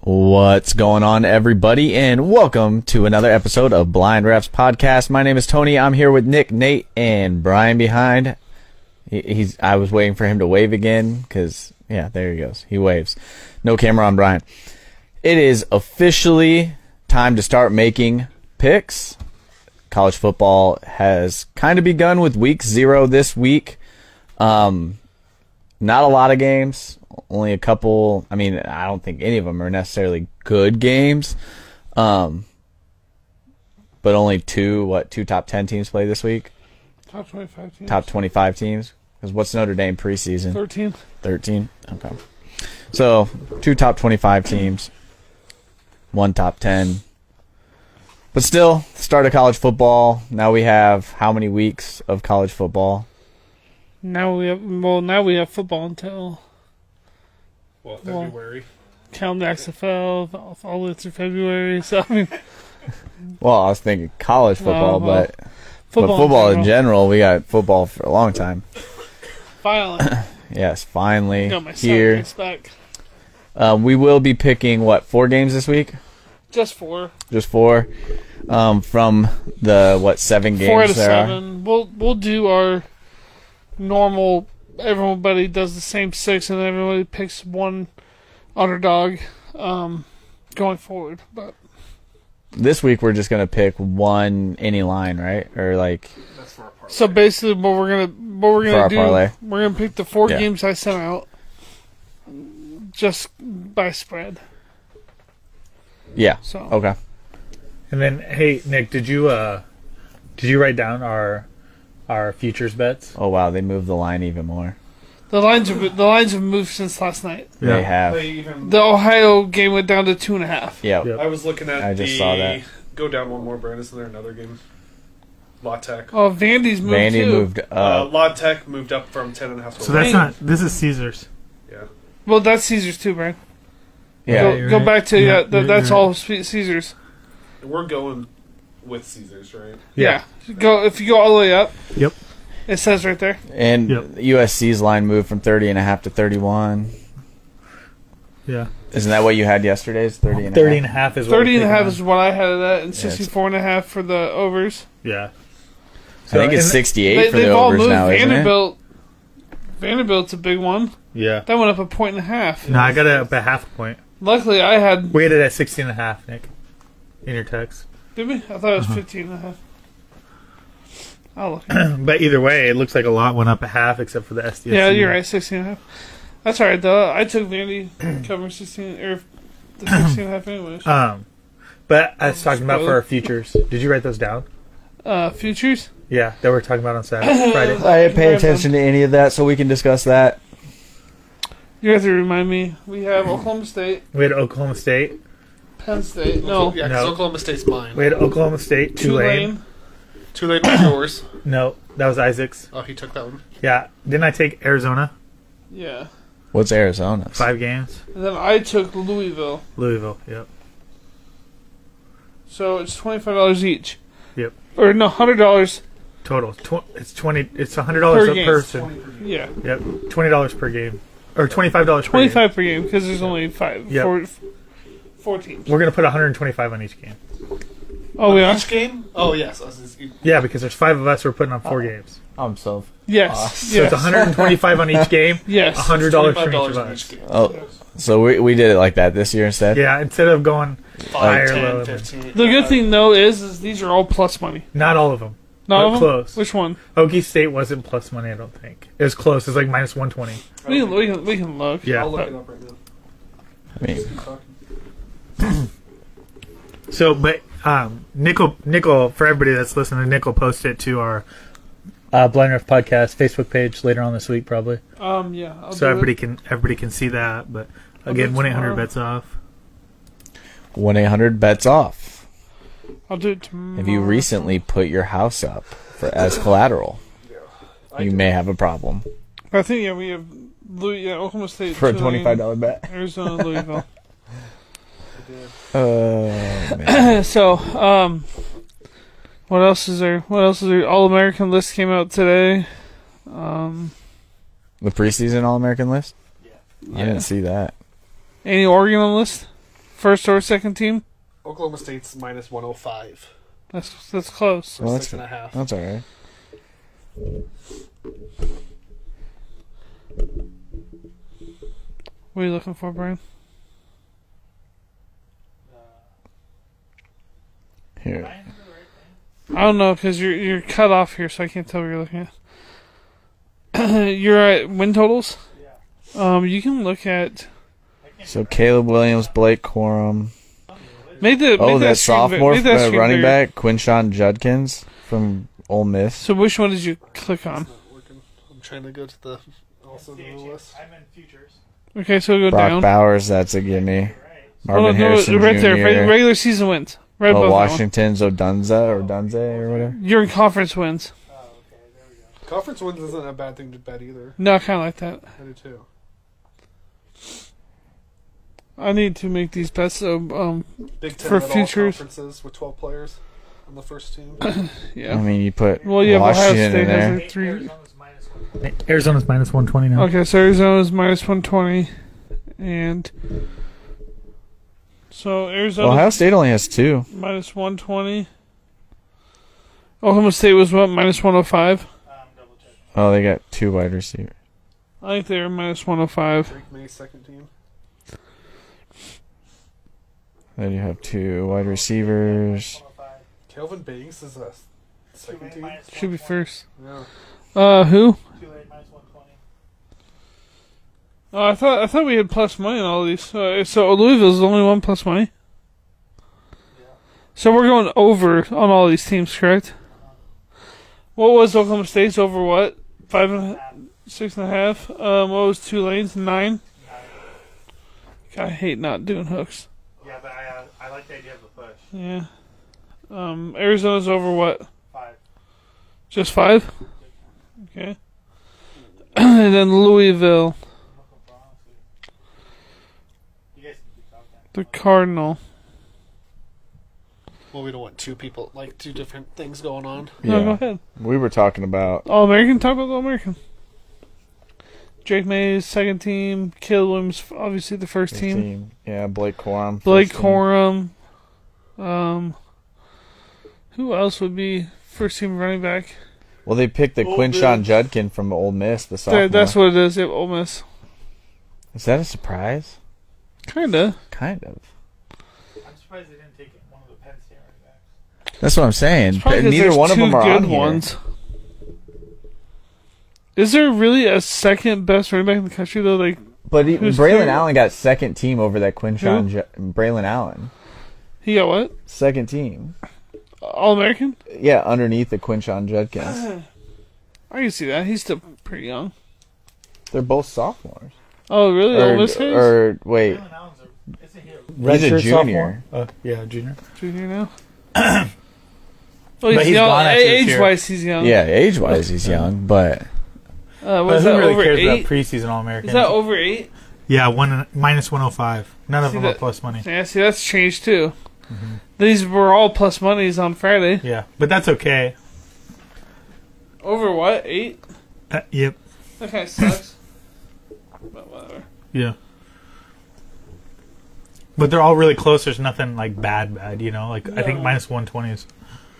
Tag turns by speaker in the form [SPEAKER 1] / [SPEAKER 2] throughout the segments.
[SPEAKER 1] What's going on, everybody, and welcome to another episode of Blind Refs Podcast. My name is Tony. I'm here with Nick, Nate, and Brian behind. He, he's. I was waiting for him to wave again because yeah, there he goes. He waves. No camera on Brian. It is officially time to start making picks. College football has kind of begun with week zero this week. Um, not a lot of games, only a couple. I mean, I don't think any of them are necessarily good games. Um, but only two, what, two top 10 teams play this week?
[SPEAKER 2] Top 25 teams?
[SPEAKER 1] Top 25 teams? Because what's Notre Dame preseason?
[SPEAKER 2] 13.
[SPEAKER 1] 13. Okay. So, two top 25 teams, one top 10. But still, start of college football. Now we have how many weeks of college football?
[SPEAKER 2] Now we have, well, now we have football until
[SPEAKER 3] Well,
[SPEAKER 2] Well-
[SPEAKER 3] February.
[SPEAKER 2] Calm to XFL, all- all the way through February. So, I mean,
[SPEAKER 1] Well, I was thinking college football,
[SPEAKER 2] Well, well,
[SPEAKER 1] but,
[SPEAKER 2] football.
[SPEAKER 1] but football in
[SPEAKER 2] general.
[SPEAKER 1] general, we got football for a long time.
[SPEAKER 2] Finally,
[SPEAKER 1] Yes, finally
[SPEAKER 2] got my
[SPEAKER 1] here.
[SPEAKER 2] Celtics back.
[SPEAKER 1] Um, we will be picking what four games this week?
[SPEAKER 2] Just four.
[SPEAKER 1] Just four um, from the what seven games
[SPEAKER 2] four out of
[SPEAKER 1] there are.
[SPEAKER 2] seven. We'll, we'll do our normal, everybody does the same six, and everybody picks one underdog um, going forward. But
[SPEAKER 1] This week we're just gonna pick one any line, right? Or like
[SPEAKER 3] That's for a part.
[SPEAKER 2] So basically, what we're gonna what we're
[SPEAKER 1] For
[SPEAKER 2] gonna
[SPEAKER 1] our
[SPEAKER 2] do,
[SPEAKER 1] parlay.
[SPEAKER 2] we're gonna pick the four
[SPEAKER 1] Yeah.
[SPEAKER 2] games I sent out, just by spread.
[SPEAKER 1] yeah.
[SPEAKER 2] So
[SPEAKER 1] Okay.
[SPEAKER 4] And then, hey Nick, did you uh, did you write down our our futures bets?
[SPEAKER 1] Oh wow, they moved the line even more.
[SPEAKER 2] the lines are, the lines have moved since last night.
[SPEAKER 1] They have.
[SPEAKER 3] They even,
[SPEAKER 2] The Ohio game went down to two and a half.
[SPEAKER 1] Yeah.
[SPEAKER 4] Yep.
[SPEAKER 3] I was looking at
[SPEAKER 1] I just
[SPEAKER 3] the,
[SPEAKER 1] saw that.
[SPEAKER 3] Go down one more, Brand. Isn't there another game? La Tech.
[SPEAKER 1] Uh,
[SPEAKER 2] Oh, Vandy's moved
[SPEAKER 1] Vandy
[SPEAKER 2] too.
[SPEAKER 1] moved up.
[SPEAKER 3] Uh, La Tech moved up from 10.5 to
[SPEAKER 5] So
[SPEAKER 3] 11.
[SPEAKER 5] that's not. This is Caesar's.
[SPEAKER 3] Yeah.
[SPEAKER 2] Well, that's Caesars too, Brian.
[SPEAKER 1] yeah.
[SPEAKER 2] go,
[SPEAKER 4] you're
[SPEAKER 2] go
[SPEAKER 4] right.
[SPEAKER 2] back to
[SPEAKER 5] Yeah,
[SPEAKER 2] yeah. th-
[SPEAKER 5] you're-
[SPEAKER 2] that's
[SPEAKER 5] you're
[SPEAKER 2] all Spe- Caesars.
[SPEAKER 3] And we're going with Caesars, right?
[SPEAKER 2] Yeah. Go if you go all the way up.
[SPEAKER 5] Yep.
[SPEAKER 2] It says right there.
[SPEAKER 1] And
[SPEAKER 5] Yep.
[SPEAKER 1] USC's line moved from 30 and a half to 31.
[SPEAKER 5] Yeah.
[SPEAKER 1] Isn't that what you had yesterday's 30 and a half?
[SPEAKER 4] Thirty and a half is what
[SPEAKER 2] Thirty and a
[SPEAKER 4] we're
[SPEAKER 2] half
[SPEAKER 4] picking
[SPEAKER 2] is what I had it at, and
[SPEAKER 1] it's-
[SPEAKER 2] sixty-four and a half for the overs.
[SPEAKER 4] on. yeah.
[SPEAKER 1] I think it's
[SPEAKER 4] and-
[SPEAKER 1] 68
[SPEAKER 2] They,
[SPEAKER 1] for the
[SPEAKER 2] they've all
[SPEAKER 1] overs
[SPEAKER 2] moved.
[SPEAKER 1] now, isn't it?
[SPEAKER 2] Vanderbilt. Vanderbilt's a big one.
[SPEAKER 4] Yeah.
[SPEAKER 2] That went up a point and a half.
[SPEAKER 5] No, I got it up a half a point.
[SPEAKER 2] Luckily, I had.
[SPEAKER 4] We had it at 16 and a half, Nick, in your text.
[SPEAKER 2] Did we? I thought it was fifteen and a half. I'll look.
[SPEAKER 4] But either way, it looks like a lot went up a half, except for the SDS.
[SPEAKER 2] yeah, you're right. Sixteen and a half. That's all right though. I took Vandy covering sixteen or the sixteen and a half anyways.
[SPEAKER 4] Um, but I was talking about for our futures. Did you write those down?
[SPEAKER 2] Uh, futures.
[SPEAKER 4] Yeah, that we are talking about on Saturday, Friday.
[SPEAKER 1] I didn't pay attention to any of that, so we can discuss that.
[SPEAKER 2] You have to remind me. We have Oklahoma State,
[SPEAKER 4] We had Oklahoma State.
[SPEAKER 2] Penn State. No,
[SPEAKER 3] Yeah,
[SPEAKER 4] 'cause No.
[SPEAKER 3] Oklahoma State's mine.
[SPEAKER 4] We had Oklahoma State, Tulane.
[SPEAKER 2] Tulane.
[SPEAKER 3] Tulane was yours.
[SPEAKER 4] No, that was Isaac's.
[SPEAKER 3] Oh, he took that one.
[SPEAKER 4] Yeah. Didn't I take Arizona?
[SPEAKER 2] Yeah.
[SPEAKER 1] What's Arizona's?
[SPEAKER 4] Five games.
[SPEAKER 2] And then I took Louisville.
[SPEAKER 4] Louisville. Yep.
[SPEAKER 2] So it's twenty five dollars each.
[SPEAKER 4] Yep.
[SPEAKER 2] Or no, hundred dollars.
[SPEAKER 4] total. Tw- it's twenty. It's hundred dollars
[SPEAKER 2] Per
[SPEAKER 4] a
[SPEAKER 2] game.
[SPEAKER 4] person.
[SPEAKER 2] Yeah.
[SPEAKER 4] Yep, twenty dollars per game, or twenty five dollars. per game.
[SPEAKER 2] 25 per game because there's only five,
[SPEAKER 4] Yep.
[SPEAKER 2] four, f- four teams.
[SPEAKER 4] We're gonna put one hundred and twenty five on each game.
[SPEAKER 2] Oh, we are?
[SPEAKER 3] game? Oh, yes. I was-
[SPEAKER 4] Yeah, because there's five of us. We're putting on four
[SPEAKER 2] Oh.
[SPEAKER 4] games,
[SPEAKER 1] I'm so.
[SPEAKER 2] Yes.
[SPEAKER 4] so
[SPEAKER 2] yes.
[SPEAKER 4] it's one hundred and twenty five on each game.
[SPEAKER 2] Yes.
[SPEAKER 4] hundred dollars for each
[SPEAKER 3] $25
[SPEAKER 4] of
[SPEAKER 3] in
[SPEAKER 4] us.
[SPEAKER 3] game.
[SPEAKER 1] Oh, so we we did it like that this year instead.
[SPEAKER 4] Yeah, instead of going
[SPEAKER 3] Five,
[SPEAKER 4] Higher, lower.
[SPEAKER 3] 10, 15.
[SPEAKER 2] The good thing, though, is, is these are all plus money.
[SPEAKER 4] not all of them.
[SPEAKER 2] Not
[SPEAKER 4] But
[SPEAKER 2] of them?
[SPEAKER 4] close.
[SPEAKER 2] Which one?
[SPEAKER 4] Okie State wasn't plus money. I don't think it was close. It's like minus one twenty.
[SPEAKER 2] We can, we can, we can look.
[SPEAKER 4] Yeah.
[SPEAKER 3] I'll look it up right now.
[SPEAKER 1] I mean,
[SPEAKER 3] Keep talking.
[SPEAKER 4] So, but um, Nickel, Nickel, for everybody that's listening, Nickel post it to our uh, Blind Ref podcast Facebook page later on this week, probably.
[SPEAKER 2] Um, yeah. I'll
[SPEAKER 4] so
[SPEAKER 2] do
[SPEAKER 4] everybody
[SPEAKER 2] it.
[SPEAKER 4] can everybody can see that. But
[SPEAKER 2] I'll
[SPEAKER 4] again,
[SPEAKER 2] do it
[SPEAKER 4] one eight
[SPEAKER 2] tomorrow.
[SPEAKER 4] hundred bets off.
[SPEAKER 1] one eight hundred bets off.
[SPEAKER 2] I'll do it tomorrow.
[SPEAKER 1] If you recently put your house up for as collateral, you may have a problem
[SPEAKER 2] I think, yeah, we have Louis, yeah, Oklahoma State.
[SPEAKER 1] for a
[SPEAKER 2] Tulane,
[SPEAKER 1] twenty five dollar bet.
[SPEAKER 2] Arizona, Louisville.
[SPEAKER 1] Oh man.
[SPEAKER 2] so, um, what else is there? What else is there? All American list came out today. Um,
[SPEAKER 1] the preseason All American list. I
[SPEAKER 2] yeah.
[SPEAKER 1] didn't see that.
[SPEAKER 2] Any Oregon on the list? first or second team?
[SPEAKER 3] Oklahoma State's minus 105.
[SPEAKER 2] That's that's close.
[SPEAKER 3] Or
[SPEAKER 1] Well,
[SPEAKER 3] six
[SPEAKER 1] that's-
[SPEAKER 3] and a half.
[SPEAKER 1] That's all right.
[SPEAKER 2] What are you looking for, Brian?
[SPEAKER 1] Here.
[SPEAKER 2] I don't know because you're you're cut off here, so I can't tell what you're looking at. you're at win totals. Um, you can look at
[SPEAKER 1] So Caleb Williams, Blake Corum.
[SPEAKER 2] make the
[SPEAKER 1] Oh, that
[SPEAKER 2] make screen big-
[SPEAKER 1] sophomore
[SPEAKER 2] make that
[SPEAKER 1] uh,
[SPEAKER 2] screen
[SPEAKER 1] running
[SPEAKER 2] bigger.
[SPEAKER 1] back, Quinshawn Judkins from Ole Miss.
[SPEAKER 2] So which one did you click on?
[SPEAKER 3] It's not working. I'm trying to go to the also the list.
[SPEAKER 4] I'm in futures.
[SPEAKER 2] Okay, so go
[SPEAKER 1] Brock
[SPEAKER 2] down.
[SPEAKER 1] Bowers, that's a gimme. Marvin
[SPEAKER 2] Oh, no, no,
[SPEAKER 1] Harrison
[SPEAKER 2] right
[SPEAKER 1] Jr.
[SPEAKER 2] there. Reg- regular season wins. Right
[SPEAKER 1] Oh,
[SPEAKER 2] above that one.
[SPEAKER 1] Washington's Odunza or Dunze or whatever.
[SPEAKER 2] You're in conference wins.
[SPEAKER 3] Conference wins isn't a bad thing to bet either.
[SPEAKER 2] No, I kind of like that.
[SPEAKER 3] I do too.
[SPEAKER 2] I need to make these bets. So, um,
[SPEAKER 3] Big Ten
[SPEAKER 2] For
[SPEAKER 3] at all
[SPEAKER 2] futures.
[SPEAKER 3] conferences with 12 players on the first team.
[SPEAKER 1] I
[SPEAKER 2] yeah.
[SPEAKER 1] mean, you put
[SPEAKER 2] Well, you have Ohio
[SPEAKER 1] Washington
[SPEAKER 2] State
[SPEAKER 1] in
[SPEAKER 2] as
[SPEAKER 1] there.
[SPEAKER 2] a- Three.
[SPEAKER 4] Arizona's minus 120
[SPEAKER 1] Mm-hmm.
[SPEAKER 4] now.
[SPEAKER 2] Okay, so Arizona's minus 120. And so Arizona's
[SPEAKER 1] Ohio State only has two.
[SPEAKER 2] minus 120. Oklahoma State was what? Minus 105?
[SPEAKER 1] Oh, they got two wide receivers.
[SPEAKER 2] I think they were minus 105.
[SPEAKER 3] Drake May second team.
[SPEAKER 1] Then you have two wide receivers.
[SPEAKER 3] Calvin Banks is a second team.
[SPEAKER 2] Should be first.
[SPEAKER 3] Yeah.
[SPEAKER 2] Uh, who? Oh, I thought I thought we had plus money in all these. Uh, so Louisville's the only one plus money. So we're going over on all these teams, correct? What was Oklahoma State's over? What five and a, six and a half? Um, what was two lanes? Nine. God, I hate not doing hooks.
[SPEAKER 4] Yeah, but I, uh, I like the idea of the push.
[SPEAKER 2] Yeah. Um, Arizona's over what?
[SPEAKER 4] Five.
[SPEAKER 2] Just five? Okay. and then Louisville,
[SPEAKER 4] You guys can keep talking.
[SPEAKER 2] the Cardinal.
[SPEAKER 3] Well, we don't want two people, like two different things going on.
[SPEAKER 2] No, go
[SPEAKER 1] Yeah.
[SPEAKER 2] ahead.
[SPEAKER 1] We were talking about
[SPEAKER 2] All American, talk about All American. Drake Mays, second team. Caleb Williams, obviously the first
[SPEAKER 1] the
[SPEAKER 2] team.
[SPEAKER 1] team. Yeah, Blake Corum.
[SPEAKER 2] Blake
[SPEAKER 1] first team.
[SPEAKER 2] Corum. Um, who else would be first team running back?
[SPEAKER 1] Well, they picked the
[SPEAKER 4] Ole
[SPEAKER 1] Quinshawn
[SPEAKER 4] Miss.
[SPEAKER 1] Judkin from Ole Miss, the sophomore.
[SPEAKER 2] There, that's what it is. Yep, Ole Miss.
[SPEAKER 1] Is that a surprise?
[SPEAKER 2] Kinda.
[SPEAKER 1] Kind of.
[SPEAKER 4] I'm surprised they didn't take one of the Penn State running backs.
[SPEAKER 1] That's what I'm saying.
[SPEAKER 2] It's probably 'cause
[SPEAKER 1] Neither
[SPEAKER 2] there's
[SPEAKER 1] one of
[SPEAKER 2] two
[SPEAKER 1] them are
[SPEAKER 2] good
[SPEAKER 1] on here.
[SPEAKER 2] ones. Is there really a second best running back in the country though? Like
[SPEAKER 1] But he,
[SPEAKER 2] Who's
[SPEAKER 1] Braylon
[SPEAKER 2] third?
[SPEAKER 1] Allen got second team over that Quinshawn Ju- Braylon Allen.
[SPEAKER 2] he got what?
[SPEAKER 1] Second team.
[SPEAKER 2] All American?
[SPEAKER 1] Yeah, underneath the Quinshawn Judkins.
[SPEAKER 2] I can see that. He's still pretty young.
[SPEAKER 1] They're both sophomores.
[SPEAKER 2] Oh really?
[SPEAKER 1] Or,
[SPEAKER 2] Ole Miss guys?
[SPEAKER 1] or wait,
[SPEAKER 4] Jalen Allen's a, it's a hero.
[SPEAKER 1] he's a junior.
[SPEAKER 4] Uh, yeah, junior.
[SPEAKER 2] junior now. well, he's,
[SPEAKER 4] But he's
[SPEAKER 2] young.
[SPEAKER 4] gone after this
[SPEAKER 2] age
[SPEAKER 4] year.
[SPEAKER 2] wise, he's young.
[SPEAKER 1] Yeah, age wise he's young, but
[SPEAKER 2] Uh,
[SPEAKER 4] But
[SPEAKER 2] was
[SPEAKER 4] who
[SPEAKER 2] that
[SPEAKER 4] really
[SPEAKER 2] over
[SPEAKER 4] cares
[SPEAKER 2] eight?
[SPEAKER 4] about preseason All American?
[SPEAKER 2] Is that over eight?
[SPEAKER 4] yeah, one minus 105. None of
[SPEAKER 2] See
[SPEAKER 4] them
[SPEAKER 2] that-
[SPEAKER 4] are plus money.
[SPEAKER 2] Yeah, see, that's changed too.
[SPEAKER 1] Mm-hmm.
[SPEAKER 2] These were all plus monies on Friday.
[SPEAKER 4] Yeah, but that's okay.
[SPEAKER 2] Over what? Eight?
[SPEAKER 4] Uh, yep.
[SPEAKER 2] That kind of sucks. but whatever.
[SPEAKER 4] Yeah. But they're all really close. There's nothing like bad, bad. You know, like I think
[SPEAKER 2] No.
[SPEAKER 4] minus 120 is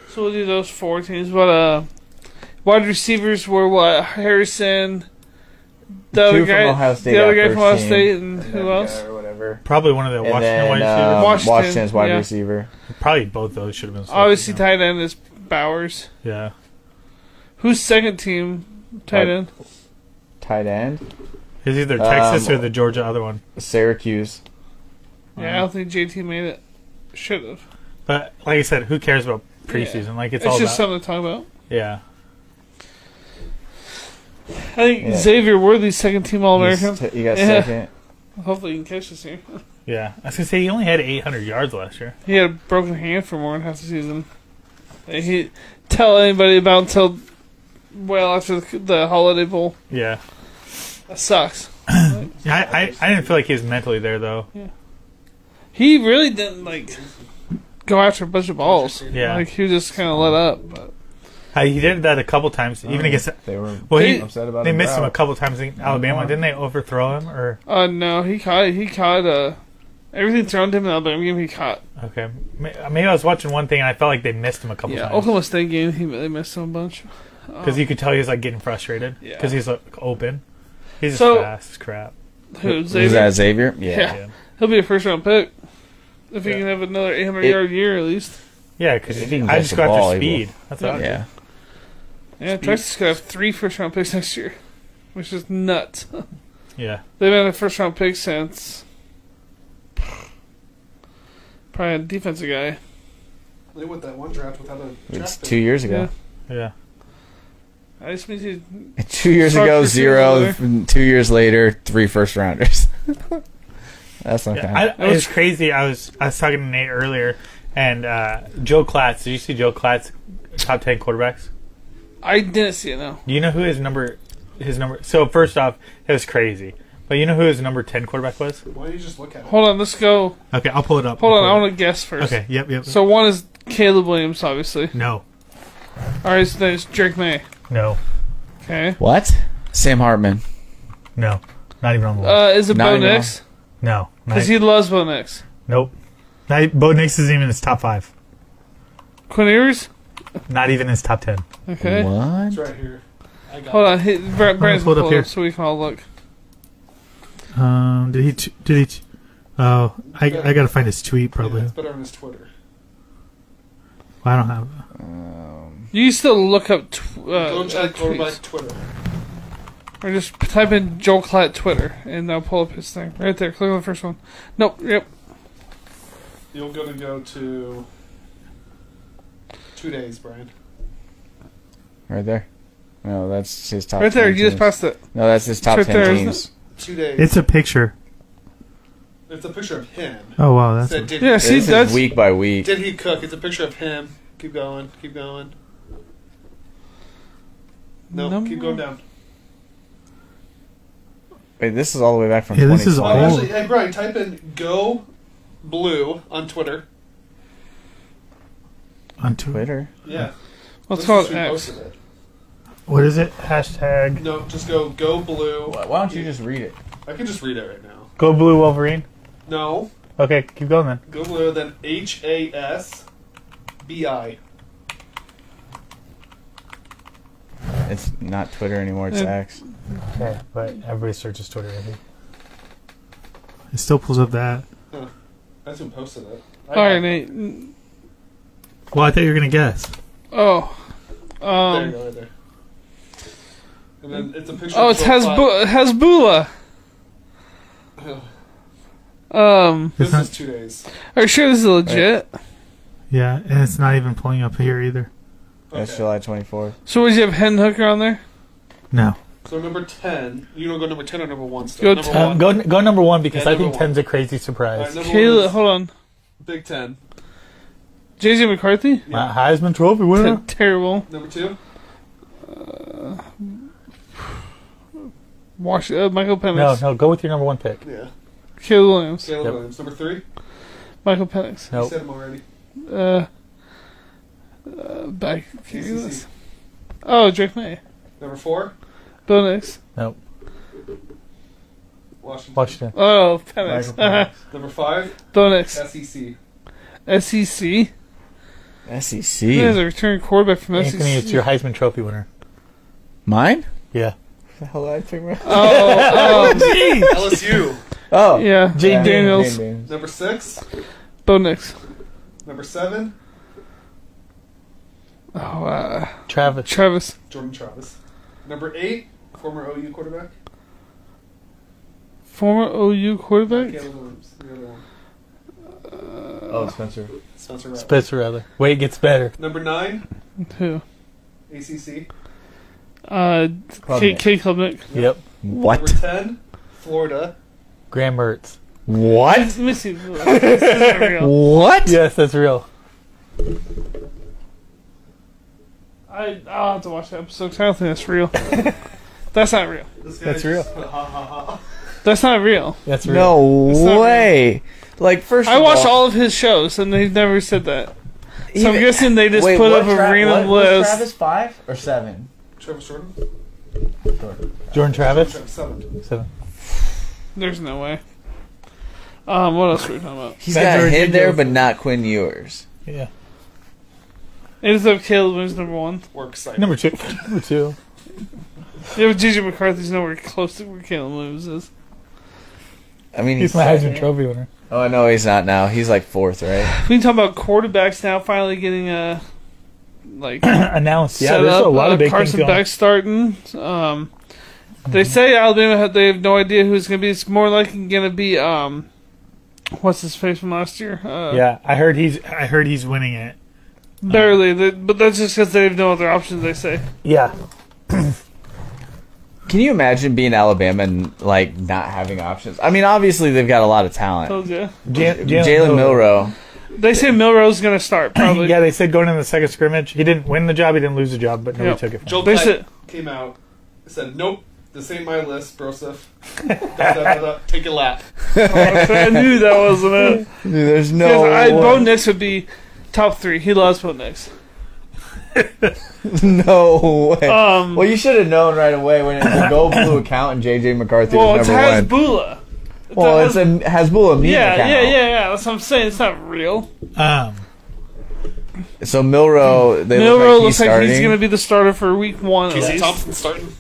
[SPEAKER 2] So we'll do those four teams. But uh, wide receivers were what? Harrison,
[SPEAKER 1] Two
[SPEAKER 2] the other
[SPEAKER 1] from
[SPEAKER 2] guy,
[SPEAKER 1] Ohio State
[SPEAKER 2] the other
[SPEAKER 1] got first
[SPEAKER 2] guy from Ohio
[SPEAKER 1] team.
[SPEAKER 2] State, and,
[SPEAKER 1] And
[SPEAKER 2] who
[SPEAKER 1] that
[SPEAKER 2] else?
[SPEAKER 1] guy or whatever.
[SPEAKER 4] probably one of the
[SPEAKER 1] And
[SPEAKER 4] Washington
[SPEAKER 1] then
[SPEAKER 4] wide
[SPEAKER 1] um,
[SPEAKER 4] receivers.
[SPEAKER 2] Washington,
[SPEAKER 1] Washington's wide
[SPEAKER 2] yeah.
[SPEAKER 1] receiver.
[SPEAKER 4] Probably both those should have been. selected,
[SPEAKER 2] Obviously,
[SPEAKER 4] yeah.
[SPEAKER 2] tight end is Bowers.
[SPEAKER 4] Yeah.
[SPEAKER 2] Who's second team tight
[SPEAKER 1] Uh,
[SPEAKER 2] end?
[SPEAKER 1] Tight end.
[SPEAKER 4] It's either
[SPEAKER 1] Um,
[SPEAKER 4] Texas or the Georgia other one.
[SPEAKER 1] Syracuse. uh-huh.
[SPEAKER 2] Yeah, I don't think JT made it. Should have.
[SPEAKER 4] But like I said, who cares about preseason? Like it's,
[SPEAKER 2] It's,
[SPEAKER 4] all
[SPEAKER 2] just
[SPEAKER 4] about
[SPEAKER 2] something to talk about.
[SPEAKER 4] yeah.
[SPEAKER 2] I think
[SPEAKER 1] Yeah.
[SPEAKER 2] Xavier Worthy's second team All American.
[SPEAKER 1] He's t- you got
[SPEAKER 2] Yeah.
[SPEAKER 1] second.
[SPEAKER 2] Hopefully, you can catch this here.
[SPEAKER 4] Yeah, I was gonna say he only had 800 yards last year.
[SPEAKER 2] He had a broken hand for more than half the season. That He tell anybody about until well after the, the Holiday Bowl.
[SPEAKER 4] Yeah,
[SPEAKER 2] That sucks.
[SPEAKER 4] yeah I, I, I didn't feel like he was mentally there though.
[SPEAKER 2] He really didn't like go after a bunch of balls.
[SPEAKER 4] Yeah,
[SPEAKER 2] Like he was just kind of let up. But
[SPEAKER 4] I, he did that a couple times, even
[SPEAKER 2] uh,
[SPEAKER 1] Um,
[SPEAKER 4] against.
[SPEAKER 1] They were
[SPEAKER 4] Well, he,
[SPEAKER 2] They-
[SPEAKER 1] upset about
[SPEAKER 4] they
[SPEAKER 1] him
[SPEAKER 4] missed him a
[SPEAKER 1] out.
[SPEAKER 2] Uh-huh.
[SPEAKER 4] couple times in Alabama. Didn't they overthrow him or
[SPEAKER 2] uh, no, he caught he caught uh, Everything's around him in the Alabama game, he caught.
[SPEAKER 4] Okay. May- uh, Maybe I was watching one thing and I felt like they missed him a couple
[SPEAKER 2] Yeah,
[SPEAKER 4] times
[SPEAKER 2] Oklahoma State game, he they missed him a bunch.
[SPEAKER 4] because you could tell he was like getting frustrated
[SPEAKER 2] Yeah.
[SPEAKER 4] because he's like open. He's just
[SPEAKER 2] So-
[SPEAKER 4] fast as crap.
[SPEAKER 2] Uh, Who,
[SPEAKER 1] Is
[SPEAKER 2] Xavier?
[SPEAKER 1] that Xavier? Yeah.
[SPEAKER 2] Yeah.
[SPEAKER 4] Yeah,
[SPEAKER 2] He'll be a first round pick if he
[SPEAKER 4] Yeah.
[SPEAKER 2] can have another 800
[SPEAKER 1] It-
[SPEAKER 2] yard year at least.
[SPEAKER 4] yeah, because
[SPEAKER 1] If he can
[SPEAKER 4] I
[SPEAKER 1] catch
[SPEAKER 4] just
[SPEAKER 1] the
[SPEAKER 4] go
[SPEAKER 1] ball,
[SPEAKER 4] after
[SPEAKER 1] he will.
[SPEAKER 4] speed. That's what I do.
[SPEAKER 1] Yeah.
[SPEAKER 2] Yeah, Texas could have three first round picks next year, which is nuts.
[SPEAKER 4] yeah.
[SPEAKER 2] They've had a first round pick since probably a defensive guy.
[SPEAKER 3] They went that one draft without a draft
[SPEAKER 1] It's
[SPEAKER 3] pick.
[SPEAKER 1] two years ago.
[SPEAKER 4] Yeah.
[SPEAKER 2] I just mean he's
[SPEAKER 1] Two years
[SPEAKER 2] Fuck
[SPEAKER 1] ago,
[SPEAKER 2] your
[SPEAKER 1] zero.
[SPEAKER 2] season,
[SPEAKER 1] Two years later, three first rounders. That's not
[SPEAKER 4] Yeah,
[SPEAKER 1] kind
[SPEAKER 4] I, it was crazy. I was I was talking to Nate earlier, and uh, Joe Klatz. Did you see Joe Klatz, top ten quarterbacks?
[SPEAKER 2] I didn't see it though.
[SPEAKER 4] Do you know who his number? His number. So first off, it was crazy. But you know who his number ten quarterback was?
[SPEAKER 3] Why don't you just look at it?
[SPEAKER 2] Hold on, let's go.
[SPEAKER 4] Okay, I'll pull it up.
[SPEAKER 2] Hold on, I want to guess first.
[SPEAKER 4] Okay. Yep. Yep.
[SPEAKER 2] So one is Caleb Williams, obviously.
[SPEAKER 4] no.
[SPEAKER 2] All right, so then it's Drake May.
[SPEAKER 4] No.
[SPEAKER 2] Okay.
[SPEAKER 1] What? Sam Hartman.
[SPEAKER 4] No. Not even on the list.
[SPEAKER 2] Uh, is it
[SPEAKER 1] Not
[SPEAKER 2] Bo
[SPEAKER 1] even
[SPEAKER 2] Nix?
[SPEAKER 4] no. Not,
[SPEAKER 2] Because he loves Bo Nix.
[SPEAKER 4] nope. Not, e-, Bo Nix isn't even in his top five.
[SPEAKER 2] Quinn Ewers?
[SPEAKER 4] Not even his top ten.
[SPEAKER 2] Okay.
[SPEAKER 3] It's
[SPEAKER 1] What?
[SPEAKER 3] right here. I got
[SPEAKER 2] Hold on, he, Brad, Brandon's
[SPEAKER 4] pull it
[SPEAKER 2] gonna
[SPEAKER 4] up
[SPEAKER 2] pull it
[SPEAKER 4] here.
[SPEAKER 2] up so we can all look.
[SPEAKER 4] Um. Did he? Did he? Oh, I
[SPEAKER 3] I
[SPEAKER 4] gotta find his tweet
[SPEAKER 3] it. Yeah, it's better on his Twitter.
[SPEAKER 4] I don't have.
[SPEAKER 1] Um,
[SPEAKER 2] You can still look up tw- uh,
[SPEAKER 3] Go
[SPEAKER 2] uh,
[SPEAKER 3] check quarterback
[SPEAKER 2] tweets.
[SPEAKER 3] Twitter.
[SPEAKER 2] or just type in Joel Klatt Twitter and they'll pull up his thing right there. Click on the first one. Nope. Yep.
[SPEAKER 3] You'll go to go to two days, Brian.
[SPEAKER 1] Right there. No, that's his top.
[SPEAKER 2] Right there.
[SPEAKER 1] 10
[SPEAKER 2] You just
[SPEAKER 1] teams.
[SPEAKER 2] passed it.
[SPEAKER 1] No, that's his top
[SPEAKER 2] It's right
[SPEAKER 1] ten
[SPEAKER 2] there, isn't
[SPEAKER 1] teams.
[SPEAKER 3] Two days.
[SPEAKER 4] a picture.
[SPEAKER 3] It's a picture of him.
[SPEAKER 4] Oh wow,
[SPEAKER 3] It said, did,
[SPEAKER 2] Yeah. See,
[SPEAKER 1] This
[SPEAKER 2] that's
[SPEAKER 1] is week by week.
[SPEAKER 3] did he cook? It's a picture of him. Keep going. Keep going. No, keep going down.
[SPEAKER 1] Wait, this is all the way back from.
[SPEAKER 4] Yeah, this is
[SPEAKER 1] 2020.
[SPEAKER 3] Oh,
[SPEAKER 4] Oh.
[SPEAKER 3] actually, hey Brian, type in "go blue" on Twitter.
[SPEAKER 4] on
[SPEAKER 1] Twitter.
[SPEAKER 3] Yeah,
[SPEAKER 2] Let's
[SPEAKER 3] This
[SPEAKER 2] call
[SPEAKER 3] is
[SPEAKER 2] it
[SPEAKER 3] who
[SPEAKER 2] X.
[SPEAKER 3] posted it.
[SPEAKER 4] What is it? Hashtag
[SPEAKER 3] No, just go "go blue."
[SPEAKER 1] Why don't you just read it?
[SPEAKER 3] I can just read it right now.
[SPEAKER 4] Go Blue Wolverine.
[SPEAKER 3] No,
[SPEAKER 4] Okay, keep going then.
[SPEAKER 3] go blue. Then H A S B I.
[SPEAKER 1] It's not Twitter anymore. It's
[SPEAKER 2] Yeah.
[SPEAKER 1] X.
[SPEAKER 4] Okay, but everybody searches Twitter. It still pulls up that.
[SPEAKER 3] That's who posted it. I
[SPEAKER 2] All right,
[SPEAKER 3] got-
[SPEAKER 2] Nate. Mm,
[SPEAKER 4] Well, I thought you were gonna guess.
[SPEAKER 2] Oh.
[SPEAKER 3] There you
[SPEAKER 2] Um.
[SPEAKER 3] go, right there. And then it's a picture.
[SPEAKER 2] Oh,
[SPEAKER 3] of
[SPEAKER 2] it's
[SPEAKER 3] Joe Flat-
[SPEAKER 2] Hezbo- Hezbollah. Um.
[SPEAKER 3] This
[SPEAKER 4] It's
[SPEAKER 3] is two days.
[SPEAKER 2] Are you sure this is legit?
[SPEAKER 4] Yeah, and it's not even pulling up here either.
[SPEAKER 1] That's
[SPEAKER 3] Okay.
[SPEAKER 1] July twenty fourth.
[SPEAKER 2] So would you have Hen Hooker on there?
[SPEAKER 4] No.
[SPEAKER 3] So number ten, you don't go number ten or number one still.
[SPEAKER 2] Go
[SPEAKER 3] number
[SPEAKER 2] ten.
[SPEAKER 3] one.
[SPEAKER 4] Uh, go go number one because
[SPEAKER 3] Yeah,
[SPEAKER 4] I think
[SPEAKER 3] number one.
[SPEAKER 4] ten's a crazy
[SPEAKER 3] All
[SPEAKER 4] surprise.
[SPEAKER 3] right, number one
[SPEAKER 2] Caleb,
[SPEAKER 3] is
[SPEAKER 2] hold on.
[SPEAKER 3] Big Ten.
[SPEAKER 2] Jay Z McCarthy.
[SPEAKER 4] My Heisman Trophy winner.
[SPEAKER 2] T- terrible.
[SPEAKER 3] Number two,
[SPEAKER 2] Wash. Uh, Michael
[SPEAKER 4] No,
[SPEAKER 2] Penix.
[SPEAKER 4] no, go with your number one pick.
[SPEAKER 3] yeah.
[SPEAKER 2] Caleb Williams.
[SPEAKER 3] Caleb
[SPEAKER 4] Yep.
[SPEAKER 3] Williams. Number three,
[SPEAKER 2] Michael Penix.
[SPEAKER 3] you
[SPEAKER 4] No,
[SPEAKER 3] said him already.
[SPEAKER 2] Uh. uh back. Can't do this.
[SPEAKER 3] CCC.
[SPEAKER 2] Oh, Drake May.
[SPEAKER 3] Number four,
[SPEAKER 2] Bill Nix.
[SPEAKER 4] no,
[SPEAKER 3] Washington.
[SPEAKER 4] Washington.
[SPEAKER 2] Oh,
[SPEAKER 4] Michael
[SPEAKER 2] Penix.
[SPEAKER 4] Penix.
[SPEAKER 3] Number five, E
[SPEAKER 2] Bill Nix. E SEC.
[SPEAKER 3] SEC.
[SPEAKER 2] He is
[SPEAKER 1] E SEC.
[SPEAKER 2] a returning quarterback from E
[SPEAKER 4] Anthony,
[SPEAKER 2] SEC.
[SPEAKER 4] it's your Heisman Trophy winner.
[SPEAKER 1] Mine.
[SPEAKER 4] Yeah.
[SPEAKER 1] The hell did I figure out?
[SPEAKER 2] Oh,
[SPEAKER 3] LSU.
[SPEAKER 1] Oh,
[SPEAKER 2] oh, yeah.
[SPEAKER 4] Jane
[SPEAKER 1] Yeah,
[SPEAKER 2] Daniels.
[SPEAKER 1] Jane Daniels.
[SPEAKER 3] Number six,
[SPEAKER 2] Bo Nix.
[SPEAKER 3] number seven,
[SPEAKER 2] Oh, uh,
[SPEAKER 4] Travis.
[SPEAKER 2] Travis.
[SPEAKER 3] Jordan Travis. Number eight, former OU quarterback,
[SPEAKER 2] Former OU quarterback. Uh,
[SPEAKER 3] Caleb Williams. The other one,
[SPEAKER 1] Oh, Spencer.
[SPEAKER 3] Spencer Rattler.
[SPEAKER 4] Spencer rather. Wait, gets better.
[SPEAKER 3] Number nine,
[SPEAKER 2] Who?
[SPEAKER 3] ACC.
[SPEAKER 2] Uh, K.
[SPEAKER 1] Klubnik.
[SPEAKER 2] K. Klubnik.
[SPEAKER 4] Yep.
[SPEAKER 1] What?
[SPEAKER 3] Number ten, Florida.
[SPEAKER 4] Graham Mertz.
[SPEAKER 1] What?
[SPEAKER 2] Let me see. This isn't real.
[SPEAKER 1] What?
[SPEAKER 4] Yes, that's real.
[SPEAKER 2] I, I'll have to watch that episode 'cause I don't think that's real. that's not real.
[SPEAKER 3] This guy
[SPEAKER 4] That's
[SPEAKER 3] just-
[SPEAKER 4] real.
[SPEAKER 3] Ha ha ha.
[SPEAKER 2] That's not real.
[SPEAKER 4] That's real.
[SPEAKER 1] No
[SPEAKER 2] It's not
[SPEAKER 1] way. Like first,
[SPEAKER 2] I
[SPEAKER 1] of
[SPEAKER 2] watched all of his shows and they've never said that. So I'm
[SPEAKER 1] Even-
[SPEAKER 2] guessing they just put
[SPEAKER 1] what
[SPEAKER 2] up a
[SPEAKER 1] Tra-
[SPEAKER 2] random
[SPEAKER 1] what was
[SPEAKER 2] list.
[SPEAKER 1] Travis five or seven?
[SPEAKER 3] Travis Jordan.
[SPEAKER 4] Jordan Travis.
[SPEAKER 3] Travis seven.
[SPEAKER 4] Seven.
[SPEAKER 2] There's no way. Um, what else were we talking about?
[SPEAKER 1] He's
[SPEAKER 4] That's
[SPEAKER 1] got him
[SPEAKER 4] ridiculous.
[SPEAKER 1] there, but not Quinn Ewers.
[SPEAKER 4] Yeah.
[SPEAKER 2] Ends up Caleb wins number one.
[SPEAKER 3] Work site.
[SPEAKER 4] Number two. Number two.
[SPEAKER 2] Yeah, but JJ McCarthy's nowhere close to where Caleb Williams is.
[SPEAKER 1] I mean,
[SPEAKER 4] He's
[SPEAKER 1] he's,
[SPEAKER 4] my Heisman Trophy winner.
[SPEAKER 1] oh no, he's not now. He's like fourth, right?
[SPEAKER 2] We can talk about quarterbacks now. Finally getting a like
[SPEAKER 4] Announced. Yeah,
[SPEAKER 2] set
[SPEAKER 4] there's
[SPEAKER 2] up.
[SPEAKER 4] a lot
[SPEAKER 2] uh,
[SPEAKER 4] of big
[SPEAKER 2] Carson
[SPEAKER 4] things going.
[SPEAKER 2] Beck starting. Um, they say Alabama had, they have no idea who's going to be. It's more likely going to be um, what's his face from last year? Uh,
[SPEAKER 4] Yeah, I heard he's. I heard he's winning it.
[SPEAKER 2] barely. They- but that's just because they have no other options. They say.
[SPEAKER 4] Yeah.
[SPEAKER 1] Can you imagine being Alabama and like not having options? I mean, obviously they've got a lot of talent.
[SPEAKER 2] Told ya.
[SPEAKER 4] Jan-
[SPEAKER 1] Jalen Milrow.
[SPEAKER 2] They say Milrow's going to start probably.
[SPEAKER 4] Yeah, they said going into the second scrimmage, he didn't win the job, he didn't lose the job, but nobody
[SPEAKER 2] Yep.
[SPEAKER 4] took it. From him.
[SPEAKER 3] Joel
[SPEAKER 2] They
[SPEAKER 3] Platt
[SPEAKER 2] said
[SPEAKER 3] came out, said, "Nope, this ain't my list, bro. Stuff. Da, da, da, da. Take a lap."
[SPEAKER 2] I knew that wasn't it.
[SPEAKER 1] Dude, there's
[SPEAKER 2] Because
[SPEAKER 4] Oh,
[SPEAKER 1] no
[SPEAKER 2] I, Bo
[SPEAKER 1] way.
[SPEAKER 2] Nix would be top three. He loves Bo Nix.
[SPEAKER 1] no way.
[SPEAKER 2] Um,
[SPEAKER 1] well, you should have known right away when it's a Go Blue account and JJ McCarthy
[SPEAKER 2] well,
[SPEAKER 1] was
[SPEAKER 2] it's
[SPEAKER 1] number one.
[SPEAKER 2] Hasbula. It's
[SPEAKER 1] well,
[SPEAKER 2] a
[SPEAKER 1] it's a Hasbullah meme
[SPEAKER 2] yeah,
[SPEAKER 1] account.
[SPEAKER 2] yeah, yeah, yeah. That's what I'm saying. It's not real.
[SPEAKER 4] Um,
[SPEAKER 1] So Milrow, they look
[SPEAKER 2] Milrow
[SPEAKER 1] like he's
[SPEAKER 2] looks like
[SPEAKER 1] starting.
[SPEAKER 2] he's going to be the starter for week one. At
[SPEAKER 3] Casey
[SPEAKER 2] least.
[SPEAKER 3] Thompson starting.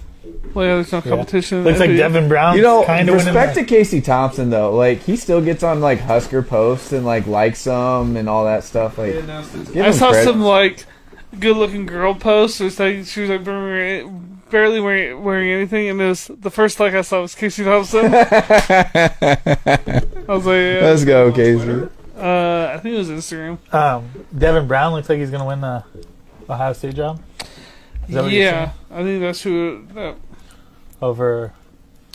[SPEAKER 2] Well, yeah, there's no competition.
[SPEAKER 4] looks like
[SPEAKER 2] It'd be-
[SPEAKER 4] Devin Brown.
[SPEAKER 1] you know,
[SPEAKER 4] kind of
[SPEAKER 1] respect to Casey Thompson though. Like he still gets on like Husker posts and like likes them and all that stuff. Like
[SPEAKER 3] They announced it.
[SPEAKER 1] give
[SPEAKER 2] I
[SPEAKER 1] him
[SPEAKER 2] saw
[SPEAKER 1] credit.
[SPEAKER 2] some like good-looking girl posts. It was like she was like barely wearing, barely wearing, wearing anything, and it was the first like I saw was Casey Thompson. I was like, yeah.
[SPEAKER 1] Let's go, Casey.
[SPEAKER 2] uh, I think it was Instagram.
[SPEAKER 4] Um, Devin Brown looks like he's going to win the Ohio State job Is that what you're
[SPEAKER 2] Yeah, I think that's who. That,
[SPEAKER 4] over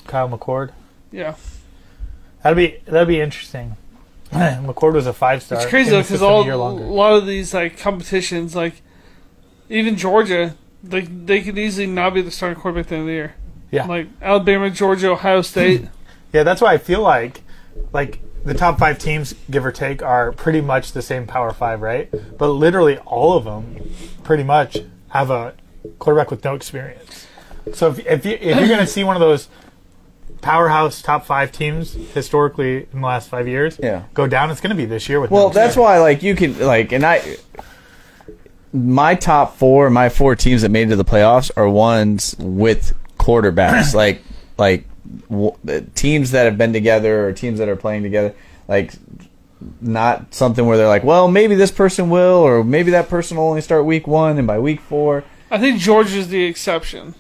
[SPEAKER 4] Kyle McCord.
[SPEAKER 2] yeah,
[SPEAKER 4] That'd be that'd be interesting. McCord was a five star.
[SPEAKER 2] it's crazy though because all a lot of these like competitions, like even Georgia, they they could easily not be the starting quarterback at the end of the year.
[SPEAKER 4] Yeah.
[SPEAKER 2] like Alabama, Georgia, Ohio State.
[SPEAKER 4] Yeah, that's why I feel like like the top five teams, give or take, are pretty much the same Power Five, right? But literally all of them, pretty much, have a quarterback with no experience. So if if, you, if you're going to see one of those powerhouse top five teams historically in the last five years,
[SPEAKER 1] Yeah.
[SPEAKER 4] go down, it's going to be this year with.
[SPEAKER 1] Well,
[SPEAKER 4] no
[SPEAKER 1] that's why, like, you can, like, and I, my top four, my four teams that made it to the playoffs are ones with quarterbacks, like, like w- teams that have been together or teams that are playing together, like, not something where they're like, well, maybe this person will, or maybe that person will only start week one, and by week four,
[SPEAKER 2] I think Georgia's the exception.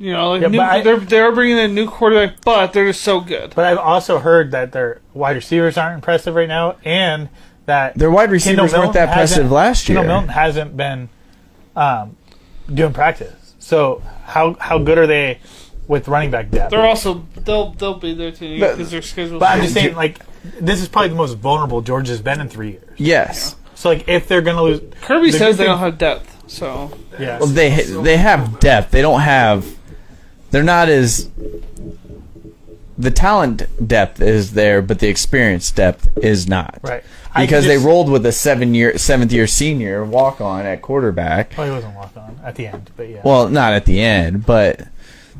[SPEAKER 2] You know, like
[SPEAKER 4] Yeah,
[SPEAKER 2] new,
[SPEAKER 4] but I-
[SPEAKER 2] they're they're bringing in a new quarterback, but they're just so good.
[SPEAKER 4] But I've also heard that their wide receivers aren't impressive right now, and that
[SPEAKER 1] their wide
[SPEAKER 4] Kendall
[SPEAKER 1] receivers weren't
[SPEAKER 4] Milton
[SPEAKER 1] that impressive
[SPEAKER 4] hasn't-
[SPEAKER 1] last year.
[SPEAKER 4] Kendall Milton hasn't been um, doing practice. So how how good are they with running back depth?
[SPEAKER 2] They're also they'll they'll be there too
[SPEAKER 1] But-
[SPEAKER 2] because their schedule's
[SPEAKER 4] but I'm just saying, like, this is probably the most vulnerable Georgia's been in three years.
[SPEAKER 1] Yes.
[SPEAKER 4] So like, if they're gonna lose,
[SPEAKER 2] Kirby
[SPEAKER 4] the
[SPEAKER 2] says they
[SPEAKER 4] good thing-
[SPEAKER 2] don't have depth, so
[SPEAKER 4] yeah,
[SPEAKER 1] Well, they they have depth. They don't have. They're not as. The talent depth is there, but the experience depth is not.
[SPEAKER 4] right I
[SPEAKER 1] Because
[SPEAKER 4] just-
[SPEAKER 1] they rolled with a seven year, seventh year senior walk on at quarterback.
[SPEAKER 4] Well, he wasn't walk on at the end, but yeah,
[SPEAKER 1] Well, not at the end, but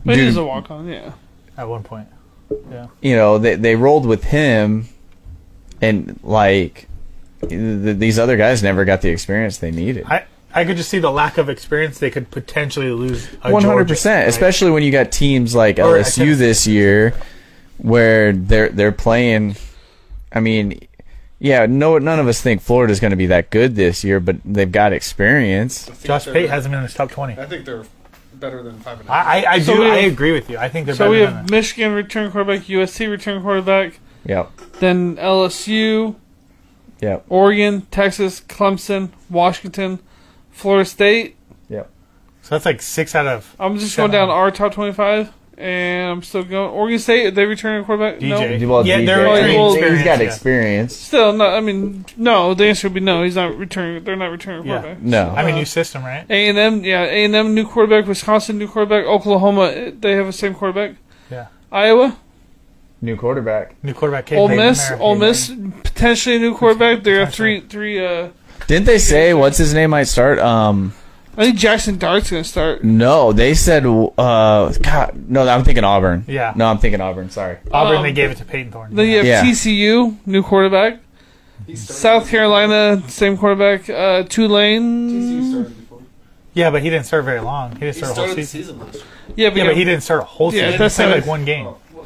[SPEAKER 2] but
[SPEAKER 1] Dude.
[SPEAKER 2] he's a walk on. Yeah,
[SPEAKER 4] at one point,
[SPEAKER 1] you know they they rolled with him, and like th- these other guys never got the experience they needed.
[SPEAKER 4] I I could just see the lack of experience they could potentially lose. a
[SPEAKER 1] One hundred
[SPEAKER 4] Georgia,
[SPEAKER 1] percent,
[SPEAKER 4] right?
[SPEAKER 1] especially when you got teams like
[SPEAKER 4] Or a
[SPEAKER 1] LSU
[SPEAKER 4] Tennessee.
[SPEAKER 1] this year, where they're they're playing. I mean, yeah, no, none of us think Florida's going to be that good this year, but they've got experience.
[SPEAKER 3] I think
[SPEAKER 4] Josh Ah.
[SPEAKER 3] they're-
[SPEAKER 4] Pate hasn't been in his top twenty.
[SPEAKER 3] I think they're better than five and a half.
[SPEAKER 4] I, I, I
[SPEAKER 2] So
[SPEAKER 4] do.
[SPEAKER 2] we
[SPEAKER 4] I
[SPEAKER 2] have-
[SPEAKER 4] agree with you. I think they're
[SPEAKER 2] so
[SPEAKER 4] better
[SPEAKER 2] we
[SPEAKER 4] than
[SPEAKER 2] have Michigan return quarterback, USC return quarterback,
[SPEAKER 1] Yep,
[SPEAKER 2] then LSU,
[SPEAKER 1] yep,
[SPEAKER 2] Oregon, Texas, Clemson, Washington, Florida State.
[SPEAKER 1] yep.
[SPEAKER 4] So that's like six out of
[SPEAKER 2] I'm just
[SPEAKER 4] Seven.
[SPEAKER 2] going down our top 25, and I'm still going. Oregon State, are they returning quarterback? No.
[SPEAKER 4] DJ.
[SPEAKER 1] Well,
[SPEAKER 4] yeah,
[SPEAKER 1] DJ,
[SPEAKER 4] they're
[SPEAKER 1] I mean,
[SPEAKER 2] well,
[SPEAKER 1] he's got
[SPEAKER 4] yeah.
[SPEAKER 1] experience.
[SPEAKER 2] Still, no. I mean, no. The answer would be no. He's not returning. They're not returning
[SPEAKER 4] Yeah.
[SPEAKER 2] quarterback.
[SPEAKER 1] No,
[SPEAKER 4] I mean, new system, right?
[SPEAKER 2] A and M, yeah. A and M, new quarterback. Wisconsin, new quarterback. Oklahoma, eh, they have the same quarterback.
[SPEAKER 4] Yeah.
[SPEAKER 2] Iowa,
[SPEAKER 1] new quarterback.
[SPEAKER 4] New quarterback. Cade
[SPEAKER 2] Ole
[SPEAKER 4] Maiden
[SPEAKER 2] Miss,
[SPEAKER 4] there.
[SPEAKER 2] Ole Miss, potentially a new quarterback. There are three,
[SPEAKER 4] Potentially.
[SPEAKER 2] three. Uh,
[SPEAKER 1] Didn't they say what's his name might start? Um,
[SPEAKER 2] I think Jackson Dart's gonna start.
[SPEAKER 1] No, they said. Uh, God, no, I'm thinking Auburn.
[SPEAKER 6] Yeah.
[SPEAKER 1] No, I'm thinking Auburn. Sorry.
[SPEAKER 6] Auburn,
[SPEAKER 2] Um,
[SPEAKER 6] they gave it to Peyton Thorne.
[SPEAKER 2] Then you have
[SPEAKER 1] Yeah.
[SPEAKER 2] TCU, new quarterback.
[SPEAKER 3] He started-
[SPEAKER 2] South Carolina, same quarterback. Uh,
[SPEAKER 3] TCU
[SPEAKER 2] Tulane.
[SPEAKER 3] started before.
[SPEAKER 6] Yeah, but he didn't serve very long. He didn't
[SPEAKER 3] He
[SPEAKER 6] serve a
[SPEAKER 3] started
[SPEAKER 6] whole
[SPEAKER 3] the
[SPEAKER 6] season.
[SPEAKER 3] season last year.
[SPEAKER 2] Yeah, but,
[SPEAKER 6] Yeah,
[SPEAKER 2] you
[SPEAKER 6] but he
[SPEAKER 2] have-
[SPEAKER 6] didn't start a whole
[SPEAKER 2] Yeah,
[SPEAKER 6] season. he
[SPEAKER 2] that's
[SPEAKER 6] played
[SPEAKER 2] not-
[SPEAKER 6] like one game.
[SPEAKER 3] Oh, well,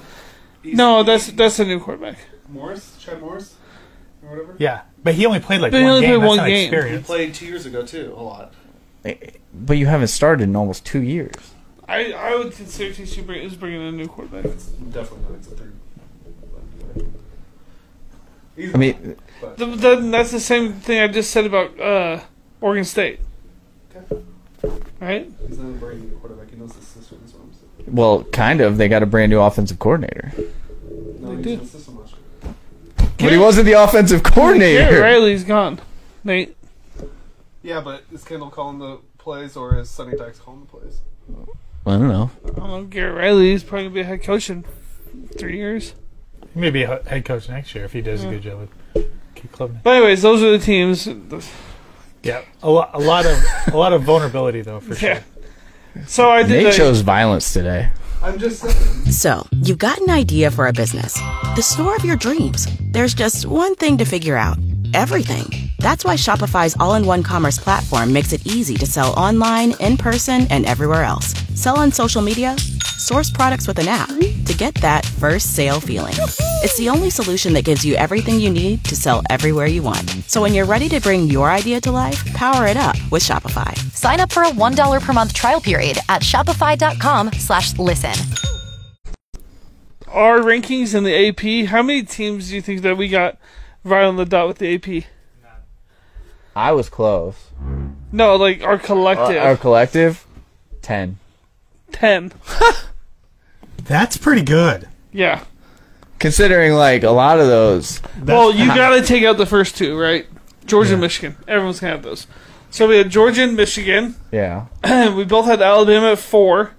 [SPEAKER 3] he's-
[SPEAKER 2] no, that's that's a new quarterback.
[SPEAKER 3] Morris, Chad Morris, or whatever.
[SPEAKER 6] Yeah, but he only played like
[SPEAKER 2] But he
[SPEAKER 6] one
[SPEAKER 2] only
[SPEAKER 6] game.
[SPEAKER 2] played
[SPEAKER 6] That's
[SPEAKER 2] one
[SPEAKER 6] not
[SPEAKER 2] game.
[SPEAKER 3] He
[SPEAKER 6] experience.
[SPEAKER 3] played two years ago too, a lot.
[SPEAKER 1] But you haven't started in almost two years.
[SPEAKER 2] I, I would consider TCU bring, is bringing in a new quarterback.
[SPEAKER 3] It's definitely not. It's a third. He's-
[SPEAKER 1] I mean,
[SPEAKER 2] The, the, that's the same thing I just said about uh, Oregon State.
[SPEAKER 3] Okay.
[SPEAKER 2] Right?
[SPEAKER 3] he's not a brand new quarterback. He knows the system. That's what I'm saying.
[SPEAKER 1] well, kind of. They got a brand new offensive coordinator,
[SPEAKER 3] No,
[SPEAKER 2] They
[SPEAKER 3] he's
[SPEAKER 2] did.
[SPEAKER 3] in the system last year.
[SPEAKER 1] but he wasn't the offensive coordinator.
[SPEAKER 2] Garrett Riley's gone. Nate.
[SPEAKER 3] Yeah, but is Kendall calling the plays or is Sonny Dykes calling the plays?
[SPEAKER 1] I don't know.
[SPEAKER 2] I don't know. Garrett Riley's probably gonna be a head coach in three years.
[SPEAKER 6] He may be a he- head coach next year if he does a good job with Klubnik.
[SPEAKER 2] But anyways, those are the teams.
[SPEAKER 6] Yeah, a lot, a lot of a lot of vulnerability though for sure.
[SPEAKER 2] Yeah. So I did.
[SPEAKER 1] Nate
[SPEAKER 2] the-
[SPEAKER 1] chose violence today.
[SPEAKER 3] I'm just saying.
[SPEAKER 7] So, you've got an idea for a business, the store of your dreams. There's just one thing to figure out everything. That's why Shopify's all in one commerce platform makes it easy to sell online, in person, and everywhere else. Sell on social media, source products with an app to get that first sale feeling. It's the only solution that gives you everything you need to sell everywhere you want. So, when you're ready to bring your idea to life, power it up with Shopify.
[SPEAKER 8] Sign up for a $1 per month trial period at Shopify.com slash listen.
[SPEAKER 2] our rankings in the AP. How many teams do you think that we got right on the dot with the AP?
[SPEAKER 1] I was close. Uh,
[SPEAKER 2] No, like our collective
[SPEAKER 1] Our collective, ten.
[SPEAKER 2] ten.
[SPEAKER 6] That's pretty good.
[SPEAKER 2] Yeah.
[SPEAKER 1] Considering like a lot of those,
[SPEAKER 2] well, you got to take out the first two, right? Georgia and Michigan. Everyone's gonna have those. So we had Georgia and Michigan.
[SPEAKER 1] yeah.
[SPEAKER 2] we both had Alabama at four.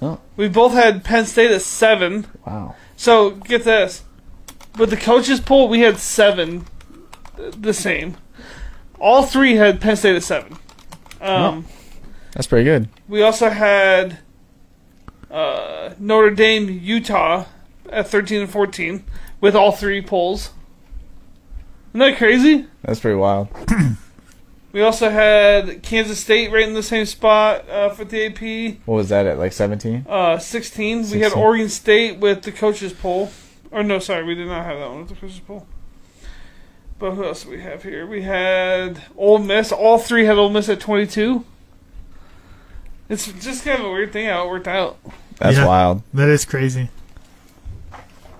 [SPEAKER 1] Oh.
[SPEAKER 2] We both had Penn State at seven.
[SPEAKER 1] Wow.
[SPEAKER 2] So get this, with the coaches poll, we had seven, uh, the same. All three had Penn State at seven. Um,
[SPEAKER 1] That's pretty good.
[SPEAKER 2] We also had uh, Notre Dame, Utah at 13 and 14 with all three polls. Isn't that crazy?
[SPEAKER 1] That's pretty wild.
[SPEAKER 2] We also had Kansas State right in the same spot uh, for the AP,
[SPEAKER 1] What was that at like seventeen?
[SPEAKER 2] uh, 16. We had
[SPEAKER 1] 16.
[SPEAKER 2] Oregon State with the coaches poll. Or no, sorry, we did not have that one with the coaches poll. But who else do we have here? We had Ole Miss. All three had Ole Miss at 22. It's just kind of a weird thing how it worked out.
[SPEAKER 1] That's
[SPEAKER 6] Yeah.
[SPEAKER 1] wild.
[SPEAKER 6] That is crazy.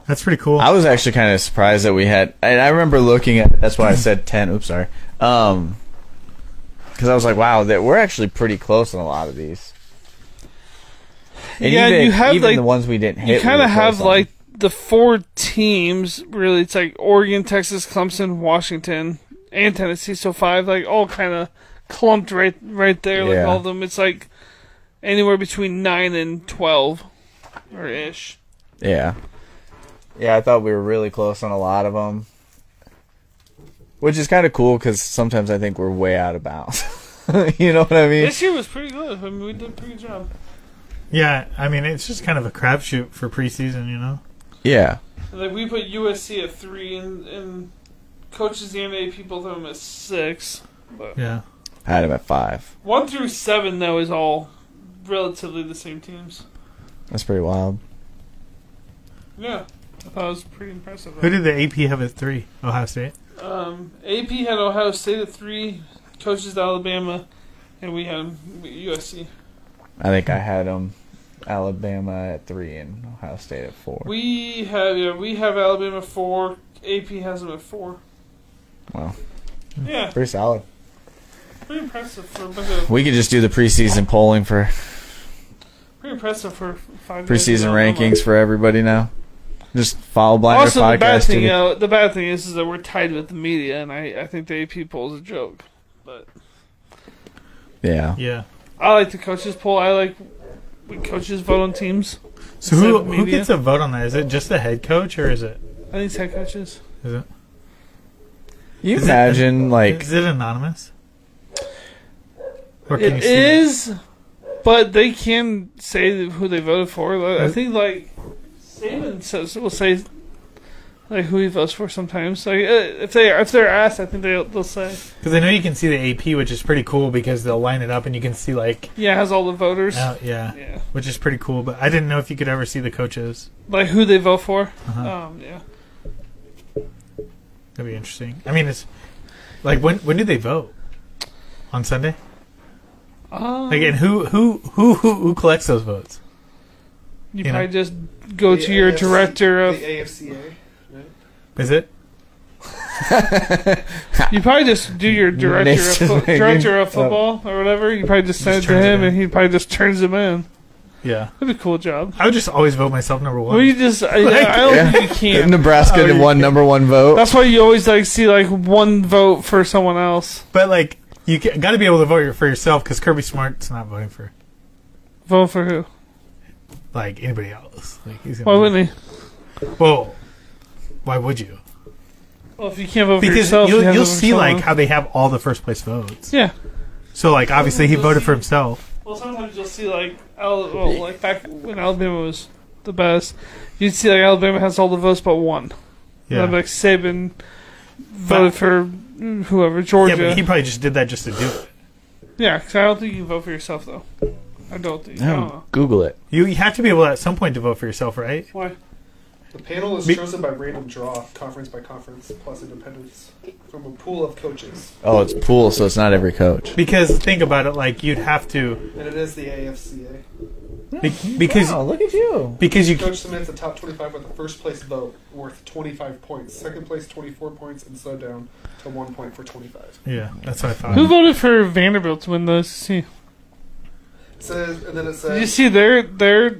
[SPEAKER 6] That's pretty cool.
[SPEAKER 1] I was actually kind of surprised that we had, and I remember looking at. That's why I said ten. Oops, sorry. Um, because I was like, wow, that we're actually pretty close on a lot of these. And
[SPEAKER 2] Yeah,
[SPEAKER 1] even,
[SPEAKER 2] you have,
[SPEAKER 1] even
[SPEAKER 2] like-
[SPEAKER 1] the ones we didn't hit.
[SPEAKER 2] you
[SPEAKER 1] we
[SPEAKER 2] kind
[SPEAKER 1] were
[SPEAKER 2] of have
[SPEAKER 1] close on.
[SPEAKER 2] like the four teams really it's like oregon texas clemson washington and tennessee so five like all kind of clumped right right there like
[SPEAKER 1] Yeah.
[SPEAKER 2] all of them it's like anywhere between nine and 12 or ish
[SPEAKER 1] Yeah. Yeah, I thought we were really close on a lot of them. Which is kind of cool because sometimes I think we're way out of bounds. you know what I mean?
[SPEAKER 2] this year was pretty good i mean we did a pretty good job
[SPEAKER 6] yeah, I mean it's just kind of a crapshoot for preseason, you know.
[SPEAKER 1] Yeah.
[SPEAKER 2] like we put usc at three and, and coaches the nba people throw them at six
[SPEAKER 6] Yeah.
[SPEAKER 1] I had him at five.
[SPEAKER 2] one through seven though is all relatively the same teams
[SPEAKER 1] That's pretty wild.
[SPEAKER 2] yeah i thought it was pretty impressive
[SPEAKER 6] Who did the AP have at three? Ohio State.
[SPEAKER 2] Um, AP had Ohio State at three, coaches to Alabama, and we had USC.
[SPEAKER 1] I think I had him Alabama at three and Ohio State at four.
[SPEAKER 2] We have yeah, we have Alabama at four. AP has them at four.
[SPEAKER 1] Wow.
[SPEAKER 2] Yeah,
[SPEAKER 1] pretty solid.
[SPEAKER 2] pretty impressive for a bunch of,
[SPEAKER 1] We could just do the preseason polling for
[SPEAKER 2] pretty impressive for five. guys in
[SPEAKER 1] preseason
[SPEAKER 2] Alabama.
[SPEAKER 1] rankings for everybody now. Just follow Blinder
[SPEAKER 2] Also, the bad
[SPEAKER 1] podcast.
[SPEAKER 2] thing,
[SPEAKER 1] dude.
[SPEAKER 2] uh, the bad thing is, is that we're tied with the media, and I, I think the AP poll is a joke. But
[SPEAKER 1] yeah.
[SPEAKER 6] Yeah.
[SPEAKER 2] I like the coaches poll. I like when coaches vote on teams.
[SPEAKER 6] So
[SPEAKER 2] Instead
[SPEAKER 6] who
[SPEAKER 2] of
[SPEAKER 6] who
[SPEAKER 2] media.
[SPEAKER 6] gets a vote on that? Is it just the head coach or is it
[SPEAKER 2] I think it's head coaches.
[SPEAKER 6] is it
[SPEAKER 1] You imagine like
[SPEAKER 6] is it anonymous?
[SPEAKER 4] Or can you
[SPEAKER 2] It
[SPEAKER 4] see that?
[SPEAKER 2] is, but they can say who they voted for. Like, I think like Saban says will say like who he votes for sometimes. Like uh, if they if they're asked, I think they they'll say
[SPEAKER 4] Because I know you can see the AP, which is pretty cool because they'll line it up and you can see like,
[SPEAKER 2] yeah it has all the voters.
[SPEAKER 4] uh, yeah,
[SPEAKER 2] Yeah,
[SPEAKER 4] which is pretty cool. But I didn't know if you could ever see the coaches.
[SPEAKER 2] like who they vote for.
[SPEAKER 4] Uh-huh.
[SPEAKER 2] Um, yeah,
[SPEAKER 4] That'd be interesting. I mean, it's like when when do they vote on Sunday?
[SPEAKER 2] um,
[SPEAKER 4] Like, and who who who who, who collects those votes?
[SPEAKER 2] you,
[SPEAKER 4] you
[SPEAKER 2] probably
[SPEAKER 4] know.
[SPEAKER 2] just go
[SPEAKER 3] The
[SPEAKER 2] to your
[SPEAKER 3] AFC
[SPEAKER 2] director of.
[SPEAKER 3] the AFCA.
[SPEAKER 4] Is it?
[SPEAKER 2] You probably just do your director of
[SPEAKER 1] Nathan's
[SPEAKER 2] fo-
[SPEAKER 1] making-
[SPEAKER 2] director of football or whatever. You probably just send
[SPEAKER 4] Oh. Just
[SPEAKER 2] it to
[SPEAKER 4] turns it
[SPEAKER 2] him,
[SPEAKER 4] in.
[SPEAKER 2] and he probably just turns them in.
[SPEAKER 4] Yeah,
[SPEAKER 2] That'd be a cool job.
[SPEAKER 4] I would just always vote myself number one.
[SPEAKER 2] Well, you just I, I don't think you can.
[SPEAKER 1] Nebraska
[SPEAKER 4] Oh, you
[SPEAKER 1] won number one vote.
[SPEAKER 2] That's why you always like see like one vote for someone else.
[SPEAKER 4] but like, you got to be able to vote your- for yourself because Kirby Smart's not voting for
[SPEAKER 2] Vote for who?
[SPEAKER 4] like anybody else. Like, he's
[SPEAKER 2] Why
[SPEAKER 4] gonna
[SPEAKER 2] wouldn't he?
[SPEAKER 4] Whoa, why would you?
[SPEAKER 2] Well, if you can't vote for
[SPEAKER 4] Because
[SPEAKER 2] yourself,
[SPEAKER 4] you'll
[SPEAKER 2] you have to
[SPEAKER 4] you'll
[SPEAKER 2] vote for
[SPEAKER 4] see
[SPEAKER 2] someone
[SPEAKER 4] like
[SPEAKER 2] else.
[SPEAKER 4] how they have all the first place votes.
[SPEAKER 2] yeah.
[SPEAKER 4] So like, obviously he voted for himself.
[SPEAKER 2] Well, sometimes you'll see like Al- well, like back when Alabama was the best, you'd see like Alabama has all the votes but one.
[SPEAKER 4] Yeah.
[SPEAKER 2] And, like Saban voted for mm, whoever
[SPEAKER 4] yeah,
[SPEAKER 2] Georgia.
[SPEAKER 4] but he probably just did that just to do it.
[SPEAKER 2] Yeah, 'cause I don't think you can vote for yourself though. I don't think. I don't
[SPEAKER 4] Um,
[SPEAKER 2] know.
[SPEAKER 1] Google it.
[SPEAKER 4] You, you have to be able at some point to vote for yourself, right?
[SPEAKER 2] Why?
[SPEAKER 3] The panel is
[SPEAKER 4] Me-
[SPEAKER 3] chosen by random draw, conference by conference, plus independence, from a pool of coaches,
[SPEAKER 1] Oh, it's pool, so it's not every coach.
[SPEAKER 4] Because think about it, like you'd have to
[SPEAKER 3] and it is the AFCA.
[SPEAKER 4] be- because
[SPEAKER 1] look at you.
[SPEAKER 4] because you
[SPEAKER 3] Coach submits the top 25 with a first place vote worth 25 points, second place 24 points, and so down to one point for 25.
[SPEAKER 4] yeah, that's what I
[SPEAKER 2] Who
[SPEAKER 4] thought.
[SPEAKER 2] voted for Vanderbilt to win the SEC?
[SPEAKER 3] It says, and then it
[SPEAKER 2] You
[SPEAKER 3] says,
[SPEAKER 2] see, they're they're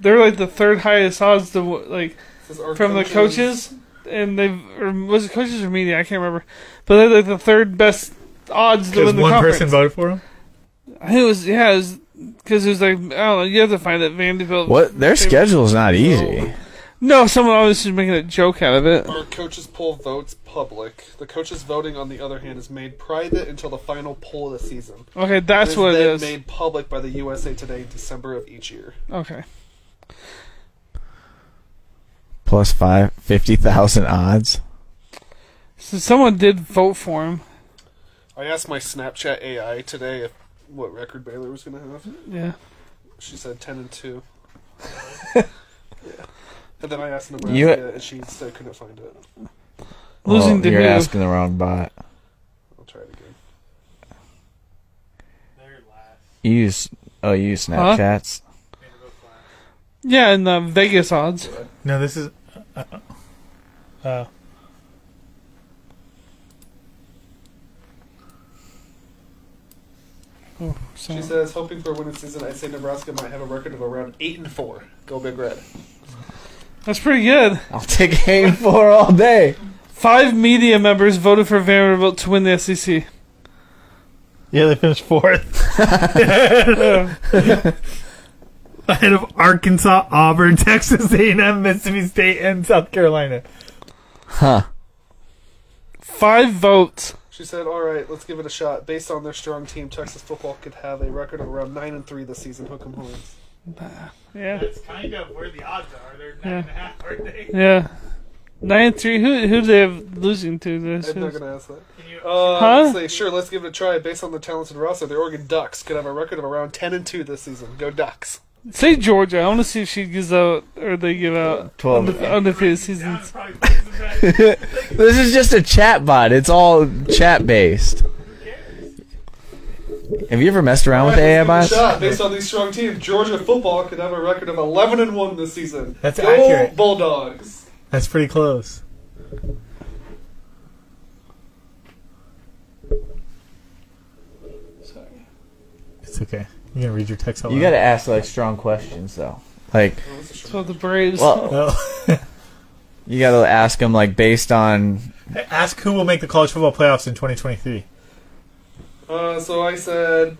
[SPEAKER 2] they're like the third highest odds to w- like
[SPEAKER 3] says our
[SPEAKER 2] from the coaches, and they or was it coaches or media? I can't remember, but they're like the third best odds to
[SPEAKER 4] Because
[SPEAKER 2] win the
[SPEAKER 4] one
[SPEAKER 2] conference.
[SPEAKER 4] person voted for him.
[SPEAKER 2] I think it was yeah, because it, was like I don't know. You have to find that Vanderbilt.
[SPEAKER 1] What their schedule's not easy.
[SPEAKER 2] No, someone always is making a joke out of it.
[SPEAKER 3] Our coaches poll votes public. The coaches voting, on the other hand, is made private until the final poll of the season.
[SPEAKER 2] Okay, that's
[SPEAKER 3] is
[SPEAKER 2] what it
[SPEAKER 3] then
[SPEAKER 2] is.
[SPEAKER 3] Made public by the USA Today in December of each year.
[SPEAKER 2] Okay,
[SPEAKER 1] Plus five fifty thousand odds.
[SPEAKER 2] so someone did vote for him.
[SPEAKER 3] I asked my Snapchat AI today if what record Baylor was going to have.
[SPEAKER 2] Yeah.
[SPEAKER 3] She said 10 and 2. yeah. And then I asked Nebraska,
[SPEAKER 1] You-
[SPEAKER 3] and she said couldn't find it.
[SPEAKER 2] Losing
[SPEAKER 1] Well,
[SPEAKER 2] to
[SPEAKER 1] Oh, you're
[SPEAKER 2] who?
[SPEAKER 1] asking the wrong bot.
[SPEAKER 3] I'll try it again.
[SPEAKER 9] They're last.
[SPEAKER 1] You use oh you use
[SPEAKER 2] Huh?
[SPEAKER 1] Snapchats.
[SPEAKER 9] Vanderbilt's last.
[SPEAKER 2] Yeah, and the Vegas odds.
[SPEAKER 4] No, this is. Uh, uh,
[SPEAKER 2] Oh, so.
[SPEAKER 3] She says, hoping for a winning season, I'd say Nebraska might have a record of around 8 and 4. Go Big Red.
[SPEAKER 2] That's pretty good.
[SPEAKER 1] I'll take aim four all day.
[SPEAKER 2] Five media members voted for Vanderbilt to win the E SEC.
[SPEAKER 4] yeah, they finished fourth. Ahead of Arkansas, Auburn, Texas A&M, Mississippi State, and South Carolina.
[SPEAKER 2] Five votes.
[SPEAKER 3] She said, all right, let's give it a shot. Based on their strong team, Texas football could have a record of around 9 and 3 this season. Hook 'em horns.
[SPEAKER 2] Yeah.
[SPEAKER 9] That's kind of where the odds are. They're nine and a half, aren't they?
[SPEAKER 2] Yeah. Nine and three. Who who do they have losing to this?
[SPEAKER 3] I'm not going to ask that.
[SPEAKER 9] Can you,
[SPEAKER 3] Uh,
[SPEAKER 2] Huh?
[SPEAKER 3] let's say, sure, let's give it a try. Based on the talented roster, the Oregon Ducks could have a record of around 10 and 2 this season. Go Ducks.
[SPEAKER 2] Say Georgia. I want to see if she gives out or they give out
[SPEAKER 1] Twelve.
[SPEAKER 2] undefe- undefeated
[SPEAKER 9] down
[SPEAKER 2] seasons.
[SPEAKER 9] probably plays them back. Who
[SPEAKER 1] This is just a chat bot. It's all chat based.
[SPEAKER 9] cares?
[SPEAKER 1] Have you ever messed around with
[SPEAKER 3] Let's
[SPEAKER 1] AI
[SPEAKER 3] give it a
[SPEAKER 1] bots?
[SPEAKER 3] shot. Based on these strong teams, Georgia football could have a record of 11 and 1 this season.
[SPEAKER 4] That's
[SPEAKER 3] Go
[SPEAKER 4] accurate.
[SPEAKER 3] Bulldogs.
[SPEAKER 4] That's pretty close. It's okay. You gonna read your text out
[SPEAKER 1] You
[SPEAKER 4] loud.
[SPEAKER 1] gotta ask like strong questions though. Like
[SPEAKER 2] So the Braves.
[SPEAKER 1] well,
[SPEAKER 4] Oh.
[SPEAKER 1] you gotta ask them like based on
[SPEAKER 4] Ask who will make the college football playoffs in 2023.
[SPEAKER 3] Uh, so I said,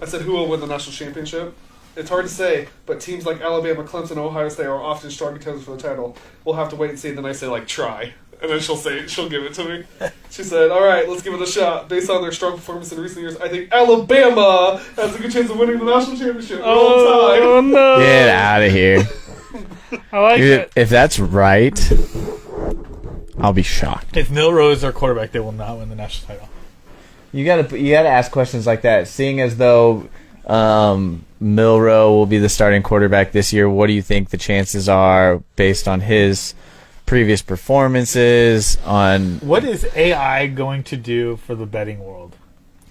[SPEAKER 3] I said who will win the national championship. It's hard to say, but teams like Alabama, Clemson, Ohio State are often strong contenders for the title. We'll have to wait and see. And then I say like try. And then she'll say she'll give it to me. She said, "All right, let's give it a shot. Based on their strong performance in recent years, I think Alabama has a good chance of winning the national championship.
[SPEAKER 2] Oh
[SPEAKER 3] Roll
[SPEAKER 6] Um,
[SPEAKER 3] Tide."
[SPEAKER 2] no!
[SPEAKER 1] Get out of here.
[SPEAKER 2] I like
[SPEAKER 1] Dude,
[SPEAKER 2] it.
[SPEAKER 1] if that's right, I'll be shocked.
[SPEAKER 6] If Milrow is their quarterback, they will not win the national title.
[SPEAKER 1] You gotta you gotta ask questions like that. Seeing as though um, Milrow will be the starting quarterback this year, what do you think the chances are based on his previous performances? On
[SPEAKER 6] What is AI going to do for the betting world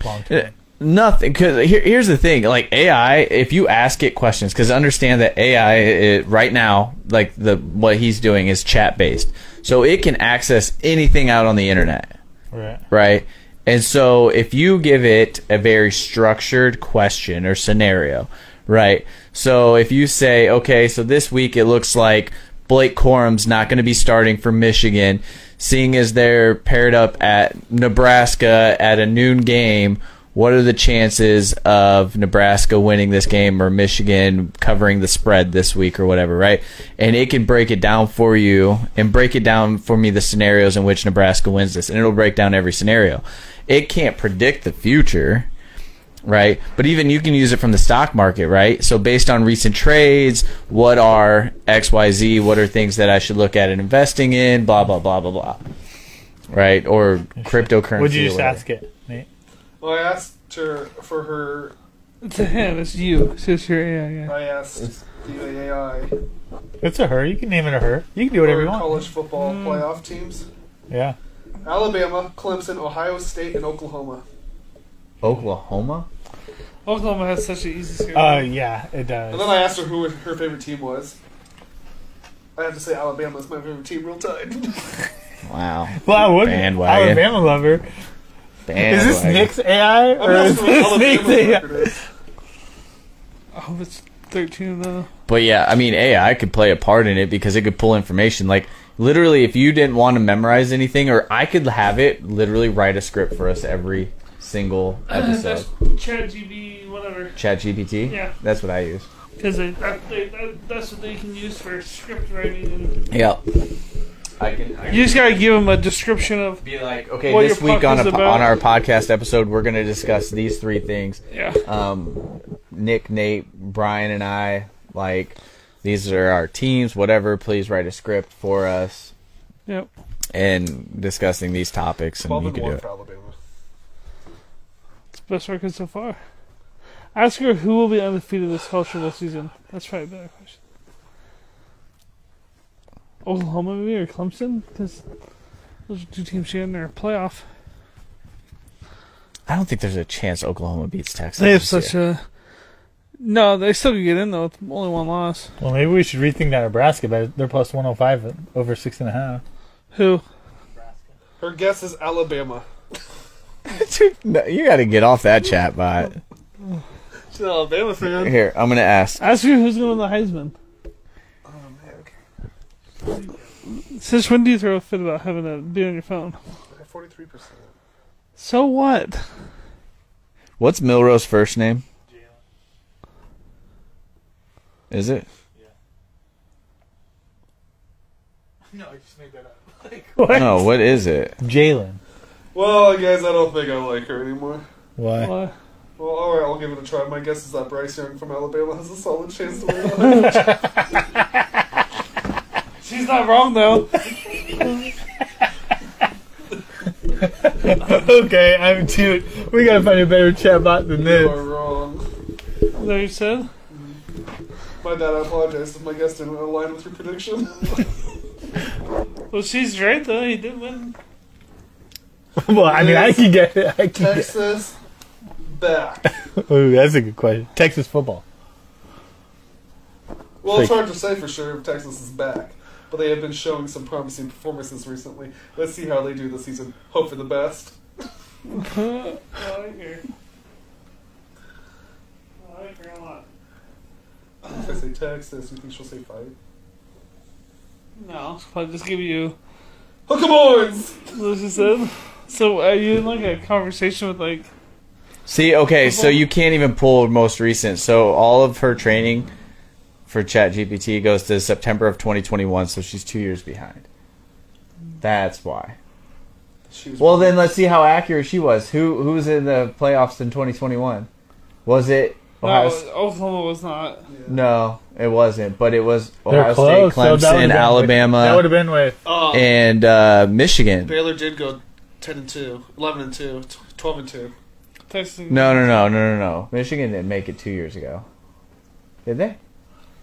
[SPEAKER 6] long term?
[SPEAKER 1] eh, nothing. Because here, here's the thing: like AI, if you ask it questions, because understand that AI it, right now, like the what he's doing is chat based, so it can access anything out on the internet.
[SPEAKER 4] Uh,
[SPEAKER 6] Right.
[SPEAKER 1] right? And so if you give it a very structured question or scenario, right? So if you say, okay, so this week it looks like Blake Corum's not going to be starting for Michigan, seeing as they're paired up at Nebraska at a noon game. What are the chances of Nebraska winning this game or Michigan covering the spread this week or whatever, right? And it can break it down for you and break it down for me the scenarios in which Nebraska wins this, and it'll break down every scenario. It can't predict the future, right? But even you can use it from the stock market, right? So based on recent trades, what are XYZ, what are things that I should look at in investing in, blah, blah, blah, blah, blah. Right? Or cryptocurrency.
[SPEAKER 6] Would you
[SPEAKER 1] or
[SPEAKER 6] just
[SPEAKER 1] whatever.
[SPEAKER 6] ask it, Nate?
[SPEAKER 3] Well, I asked her for her
[SPEAKER 2] It's a him. It's you. It's just your AI. Yeah.
[SPEAKER 3] I asked the AI
[SPEAKER 6] It's a her. You can name it a her. You can do whatever
[SPEAKER 3] for
[SPEAKER 6] you want. Mm.
[SPEAKER 3] college football playoff teams:
[SPEAKER 6] Yeah.
[SPEAKER 3] Alabama, Clemson, Ohio State, and Oklahoma.
[SPEAKER 1] Oklahoma?
[SPEAKER 2] Oklahoma has such an easy schedule.
[SPEAKER 6] Uh, yeah, it
[SPEAKER 3] And then
[SPEAKER 6] does.
[SPEAKER 3] I asked her who her favorite team was. I have to say, Alabama is my favorite team. Real tight.
[SPEAKER 1] Wow.
[SPEAKER 6] Well, I would.
[SPEAKER 1] Bandwagon.
[SPEAKER 6] Alabama lover. Is this
[SPEAKER 1] Bandwagon.
[SPEAKER 6] Nick's AI
[SPEAKER 3] I'm
[SPEAKER 6] or
[SPEAKER 3] not
[SPEAKER 6] is
[SPEAKER 3] sure
[SPEAKER 6] this
[SPEAKER 3] what
[SPEAKER 6] Nick's
[SPEAKER 3] Alabama's
[SPEAKER 6] AI?
[SPEAKER 3] record is.
[SPEAKER 2] I hope it's thirteen though.
[SPEAKER 1] But yeah, I mean, AI could play a part in it because it could pull information. Like, literally, if you didn't want to memorize anything, or I could have it literally write a script for us every single episode.
[SPEAKER 2] That's Chat GB, whatever.
[SPEAKER 1] Chat GPT?
[SPEAKER 2] Yeah.
[SPEAKER 1] That's what I use.
[SPEAKER 2] Because that, they- that, that's what they can use for script writing. And
[SPEAKER 1] Yeah. I can, I can
[SPEAKER 2] you just gotta give them a description of
[SPEAKER 1] be like, okay,
[SPEAKER 2] What
[SPEAKER 1] this
[SPEAKER 2] your
[SPEAKER 1] week
[SPEAKER 2] puck
[SPEAKER 1] on,
[SPEAKER 2] is
[SPEAKER 1] a, po-
[SPEAKER 2] about.
[SPEAKER 1] on our podcast episode, we're going to discuss these three things.
[SPEAKER 2] yeah.
[SPEAKER 1] um, Nick, Nate, Brian, and I like these are our teams. Whatever, please write a script for us
[SPEAKER 2] Yep.
[SPEAKER 1] and discussing these topics, and
[SPEAKER 3] Twelve
[SPEAKER 1] you
[SPEAKER 3] and
[SPEAKER 1] can do
[SPEAKER 3] one
[SPEAKER 1] it.
[SPEAKER 3] for Alabama.
[SPEAKER 2] It's the best record so far. Ask her who will be undefeated this cultural season. That's probably a better question. Oklahoma maybe or Clemson? Because those are two teams she had in their playoff.
[SPEAKER 1] I don't think there's a chance Oklahoma beats Texas.
[SPEAKER 2] They have
[SPEAKER 1] this
[SPEAKER 2] such
[SPEAKER 1] year.
[SPEAKER 2] a. No, they still could get in though. With only one loss.
[SPEAKER 6] Well, maybe we should rethink that Nebraska, but they're plus 105 over six and a half.
[SPEAKER 2] Who?
[SPEAKER 3] Her guess is Alabama.
[SPEAKER 1] Dude, no, you got to get off that chat bot.
[SPEAKER 3] She's an Alabama fan.
[SPEAKER 1] Here, I'm gonna ask.
[SPEAKER 2] Ask her who's going to the Heisman. Oh, Since when do you throw a fit about having to be on your phone?
[SPEAKER 3] Forty-three percent.
[SPEAKER 2] So what?
[SPEAKER 1] What's Milrow's first name? Is it?
[SPEAKER 5] No, I just made that up.
[SPEAKER 1] No, what is it?
[SPEAKER 6] Jalen.
[SPEAKER 3] Well, I guess I don't think I like her anymore.
[SPEAKER 6] Why?
[SPEAKER 2] Well,
[SPEAKER 3] Well, all right, I'll give it a try. My guess is that Bryce Young from Alabama has a solid chance to win.
[SPEAKER 2] she's not wrong though.
[SPEAKER 6] okay, I'm dude. We gotta find a better chatbot than
[SPEAKER 3] you
[SPEAKER 6] this.
[SPEAKER 3] are wrong.
[SPEAKER 2] There you said.
[SPEAKER 3] My dad, I apologize if my guess didn't align with your prediction.
[SPEAKER 2] Well, she's right though. He did win.
[SPEAKER 6] well, I mean, I can get it. I can get
[SPEAKER 3] Texas back.
[SPEAKER 6] Ooh, that's a good question. Texas football.
[SPEAKER 3] Well, it's hard to say for sure if Texas is back, but they have been showing some promising performances recently. Let's see how they do this season. Hope for the best.
[SPEAKER 2] I like her. I like her a lot.
[SPEAKER 3] If I say Texas, you think she'll say fight?
[SPEAKER 2] No, I'll just give you
[SPEAKER 3] Hook 'em horns!
[SPEAKER 2] what she said. So are you in like a conversation with like?
[SPEAKER 1] See, okay, so you can't even pull most recent. So all of her training for ChatGPT goes to September of 2021, so she's two years behind. That's why.
[SPEAKER 3] She was
[SPEAKER 1] Well, then let's see how accurate she was. Who who was in the playoffs in 2021? Was it Ohio?
[SPEAKER 2] No, Oklahoma was not.
[SPEAKER 1] No, it wasn't. But it was
[SPEAKER 4] They're
[SPEAKER 1] Ohio
[SPEAKER 4] close,
[SPEAKER 1] State,
[SPEAKER 4] so that would've
[SPEAKER 1] Clemson,
[SPEAKER 4] been-
[SPEAKER 6] That would have
[SPEAKER 1] Alabama,
[SPEAKER 6] been with
[SPEAKER 3] Uh,
[SPEAKER 1] and uh, Michigan.
[SPEAKER 3] Baylor did go 10 and 2, 11 and 2, tw- 12 and 2.
[SPEAKER 2] Texas. and-
[SPEAKER 1] No, no, no, no, no, no. Michigan didn't make it two years ago. Did they?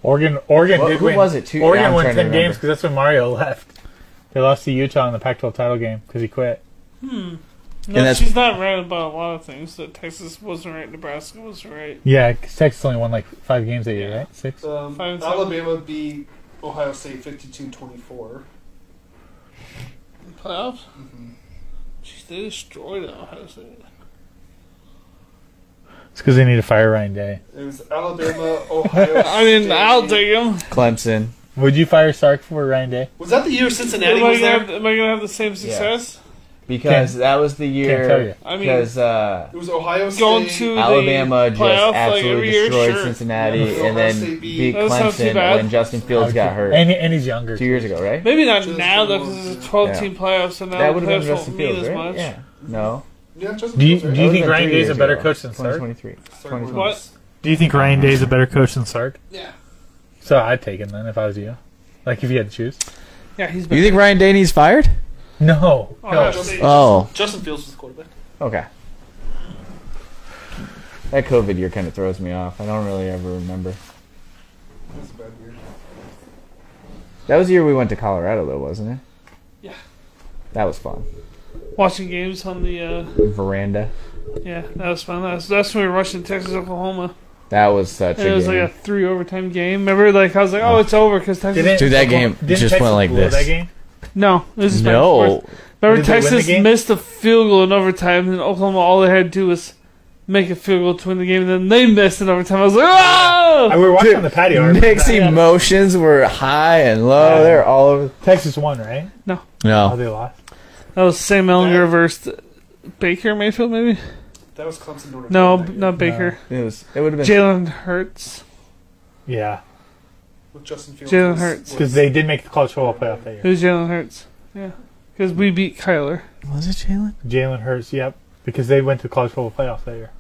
[SPEAKER 4] Oregon.
[SPEAKER 6] Oregon.
[SPEAKER 1] Well,
[SPEAKER 6] did
[SPEAKER 1] who
[SPEAKER 6] win.
[SPEAKER 1] was it? Two-
[SPEAKER 6] Oregon
[SPEAKER 1] yeah, I'm
[SPEAKER 6] won
[SPEAKER 1] trying to
[SPEAKER 6] ten games
[SPEAKER 1] remember.
[SPEAKER 6] because that's when Mario left.
[SPEAKER 4] They lost to Utah in the Pac-12 title game because he quit.
[SPEAKER 2] No,
[SPEAKER 1] that's-
[SPEAKER 2] she's not right about a lot of things. That Texas wasn't right, Nebraska was right.
[SPEAKER 4] Yeah, 'cause Texas only won like five games that year, right? Six.
[SPEAKER 3] Um,
[SPEAKER 2] Five and seven.
[SPEAKER 3] Alabama beat Ohio State 52 24.
[SPEAKER 2] Playoffs. Jeez, they Mm-hmm. destroyed Ohio State.
[SPEAKER 4] It's because they need to fire Ryan Day.
[SPEAKER 3] It was Alabama, Ohio State.
[SPEAKER 2] I mean, I'll dig them.
[SPEAKER 1] Clemson.
[SPEAKER 4] Would you fire Sark for Ryan Day?
[SPEAKER 3] Was that the year
[SPEAKER 2] Am I,
[SPEAKER 3] Cincinnati
[SPEAKER 2] gonna
[SPEAKER 3] was there?
[SPEAKER 2] have, am I gonna have the same success?
[SPEAKER 1] Because that was the
[SPEAKER 4] Can't tell you.
[SPEAKER 1] year.
[SPEAKER 2] I mean-
[SPEAKER 1] Because uh,
[SPEAKER 3] It was Ohio State.
[SPEAKER 2] Going to
[SPEAKER 1] Alabama
[SPEAKER 2] the
[SPEAKER 1] just
[SPEAKER 2] playoff like
[SPEAKER 1] absolutely
[SPEAKER 2] every year,
[SPEAKER 1] destroyed
[SPEAKER 2] sure.
[SPEAKER 1] Cincinnati
[SPEAKER 3] Yeah.
[SPEAKER 1] and then
[SPEAKER 3] Ohio State beat-
[SPEAKER 1] beat
[SPEAKER 2] That was not too
[SPEAKER 1] Clemson
[SPEAKER 2] bad.
[SPEAKER 1] when Justin Fields got hurt
[SPEAKER 4] And, and he's younger.
[SPEAKER 1] two years ago, right?
[SPEAKER 2] Maybe not
[SPEAKER 3] Just
[SPEAKER 2] now though,
[SPEAKER 3] one,
[SPEAKER 2] because it's
[SPEAKER 3] yeah.
[SPEAKER 2] a twelve-team playoff, so now
[SPEAKER 1] That
[SPEAKER 2] the
[SPEAKER 1] would have been
[SPEAKER 2] playoffs won't
[SPEAKER 1] Justin
[SPEAKER 2] mean
[SPEAKER 1] Fields,
[SPEAKER 2] as
[SPEAKER 1] right?
[SPEAKER 2] much.
[SPEAKER 1] Yeah. No.
[SPEAKER 3] Yeah, Justin
[SPEAKER 4] Do you-
[SPEAKER 3] Fields, right?
[SPEAKER 4] do you
[SPEAKER 1] That would've
[SPEAKER 4] think
[SPEAKER 1] been
[SPEAKER 4] Ryan
[SPEAKER 1] three
[SPEAKER 4] Day's a
[SPEAKER 1] years
[SPEAKER 4] better
[SPEAKER 1] ago.
[SPEAKER 4] coach than Sark?
[SPEAKER 1] 2023.
[SPEAKER 3] Sorry, we're-
[SPEAKER 1] 2023.
[SPEAKER 2] What?
[SPEAKER 4] Do you think Ryan Day's a better coach than Sark?
[SPEAKER 2] Yeah.
[SPEAKER 4] So I'd take him then if I was you. Like if you had to choose.
[SPEAKER 2] Yeah, he's been.
[SPEAKER 1] You think Ryan Daney's fired?
[SPEAKER 4] No.
[SPEAKER 2] Ohio
[SPEAKER 4] No.
[SPEAKER 2] State.
[SPEAKER 1] Oh,
[SPEAKER 3] Justin Fields was the quarterback.
[SPEAKER 1] okay. That COVID year kind of throws me off. I don't really ever remember.
[SPEAKER 3] That was a bad year.
[SPEAKER 1] That was the year we went to Colorado, though, wasn't it?
[SPEAKER 2] Yeah.
[SPEAKER 1] That was fun.
[SPEAKER 2] Watching games on the uh,
[SPEAKER 1] Veranda.
[SPEAKER 2] yeah, that was fun. That's that's when we rushed in Texas, Oklahoma,
[SPEAKER 1] That was such
[SPEAKER 2] and
[SPEAKER 1] a
[SPEAKER 2] it was
[SPEAKER 1] game.
[SPEAKER 2] like a three overtime game. Remember, like I was like, oh, it's over because Texas.
[SPEAKER 4] Didn't-
[SPEAKER 1] Dude, that
[SPEAKER 4] Oklahoma-
[SPEAKER 1] game
[SPEAKER 4] didn't
[SPEAKER 1] just
[SPEAKER 4] Texas
[SPEAKER 1] went like
[SPEAKER 4] blow
[SPEAKER 1] this.
[SPEAKER 4] That game?
[SPEAKER 2] No, this is my
[SPEAKER 1] no,
[SPEAKER 2] fourth. Remember,
[SPEAKER 4] Did they win the
[SPEAKER 2] Texas
[SPEAKER 4] game?
[SPEAKER 2] missed a field goal in overtime, and Oklahoma all they had to do was make a field goal to win the game, and then they missed in overtime. I was like,
[SPEAKER 4] I,
[SPEAKER 2] oh!
[SPEAKER 4] we were watching on the patio. I remember
[SPEAKER 1] Nick's
[SPEAKER 4] that.
[SPEAKER 1] emotions were high and low. They're all over.
[SPEAKER 4] Texas won, right? Oh,
[SPEAKER 1] No,
[SPEAKER 4] they lost.
[SPEAKER 2] That was Sam Ellinger versus Baker Mayfield, maybe?
[SPEAKER 3] That was Clemson. Notre
[SPEAKER 2] No,
[SPEAKER 3] Dame that year,
[SPEAKER 2] not Baker.
[SPEAKER 1] it was. It would have been.
[SPEAKER 2] Jalen Hurts.
[SPEAKER 4] Yeah,
[SPEAKER 3] With Justin Fields.
[SPEAKER 2] Jalen
[SPEAKER 3] was-
[SPEAKER 2] Hurts.
[SPEAKER 3] was-
[SPEAKER 4] because they did make the college football playoff that year.
[SPEAKER 2] Who's Jalen Hurts? Yeah, because we beat Kyler.
[SPEAKER 1] Was it Jalen?
[SPEAKER 4] Jalen Hurts, yep, because they went to college football playoff that year.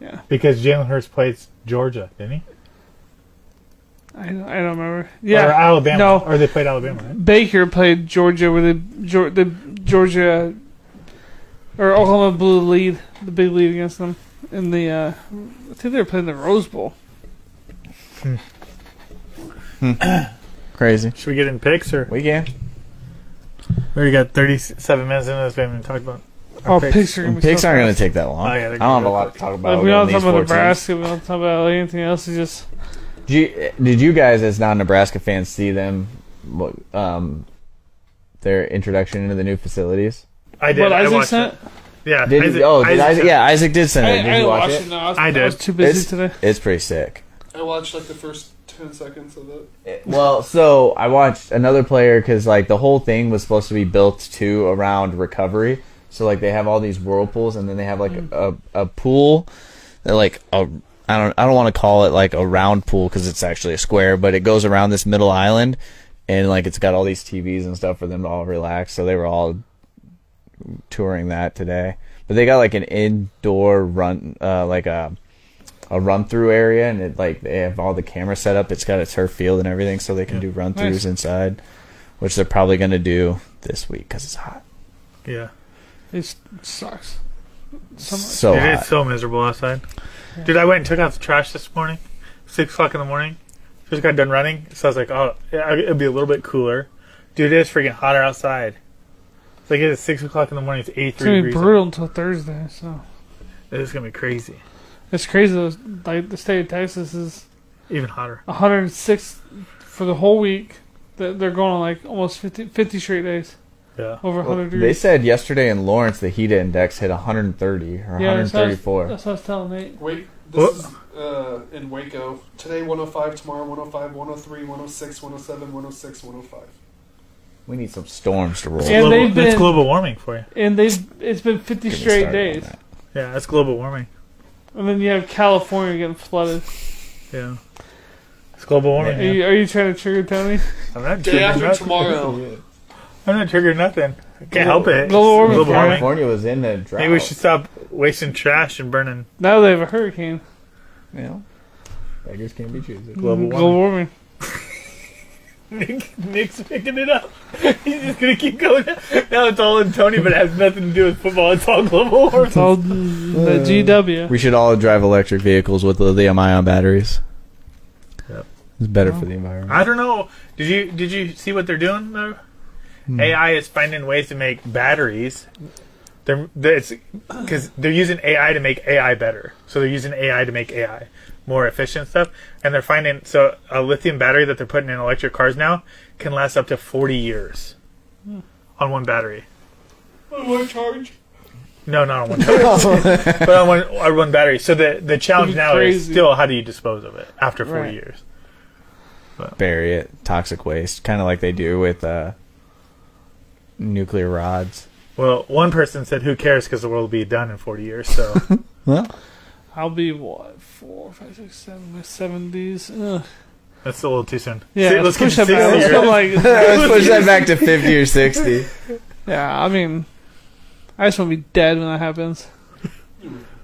[SPEAKER 2] Yeah.
[SPEAKER 4] Because Jalen Hurts played Georgia, didn't he?
[SPEAKER 2] I don't, I don't remember.
[SPEAKER 4] Or
[SPEAKER 1] uh,
[SPEAKER 2] Yeah,
[SPEAKER 4] Alabama.
[SPEAKER 2] No.
[SPEAKER 4] Or they played Alabama, right?
[SPEAKER 2] Baker played Georgia with the Geor- the Georgia or Oklahoma blew the lead, the big lead against them in the. Uh, I think they were playing the Rose Bowl.
[SPEAKER 1] Crazy.
[SPEAKER 4] Should we get in picks or
[SPEAKER 1] We can.
[SPEAKER 4] we already got thirty-seven minutes into this? We haven't even talked about.
[SPEAKER 2] Oh,
[SPEAKER 4] picks.
[SPEAKER 2] picks are gonna be
[SPEAKER 1] Picks
[SPEAKER 2] so
[SPEAKER 1] aren't going
[SPEAKER 2] fast.
[SPEAKER 1] to take that long.
[SPEAKER 4] Oh, yeah,
[SPEAKER 1] I don't
[SPEAKER 4] they're gonna
[SPEAKER 1] have a
[SPEAKER 4] go
[SPEAKER 1] lot to talk
[SPEAKER 2] Like,
[SPEAKER 1] about.
[SPEAKER 2] we don't
[SPEAKER 1] on
[SPEAKER 2] talk
[SPEAKER 1] these
[SPEAKER 2] about
[SPEAKER 1] four teams.
[SPEAKER 2] Nebraska. We don't talk about anything else. It's just
[SPEAKER 1] Did you, did you guys, as non-Nebraska fans, see them? what, Um, their introduction into the new facilities.
[SPEAKER 4] I did.
[SPEAKER 2] what
[SPEAKER 4] I
[SPEAKER 2] Isaac
[SPEAKER 4] watched
[SPEAKER 2] sent.
[SPEAKER 4] it. Yeah.
[SPEAKER 1] Did
[SPEAKER 4] Isaac-
[SPEAKER 1] oh, did
[SPEAKER 4] Isaac
[SPEAKER 1] Isaac,
[SPEAKER 4] sent-
[SPEAKER 1] yeah, Isaac did send
[SPEAKER 2] I,
[SPEAKER 1] it. Did
[SPEAKER 2] I
[SPEAKER 1] you watch
[SPEAKER 2] watched
[SPEAKER 1] it?
[SPEAKER 2] it. No, I, was,
[SPEAKER 4] I did.
[SPEAKER 2] was too busy
[SPEAKER 1] It's-
[SPEAKER 2] today.
[SPEAKER 1] It's pretty sick.
[SPEAKER 3] I watched like the first 10 seconds of that.
[SPEAKER 1] Well, so I watched another player because like the whole thing was supposed to be built to around recovery. So like they have all these whirlpools, and then they have like a, a pool, that, like a I don't I don't want to call it like a round pool because it's actually a square, but it goes around this middle island, and like it's got all these TVs and stuff for them to all relax. So they were all touring that today, but they got like an indoor run, uh, like a a run through area and it like they have all the camera set up. It's got a turf field and everything, so they can do run throughs
[SPEAKER 2] Nice.
[SPEAKER 1] inside, which they're probably gonna do this week because it's hot,
[SPEAKER 4] Yeah.
[SPEAKER 2] It sucks. So much.
[SPEAKER 1] so
[SPEAKER 4] Dude,
[SPEAKER 1] hot.
[SPEAKER 4] it's so miserable outside. Dude, I went and took out the trash this morning, six o'clock in the morning. Just got done running, so I was like, oh, yeah, it'd be a little bit cooler. Dude, it is freaking hotter outside. It's like it's six o'clock in the morning. It's
[SPEAKER 2] It's
[SPEAKER 4] eighty-three
[SPEAKER 2] gonna be
[SPEAKER 4] degrees.
[SPEAKER 2] brutal until Thursday. So
[SPEAKER 4] It's gonna be crazy.
[SPEAKER 2] it's crazy. though, Like the state of Texas is
[SPEAKER 4] Even hotter.
[SPEAKER 2] 106 for the whole week. They're they're going on like almost 50, 50 straight days
[SPEAKER 4] Yeah.
[SPEAKER 2] over 100
[SPEAKER 1] Well, they
[SPEAKER 2] degrees.
[SPEAKER 1] said yesterday in Lawrence the heat index hit 130 or
[SPEAKER 2] that's what I was-
[SPEAKER 1] 134.
[SPEAKER 2] That's what I was telling Nate.
[SPEAKER 3] Wait,
[SPEAKER 4] What?
[SPEAKER 3] this is uh, in Waco. Today 105, tomorrow 105, 103, 106, 107, 106, 105.
[SPEAKER 1] we need some storms to roll.
[SPEAKER 2] Yeah,
[SPEAKER 4] global,
[SPEAKER 2] they've
[SPEAKER 4] that's
[SPEAKER 2] been-
[SPEAKER 4] global warming for you.
[SPEAKER 2] And they it's been 50
[SPEAKER 1] Get me
[SPEAKER 2] straight
[SPEAKER 1] started on
[SPEAKER 2] days.
[SPEAKER 1] that.
[SPEAKER 4] Yeah, that's global warming.
[SPEAKER 2] And then you have California getting flooded.
[SPEAKER 4] Yeah. It's global warming.
[SPEAKER 2] Are,
[SPEAKER 4] man.
[SPEAKER 2] you, are you trying to trigger Tony?
[SPEAKER 4] I'm not
[SPEAKER 3] Day
[SPEAKER 4] triggering
[SPEAKER 3] after
[SPEAKER 4] nothing.
[SPEAKER 3] tomorrow.
[SPEAKER 4] I'm not triggering nothing. Can't help it.
[SPEAKER 2] Global warming.
[SPEAKER 4] Global warming.
[SPEAKER 1] California was in the drought.
[SPEAKER 4] Maybe we should stop wasting trash and burning
[SPEAKER 2] Now they have a hurricane.
[SPEAKER 1] You know, beggars can't be choosers.
[SPEAKER 4] global
[SPEAKER 2] Global
[SPEAKER 4] warming.
[SPEAKER 2] warming.
[SPEAKER 4] Nick, Nick's picking it up. He's just gonna keep going. Now it's all in Tony, but it has nothing to do with football. It's all global warming.
[SPEAKER 2] It's all
[SPEAKER 1] Uh,
[SPEAKER 2] the GW.
[SPEAKER 1] We should all drive electric vehicles with lithium-ion batteries.
[SPEAKER 4] Yep.
[SPEAKER 1] It's better for the environment.
[SPEAKER 4] I don't know. Did you did you see what they're doing though?
[SPEAKER 2] Hmm.
[SPEAKER 4] AI is finding ways to make batteries. They're that's because they're using AI to make AI better. So they're using AI to make AI more efficient stuff, and they're finding so a lithium battery that they're putting in electric cars now can last up to forty years
[SPEAKER 2] Hmm.
[SPEAKER 4] on one battery.
[SPEAKER 3] On one charge.
[SPEAKER 4] No, not on one battery, but on one, on one battery. So the the challenge
[SPEAKER 2] That'd be
[SPEAKER 4] now is
[SPEAKER 2] crazy.
[SPEAKER 4] still how do you dispose of it after forty
[SPEAKER 2] Right.
[SPEAKER 4] years?
[SPEAKER 1] Bury it, toxic waste, kind of like they do with uh, nuclear rods.
[SPEAKER 4] Well, one person said, "Who cares? Because the world will be done in forty years." So.
[SPEAKER 2] I'll be what four, five, six, seven, my seventies. Ugh.
[SPEAKER 4] That's a little too soon.
[SPEAKER 2] Yeah,
[SPEAKER 4] See,
[SPEAKER 2] let's,
[SPEAKER 4] let's,
[SPEAKER 2] push
[SPEAKER 4] get
[SPEAKER 2] that
[SPEAKER 4] to
[SPEAKER 2] back. Let's
[SPEAKER 4] 60
[SPEAKER 2] go like,
[SPEAKER 4] years.
[SPEAKER 1] Let's push that back to fifty or sixty.
[SPEAKER 2] yeah. I mean, I just want to be dead when that happens.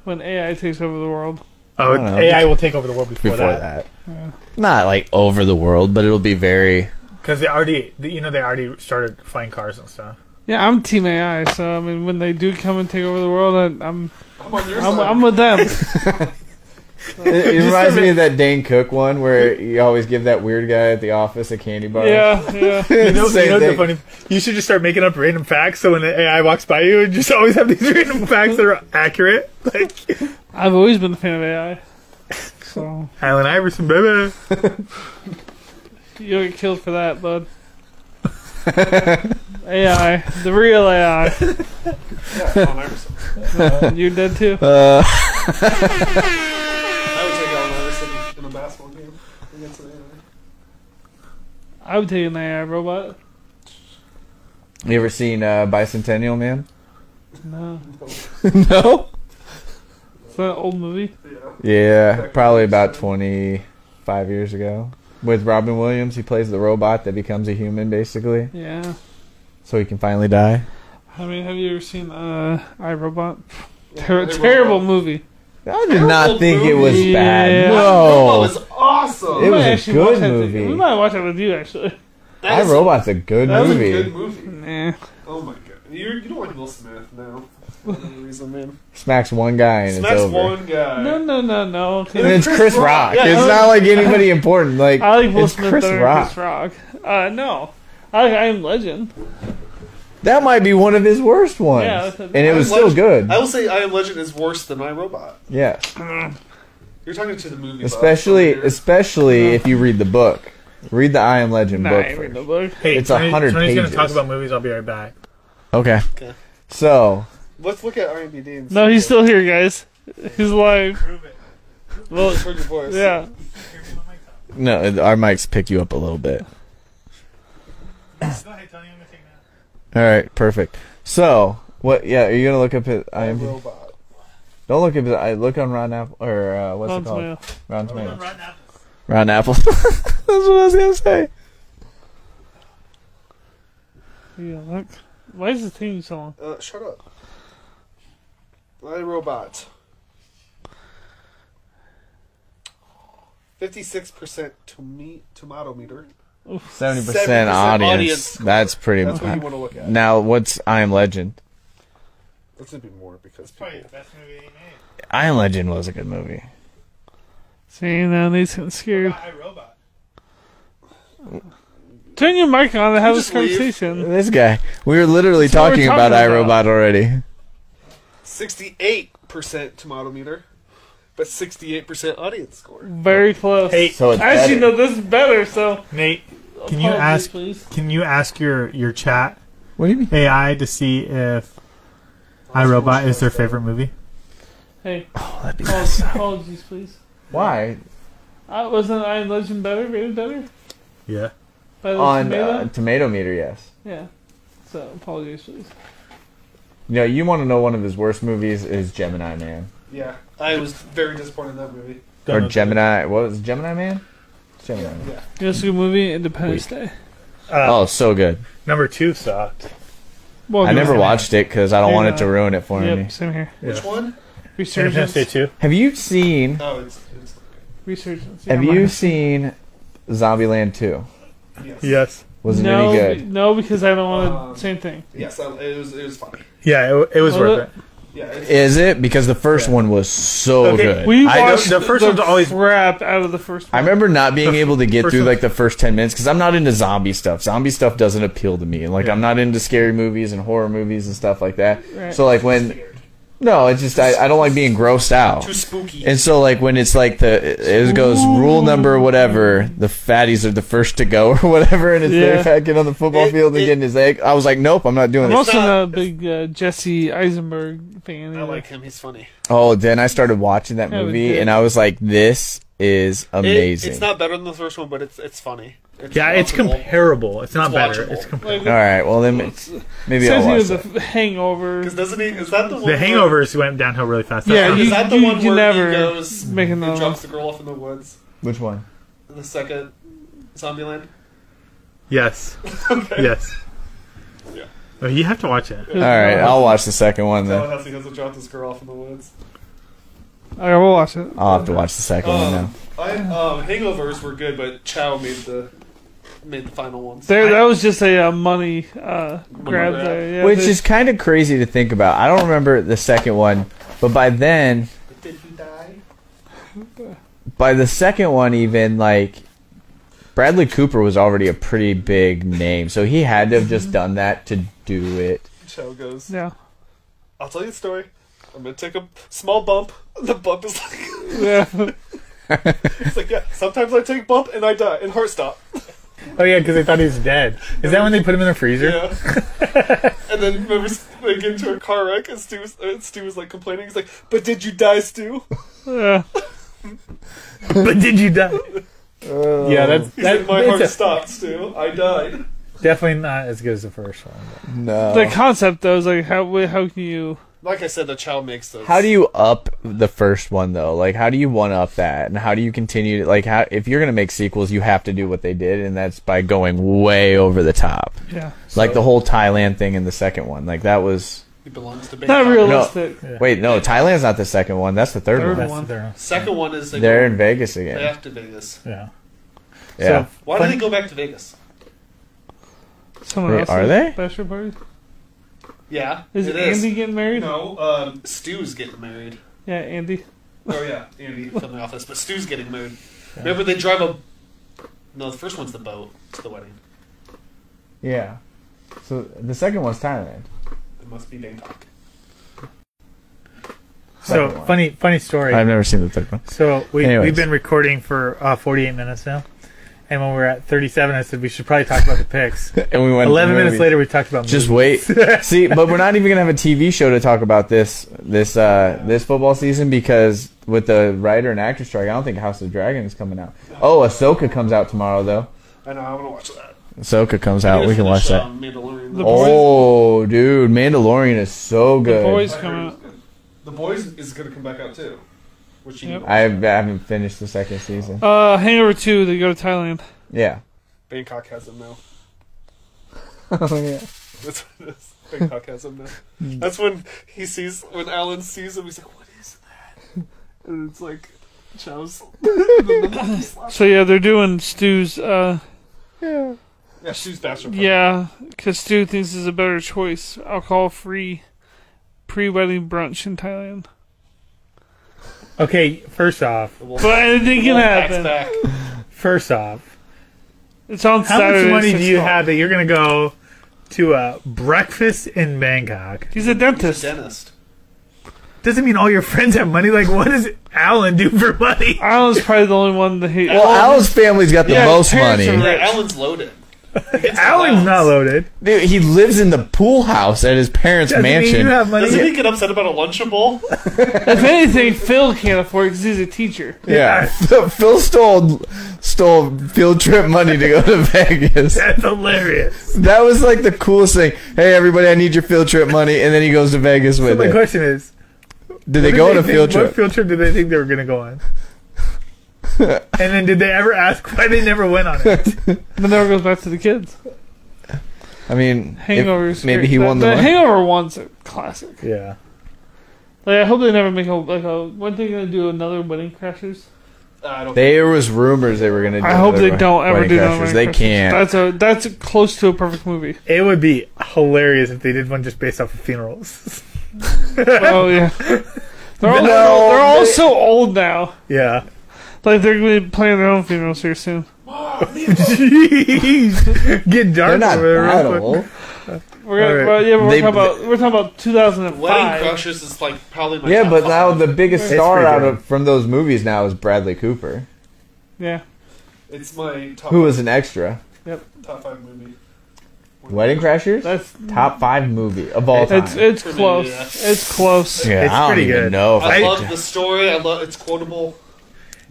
[SPEAKER 2] When AI takes over the world.
[SPEAKER 4] Oh,
[SPEAKER 1] don't know.
[SPEAKER 4] AI will take over the world before,
[SPEAKER 1] before
[SPEAKER 4] that.
[SPEAKER 1] that. Not like over the world, but it'll be very.
[SPEAKER 4] Because they already, you know, they already started flying cars and stuff.
[SPEAKER 2] Yeah, I'm Team AI, so I mean, when they do come and take over the world, I, I'm
[SPEAKER 3] I'm on your
[SPEAKER 2] I'm,
[SPEAKER 3] side.
[SPEAKER 2] I'm with them.
[SPEAKER 1] It, it reminds me of that Dane Cook one where you always give that weird guy at the office a candy bar.
[SPEAKER 2] yeah, yeah.
[SPEAKER 4] You know,
[SPEAKER 1] Same
[SPEAKER 4] you know the
[SPEAKER 1] thing.
[SPEAKER 4] funny. You should just start making up random facts. So when the AI walks by you, and just always have these random facts that are accurate. Like
[SPEAKER 2] I've always been a fan of AI. So
[SPEAKER 4] Allen Iverson, baby.
[SPEAKER 2] you'll get killed for that, bud. AI, the real AI.
[SPEAKER 3] Yeah, Allen Iverson.
[SPEAKER 2] You're dead too.
[SPEAKER 1] Uh,
[SPEAKER 3] I would take Allen Iverson in a basketball game against an AI.
[SPEAKER 2] I would take an AI robot.
[SPEAKER 1] you ever seen uh, Bicentennial Man?
[SPEAKER 2] No,
[SPEAKER 1] no.
[SPEAKER 2] it's that old movie.
[SPEAKER 3] Yeah.
[SPEAKER 1] Yeah, probably about twenty-five years ago. With Robin Williams, he plays the robot that becomes a human, basically,
[SPEAKER 2] Yeah.
[SPEAKER 1] so he can finally die.
[SPEAKER 2] I mean, have you ever seen uh, iRobot? Ter-
[SPEAKER 3] iRobot.
[SPEAKER 2] terrible movie.
[SPEAKER 1] I did not think it was
[SPEAKER 2] movie.
[SPEAKER 1] bad.
[SPEAKER 2] Yeah.
[SPEAKER 3] That
[SPEAKER 1] No,
[SPEAKER 3] was awesome.
[SPEAKER 1] It
[SPEAKER 2] We
[SPEAKER 1] was
[SPEAKER 2] might
[SPEAKER 1] a
[SPEAKER 2] actually
[SPEAKER 1] good
[SPEAKER 2] watch that to-
[SPEAKER 1] movie.
[SPEAKER 2] We might watch that with you, actually.
[SPEAKER 3] That
[SPEAKER 1] I
[SPEAKER 3] is-
[SPEAKER 1] Robot's a good
[SPEAKER 3] That was a
[SPEAKER 1] movie.
[SPEAKER 3] good movie.
[SPEAKER 2] Nah.
[SPEAKER 3] Oh my god. You, you don't like Will Smith now. For whatever reason, man.
[SPEAKER 1] Smacks one guy and
[SPEAKER 3] Smacks
[SPEAKER 1] it's over.
[SPEAKER 3] one guy.
[SPEAKER 2] No, no, no, no.
[SPEAKER 1] And it's Chris,
[SPEAKER 3] Chris
[SPEAKER 1] Rock.
[SPEAKER 3] Rock. Yeah,
[SPEAKER 1] it's
[SPEAKER 3] I
[SPEAKER 1] not like anybody important. Like
[SPEAKER 2] I like Will
[SPEAKER 1] it's
[SPEAKER 2] Smith
[SPEAKER 1] Chris
[SPEAKER 2] better
[SPEAKER 1] Rock.
[SPEAKER 2] than Chris Rock. Uh, no. I like I Am Legend.
[SPEAKER 1] That might be one of his worst ones,
[SPEAKER 2] Yeah, that's a-
[SPEAKER 1] and it was
[SPEAKER 3] I
[SPEAKER 1] still
[SPEAKER 3] Legend-
[SPEAKER 1] good.
[SPEAKER 3] I will say I Am Legend is worse than I Robot.
[SPEAKER 1] yeah,
[SPEAKER 3] You're talking to the movie. buff
[SPEAKER 1] especially
[SPEAKER 3] over here.
[SPEAKER 1] especially if you read the book. Read the I Am Legend
[SPEAKER 2] Nah,
[SPEAKER 1] book.
[SPEAKER 2] I ain't read
[SPEAKER 1] first.
[SPEAKER 2] the book.
[SPEAKER 4] Hey,
[SPEAKER 1] It's a hundred
[SPEAKER 4] Tony's
[SPEAKER 1] pages.
[SPEAKER 4] gonna talk about movies. I'll be right back.
[SPEAKER 1] Okay.
[SPEAKER 3] Okay.
[SPEAKER 1] So
[SPEAKER 3] Let's look at IMDb. And
[SPEAKER 2] No,
[SPEAKER 3] see
[SPEAKER 2] he's
[SPEAKER 3] it.
[SPEAKER 2] still here, guys. He's alive. Well,
[SPEAKER 3] Heard your voice.
[SPEAKER 2] yeah.
[SPEAKER 1] no, our mics pick you up a little bit. All right, perfect. So what? Yeah, are you gonna look up his I
[SPEAKER 3] I
[SPEAKER 1] Am?
[SPEAKER 3] Robot.
[SPEAKER 1] Don't look up. his- I look on Rotten Apple or uh, what's
[SPEAKER 2] Hans
[SPEAKER 1] it called?
[SPEAKER 2] Meyer.
[SPEAKER 1] Rotten Tomatoes. Rotten Apple. That's what I was gonna say.
[SPEAKER 2] Yeah, look. Why is this taking so long?
[SPEAKER 3] Uh, shut up. I Robot. Fifty-six percent to me tomato meter.
[SPEAKER 1] Seventy
[SPEAKER 3] 70%
[SPEAKER 1] percent audience.
[SPEAKER 3] audience score.
[SPEAKER 1] That's pretty
[SPEAKER 3] That's what you
[SPEAKER 1] much.
[SPEAKER 3] want to look at.
[SPEAKER 1] Now, what's I Am Legend?
[SPEAKER 3] That's gonna be more because people.
[SPEAKER 1] I Am Legend was a good movie.
[SPEAKER 2] See, now Nate's getting scared.
[SPEAKER 4] iRobot.
[SPEAKER 2] Turn your mic on and have this
[SPEAKER 3] just leave?
[SPEAKER 2] conversation.
[SPEAKER 1] This guy. We were literally
[SPEAKER 2] That's what
[SPEAKER 1] talking,
[SPEAKER 2] we're
[SPEAKER 1] about,
[SPEAKER 2] talking
[SPEAKER 1] iRobot already.
[SPEAKER 3] Sixty-eight percent tomato meter, but sixty-eight percent audience score.
[SPEAKER 2] Very close.
[SPEAKER 4] Hey,
[SPEAKER 1] So it's
[SPEAKER 2] Actually,
[SPEAKER 1] better.
[SPEAKER 2] no, this is better, so.
[SPEAKER 4] Nate, can you
[SPEAKER 2] Apologies,
[SPEAKER 4] ask?
[SPEAKER 2] Please.
[SPEAKER 4] Can you ask your your chat
[SPEAKER 1] What do you mean?
[SPEAKER 4] AI to see if iRobot is their favorite movie?
[SPEAKER 2] Hey,
[SPEAKER 1] That'd be-
[SPEAKER 2] apologies, apologies, please.
[SPEAKER 1] Why
[SPEAKER 2] Uh, wasn't I Am Legend better? Rated better?
[SPEAKER 4] Yeah.
[SPEAKER 2] By the
[SPEAKER 1] on
[SPEAKER 2] tomato?
[SPEAKER 1] uh, Tomato Meter? Yes.
[SPEAKER 2] yeah. So, apologies, please.
[SPEAKER 1] No, you want to know one of his worst movies is Gemini Man
[SPEAKER 3] Yeah, I was very disappointed in that movie.
[SPEAKER 1] or Gemini. What was it, Gemini Man? Gemini. Man.
[SPEAKER 2] You know, it's a good movie, Independence Day.
[SPEAKER 1] Oh, so good.
[SPEAKER 4] Number two Uh, sucked.
[SPEAKER 2] Well,
[SPEAKER 1] I
[SPEAKER 2] dude,
[SPEAKER 1] never watched it because I don't
[SPEAKER 2] Yeah.
[SPEAKER 1] want it to ruin it for me.
[SPEAKER 2] Yep, same here.
[SPEAKER 3] Which one?
[SPEAKER 2] Resurgence.
[SPEAKER 4] State two.
[SPEAKER 1] Have you seen?
[SPEAKER 3] No, it's, it's
[SPEAKER 2] Resurgence.
[SPEAKER 1] Have
[SPEAKER 2] yeah,
[SPEAKER 1] you
[SPEAKER 2] mine.
[SPEAKER 1] seen Zombieland Two?
[SPEAKER 3] yes.
[SPEAKER 4] Yes.
[SPEAKER 1] Was it
[SPEAKER 2] no,
[SPEAKER 1] any good?
[SPEAKER 2] be- No, because I don't want
[SPEAKER 3] Um,
[SPEAKER 2] to. Same thing.
[SPEAKER 3] Yes, I, uh, it was it was funny.
[SPEAKER 4] Yeah, it, it was
[SPEAKER 2] Was
[SPEAKER 4] worth
[SPEAKER 2] it?
[SPEAKER 4] it.
[SPEAKER 3] Yeah, it's,
[SPEAKER 1] Is it because the first one was so
[SPEAKER 4] Okay,
[SPEAKER 1] good?
[SPEAKER 2] We
[SPEAKER 4] I don't-
[SPEAKER 2] watched
[SPEAKER 4] the first one's always-
[SPEAKER 2] crap out of the first
[SPEAKER 1] I
[SPEAKER 2] one.
[SPEAKER 1] remember not being
[SPEAKER 4] The
[SPEAKER 1] able to get
[SPEAKER 4] first
[SPEAKER 1] through
[SPEAKER 4] one-
[SPEAKER 1] like the first ten minutes because I'm not into zombie stuff. Zombie stuff doesn't appeal to me, and like I'm not into scary movies and horror movies and stuff like that.
[SPEAKER 2] Right.
[SPEAKER 1] So like when, no, it's just I, I don't like being grossed out.
[SPEAKER 3] too spooky.
[SPEAKER 1] And so, like, when it's like the it goes rule number whatever, the fatties are the first to go or whatever, and it's
[SPEAKER 2] Yeah.
[SPEAKER 1] their fat kid on the football
[SPEAKER 3] It-
[SPEAKER 1] field and
[SPEAKER 3] it-
[SPEAKER 1] getting his egg. I was like, nope, I'm not doing this.
[SPEAKER 2] I'm also
[SPEAKER 3] not-
[SPEAKER 2] not a big uh, Jesse Eisenberg fan.
[SPEAKER 3] I
[SPEAKER 2] either.
[SPEAKER 3] like him. He's funny.
[SPEAKER 1] Oh, then I started watching that
[SPEAKER 2] Yeah, we
[SPEAKER 1] movie,
[SPEAKER 2] did.
[SPEAKER 1] and I was like, this is
[SPEAKER 3] It-
[SPEAKER 1] amazing.
[SPEAKER 3] it's not better than the first one, but it's it's funny. It's
[SPEAKER 4] Yeah, it's
[SPEAKER 3] watchable.
[SPEAKER 4] comparable. It's not
[SPEAKER 3] It's
[SPEAKER 4] better.
[SPEAKER 3] watchable.
[SPEAKER 4] It's com-
[SPEAKER 2] Like,
[SPEAKER 1] All right, well then ma- maybe
[SPEAKER 2] says
[SPEAKER 1] I'll
[SPEAKER 2] he
[SPEAKER 1] watch
[SPEAKER 2] was a
[SPEAKER 1] that.
[SPEAKER 2] f- hangover.
[SPEAKER 3] 'Cause doesn't he? Is that the one?
[SPEAKER 4] the
[SPEAKER 3] where-
[SPEAKER 4] hangovers went downhill really fast. That's
[SPEAKER 2] Yeah,
[SPEAKER 4] not-
[SPEAKER 3] Is
[SPEAKER 2] you-
[SPEAKER 3] that the one
[SPEAKER 2] you
[SPEAKER 3] where
[SPEAKER 2] never
[SPEAKER 3] he goes
[SPEAKER 2] make
[SPEAKER 3] and
[SPEAKER 2] another
[SPEAKER 3] drops the girl off in the woods
[SPEAKER 1] Which one?
[SPEAKER 3] in the second Zombieland?
[SPEAKER 4] yes. Yes.
[SPEAKER 3] Yeah.
[SPEAKER 4] Oh, you have to watch it.
[SPEAKER 1] All right, I'll watch the second one
[SPEAKER 3] Tell
[SPEAKER 1] then.
[SPEAKER 3] how he doesn't drop this girl off in the woods.
[SPEAKER 2] All right, we'll watch it.
[SPEAKER 1] I'll have to watch the second one now.
[SPEAKER 3] Um, I, um, hangovers were good, but Chow made the made the final ones.
[SPEAKER 2] There, that was just a uh, money uh, grab
[SPEAKER 3] grab.
[SPEAKER 2] there. Yeah,
[SPEAKER 1] Which
[SPEAKER 2] they-
[SPEAKER 1] is kind of crazy to think about. I don't remember the second one, but by then,
[SPEAKER 3] Did he die?
[SPEAKER 1] by the second one, even like Bradley Cooper was already a pretty big name, so he had to have just done that to do it.
[SPEAKER 3] Chow goes.
[SPEAKER 2] yeah.
[SPEAKER 3] I'll tell you a story. I'm gonna take a small bump. The bump is like
[SPEAKER 2] yeah.
[SPEAKER 3] it's like yeah. Sometimes I take bump and I die and heart stop.
[SPEAKER 6] Oh yeah, because they thought he was dead. Is that when they put him in the freezer?
[SPEAKER 3] Yeah. and then remember they get into a car wreck and Stu was, uh, Stu was like complaining. He's like, "But did you die, Stu?"
[SPEAKER 2] yeah.
[SPEAKER 4] But did you die?
[SPEAKER 6] Uh, Yeah, that's
[SPEAKER 3] He's like,
[SPEAKER 6] that,
[SPEAKER 3] "My heart
[SPEAKER 6] it's
[SPEAKER 3] stopped, Stu. I died."
[SPEAKER 6] a- definitely not as good as the first one. but-
[SPEAKER 1] No.
[SPEAKER 2] The concept though is like how wait, how can you?
[SPEAKER 3] Like I said, the Chow makes those.
[SPEAKER 1] how do you up the first one though? Like, how do you one up that, and how do you continue? To, like, how if you're gonna make sequels, you have to do what they did, and that's by going way over the top.
[SPEAKER 2] Yeah.
[SPEAKER 1] like the whole Thailand thing in the second one. Like that was.
[SPEAKER 3] He belongs to
[SPEAKER 2] Not
[SPEAKER 3] Bangkok.
[SPEAKER 2] realistic.
[SPEAKER 1] Wait, no, Thailand's not the second one. That's the third,
[SPEAKER 2] Third
[SPEAKER 1] one.
[SPEAKER 6] That's
[SPEAKER 2] One.
[SPEAKER 6] the third one.
[SPEAKER 3] Second one is they
[SPEAKER 1] They're
[SPEAKER 3] go
[SPEAKER 1] in Vegas again.
[SPEAKER 3] back to Vegas.
[SPEAKER 6] Yeah.
[SPEAKER 1] Yeah.
[SPEAKER 6] So,
[SPEAKER 3] Why
[SPEAKER 6] Fun-
[SPEAKER 3] do they go back to Vegas?
[SPEAKER 2] Someone
[SPEAKER 1] Wait,
[SPEAKER 2] else.
[SPEAKER 1] are
[SPEAKER 2] is
[SPEAKER 1] they?
[SPEAKER 2] bachelor party?
[SPEAKER 3] Yeah,
[SPEAKER 2] Is
[SPEAKER 3] it
[SPEAKER 2] Andy getting married?
[SPEAKER 3] No, um, Stu's getting married.
[SPEAKER 2] Yeah, Andy.
[SPEAKER 3] Oh yeah, Andy from the office, but Stu's getting married. Remember they drive a. No, the first one's the boat to the wedding.
[SPEAKER 1] Yeah. So the second one's Thailand.
[SPEAKER 3] It must be Bangkok.
[SPEAKER 4] So
[SPEAKER 1] Second one.
[SPEAKER 4] funny, funny story.
[SPEAKER 1] I've never seen the third one.
[SPEAKER 4] So we
[SPEAKER 1] Anyways.
[SPEAKER 4] we've been recording for uh, 48 minutes now, and when we were at 37, I said we should probably talk about the picks.
[SPEAKER 1] And we went
[SPEAKER 4] 11 minutes
[SPEAKER 1] we-
[SPEAKER 4] later, we talked about
[SPEAKER 1] Just
[SPEAKER 4] movies.
[SPEAKER 1] wait. See, but we're not even gonna have a TV show to talk about this this uh, this football season because with the writer and actor strike, I don't think House of the Dragon is coming out. Oh, Ahsoka comes out tomorrow though.
[SPEAKER 3] I know. I'm gonna watch that.
[SPEAKER 1] Ahsoka comes out. We can watch that.
[SPEAKER 3] Mandalorian.
[SPEAKER 2] The
[SPEAKER 1] Oh, dude, Mandalorian is so
[SPEAKER 2] The
[SPEAKER 1] good.
[SPEAKER 2] boys come out.
[SPEAKER 3] The boys is gonna come back out too. Which you
[SPEAKER 2] Yep.
[SPEAKER 1] I haven't finished the second season.
[SPEAKER 2] Uh, Hangover Two. They go to Thailand.
[SPEAKER 1] Yeah.
[SPEAKER 3] Bangkok has them now.
[SPEAKER 1] Oh yeah.
[SPEAKER 3] That's what it is. Bangkok has him now. That's when he sees when Alan sees him. He's like, "What is that?" And it's like, Chow's.
[SPEAKER 2] So yeah, they're doing Stu's. Uh,
[SPEAKER 3] Yeah, Stu's bachelor. party.
[SPEAKER 2] yeah, because Stu thinks is a better choice. Alcohol-free pre-wedding brunch in Thailand.
[SPEAKER 4] Okay, first off,
[SPEAKER 3] The wolf-
[SPEAKER 2] But anything can
[SPEAKER 3] wolf packs
[SPEAKER 2] happen.
[SPEAKER 3] back.
[SPEAKER 4] first off,
[SPEAKER 2] It's on
[SPEAKER 4] how
[SPEAKER 2] Saturday.
[SPEAKER 4] much
[SPEAKER 2] at
[SPEAKER 4] money do
[SPEAKER 2] six
[SPEAKER 4] you
[SPEAKER 2] o'clock.
[SPEAKER 4] have that you're gonna go to a breakfast in Bangkok?
[SPEAKER 2] He's a
[SPEAKER 3] He's
[SPEAKER 2] dentist.
[SPEAKER 3] a dentist.
[SPEAKER 4] Doesn't mean all your friends have money. Like, what does Alan do for money?
[SPEAKER 2] Alan's probably the only one that hates.
[SPEAKER 1] Well, Alan's family's got the
[SPEAKER 2] Yeah, his
[SPEAKER 1] most
[SPEAKER 2] parents
[SPEAKER 1] money.
[SPEAKER 2] are
[SPEAKER 3] Yeah,
[SPEAKER 2] rich.
[SPEAKER 3] Alan's loaded.
[SPEAKER 4] Alan's not loaded.
[SPEAKER 1] Dude, he lives in the pool house at his parents'
[SPEAKER 4] Doesn't
[SPEAKER 1] mansion.
[SPEAKER 4] mean you have money.
[SPEAKER 3] Doesn't he get upset about a Lunchable? Uh,
[SPEAKER 1] Oh.
[SPEAKER 2] If anything, Phil can't afford because he's a teacher.
[SPEAKER 1] yeah, Phil stole stole field trip money to go to Vegas.
[SPEAKER 4] That's hilarious.
[SPEAKER 1] That was like the coolest thing. Hey, everybody, I need your field trip money, and then he goes to Vegas
[SPEAKER 4] So
[SPEAKER 1] with
[SPEAKER 4] my
[SPEAKER 1] it.
[SPEAKER 4] question is,
[SPEAKER 1] Did they
[SPEAKER 4] did
[SPEAKER 1] go on a
[SPEAKER 4] think-
[SPEAKER 1] field
[SPEAKER 4] What
[SPEAKER 1] trip?
[SPEAKER 4] field trip did they think they were going to go on? and then did they ever ask why they never went on it?
[SPEAKER 2] And then it goes back to the kids.
[SPEAKER 1] I mean, if-
[SPEAKER 2] Hangover. is
[SPEAKER 1] maybe
[SPEAKER 2] great.
[SPEAKER 1] he
[SPEAKER 2] The-
[SPEAKER 1] won the,
[SPEAKER 2] the
[SPEAKER 1] money.
[SPEAKER 2] Hangover one's a classic.
[SPEAKER 4] Yeah.
[SPEAKER 2] Like I hope they never make a like a. When they gonna do another Wedding Crashers?
[SPEAKER 3] I don't.
[SPEAKER 1] There was rumors they were gonna. do
[SPEAKER 2] I hope they
[SPEAKER 1] another
[SPEAKER 2] don't ever
[SPEAKER 1] Wedding
[SPEAKER 2] do
[SPEAKER 1] Crashers.
[SPEAKER 2] another Wedding
[SPEAKER 1] They
[SPEAKER 2] Crashers.
[SPEAKER 1] can't.
[SPEAKER 2] That's a that's close to a perfect movie.
[SPEAKER 4] It would be hilarious if they did one just based off of funerals.
[SPEAKER 2] oh yeah. They're
[SPEAKER 1] No,
[SPEAKER 2] all, they're all
[SPEAKER 1] they-
[SPEAKER 2] so old now.
[SPEAKER 4] yeah.
[SPEAKER 2] Like they're gonna be playing their own funerals here soon.
[SPEAKER 4] Jeez. Get
[SPEAKER 1] They're
[SPEAKER 4] dark
[SPEAKER 1] not
[SPEAKER 4] over there
[SPEAKER 1] that
[SPEAKER 4] real quick.
[SPEAKER 1] old.
[SPEAKER 2] We're gonna,
[SPEAKER 4] Alright.
[SPEAKER 2] well, yeah, but we're
[SPEAKER 1] They-
[SPEAKER 2] talking about we're talking about 2005.
[SPEAKER 3] Wedding Crashers is like probably my
[SPEAKER 1] Yeah,
[SPEAKER 3] top
[SPEAKER 1] but
[SPEAKER 3] five.
[SPEAKER 1] now the biggest
[SPEAKER 4] It's
[SPEAKER 1] star
[SPEAKER 4] pretty
[SPEAKER 1] out
[SPEAKER 4] good.
[SPEAKER 1] of from those movies now is Bradley Cooper,
[SPEAKER 2] Yeah,
[SPEAKER 3] it's my top
[SPEAKER 1] who was an extra.
[SPEAKER 3] top five movie.
[SPEAKER 1] Wedding Crashers,
[SPEAKER 2] that's
[SPEAKER 1] top five movie of all time.
[SPEAKER 2] it's it's
[SPEAKER 3] Pretty,
[SPEAKER 2] close.
[SPEAKER 3] yeah.
[SPEAKER 2] It's close.
[SPEAKER 1] yeah,
[SPEAKER 4] it's
[SPEAKER 1] I don't
[SPEAKER 4] pretty
[SPEAKER 1] even
[SPEAKER 4] good.
[SPEAKER 1] know. If
[SPEAKER 3] I,
[SPEAKER 1] I,
[SPEAKER 3] love the story. I love it's quotable.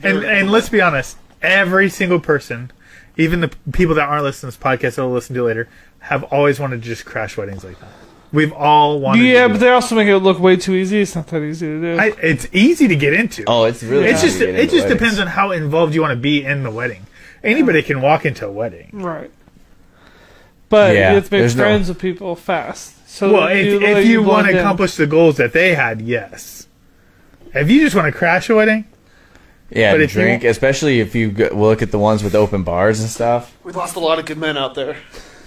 [SPEAKER 4] And
[SPEAKER 3] Very-
[SPEAKER 4] and let's be honest, every single person, even the people that aren't listening to this podcast that will listen to it later, have always wanted to just crash weddings like that. We've all wanted.
[SPEAKER 2] Yeah,
[SPEAKER 4] to
[SPEAKER 2] but
[SPEAKER 4] do
[SPEAKER 2] they also make it look way too easy. It's not that easy to do.
[SPEAKER 4] that. I, it's easy to get into.
[SPEAKER 1] oh, it's really.
[SPEAKER 4] it's
[SPEAKER 1] hard
[SPEAKER 4] just
[SPEAKER 1] to get
[SPEAKER 4] it
[SPEAKER 1] into
[SPEAKER 4] just
[SPEAKER 1] weddings.
[SPEAKER 4] depends on how involved you want to be in the wedding. Anybody can walk into a wedding.
[SPEAKER 2] right. But
[SPEAKER 1] Yeah,
[SPEAKER 2] you have to make
[SPEAKER 1] there's no-
[SPEAKER 2] friends with people fast. So
[SPEAKER 4] Well,
[SPEAKER 2] that
[SPEAKER 4] if,
[SPEAKER 2] look like
[SPEAKER 4] if you want
[SPEAKER 2] blend
[SPEAKER 4] to
[SPEAKER 2] in.
[SPEAKER 4] accomplish the goals that they had, yes. If you just want to crash a wedding,
[SPEAKER 1] Yeah,
[SPEAKER 4] but
[SPEAKER 1] to
[SPEAKER 4] if you
[SPEAKER 1] drink,
[SPEAKER 4] want-
[SPEAKER 1] especially if you go, look at the ones with open bars and stuff.
[SPEAKER 3] We lost a lot of good men out there.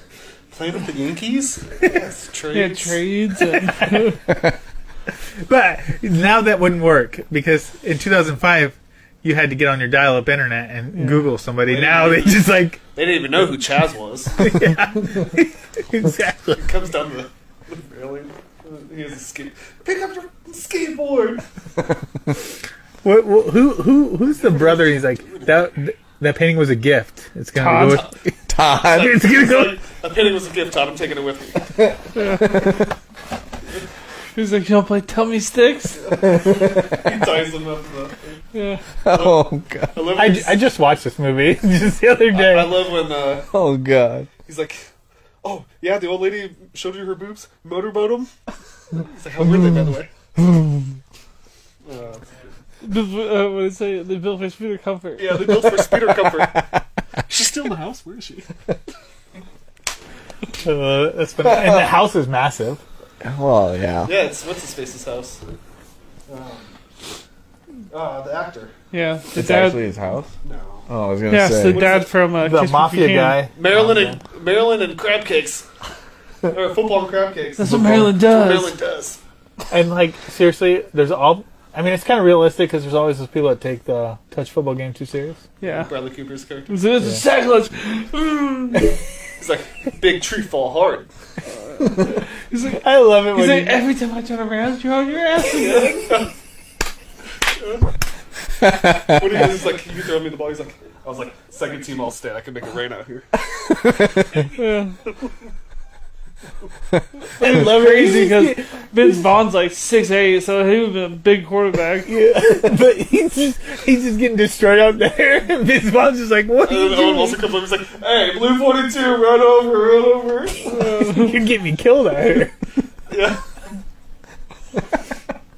[SPEAKER 3] Playing with the Yankees. Yes,
[SPEAKER 2] yeah,
[SPEAKER 3] trades.
[SPEAKER 2] trades and
[SPEAKER 4] But now that wouldn't work because in 2005 you had to get on your dial-up internet and Google somebody. Now they just like
[SPEAKER 3] They didn't even know who Chaz was.
[SPEAKER 4] exactly.
[SPEAKER 3] It comes down the, the railing. He has a skate. Pick up your skateboard.
[SPEAKER 4] What, what, who who who's the brother? He's like that. That painting was a gift. It's gonna go. With,
[SPEAKER 1] Todd,
[SPEAKER 4] it's gonna go.
[SPEAKER 3] Like, a penny was a gift, Todd. I'm taking it with me.
[SPEAKER 2] he's like, "You don't play tummy sticks."
[SPEAKER 3] He ties them up. in the-
[SPEAKER 2] Yeah,
[SPEAKER 1] oh god,
[SPEAKER 3] I love.
[SPEAKER 6] I,
[SPEAKER 3] when
[SPEAKER 6] ju- I just watched this movie just the other
[SPEAKER 3] I
[SPEAKER 6] day.
[SPEAKER 3] love when uh,
[SPEAKER 1] oh god.
[SPEAKER 3] he's like, "Oh yeah, the old lady showed you her boobs, motorboat 'em." He's like, "How were they, by the way?" Uh,
[SPEAKER 2] The- uh, what did I say? The Bill Fish Peter Comfort.
[SPEAKER 3] yeah, they built for speed or comfort. She's still in the house. Where is she?
[SPEAKER 6] Uh, that's been- and the house is massive.
[SPEAKER 1] Well, yeah.
[SPEAKER 3] Yeah, it's what's his face's house. Um, uh, the actor.
[SPEAKER 2] Yeah, the
[SPEAKER 1] It's
[SPEAKER 2] dad.
[SPEAKER 1] actually his house.
[SPEAKER 3] No.
[SPEAKER 1] Oh, I was gonna
[SPEAKER 2] yes,
[SPEAKER 1] say.
[SPEAKER 2] the dad from uh,
[SPEAKER 6] The
[SPEAKER 2] Kiss Me If You
[SPEAKER 6] mafia
[SPEAKER 2] Can.
[SPEAKER 6] guy.
[SPEAKER 3] Maryland and Maryland and crab cakes. or football and crab cakes.
[SPEAKER 2] That's what Maryland does.
[SPEAKER 3] Maryland does.
[SPEAKER 6] And like seriously, there's all. I mean, it's kind of realistic because there's always those people that take the touch football game too serious.
[SPEAKER 2] Yeah.
[SPEAKER 3] Bradley Cooper's character.
[SPEAKER 2] It's a sacrilege. Mm.
[SPEAKER 3] He's like, big tree fall hard.
[SPEAKER 2] He's like,
[SPEAKER 6] I love it
[SPEAKER 2] he's
[SPEAKER 6] when
[SPEAKER 2] like,
[SPEAKER 6] you,
[SPEAKER 2] every time I turn around, you're on your ass again.
[SPEAKER 3] What do you do? He's like, you throw me the ball. He's like, I was like, second team all state. I can make it rain out here.
[SPEAKER 2] yeah. It's crazy because Vince Vaughn's like six eight, so he would have been a big quarterback.
[SPEAKER 6] but he's just he's just getting destroyed out there. And Vince Vaughn's just like, what? are
[SPEAKER 3] And
[SPEAKER 6] you
[SPEAKER 3] then Owen also comes over. He's like, hey, blue 42, run over, run over.
[SPEAKER 6] doing? You're getting me killed out here.
[SPEAKER 3] Yeah.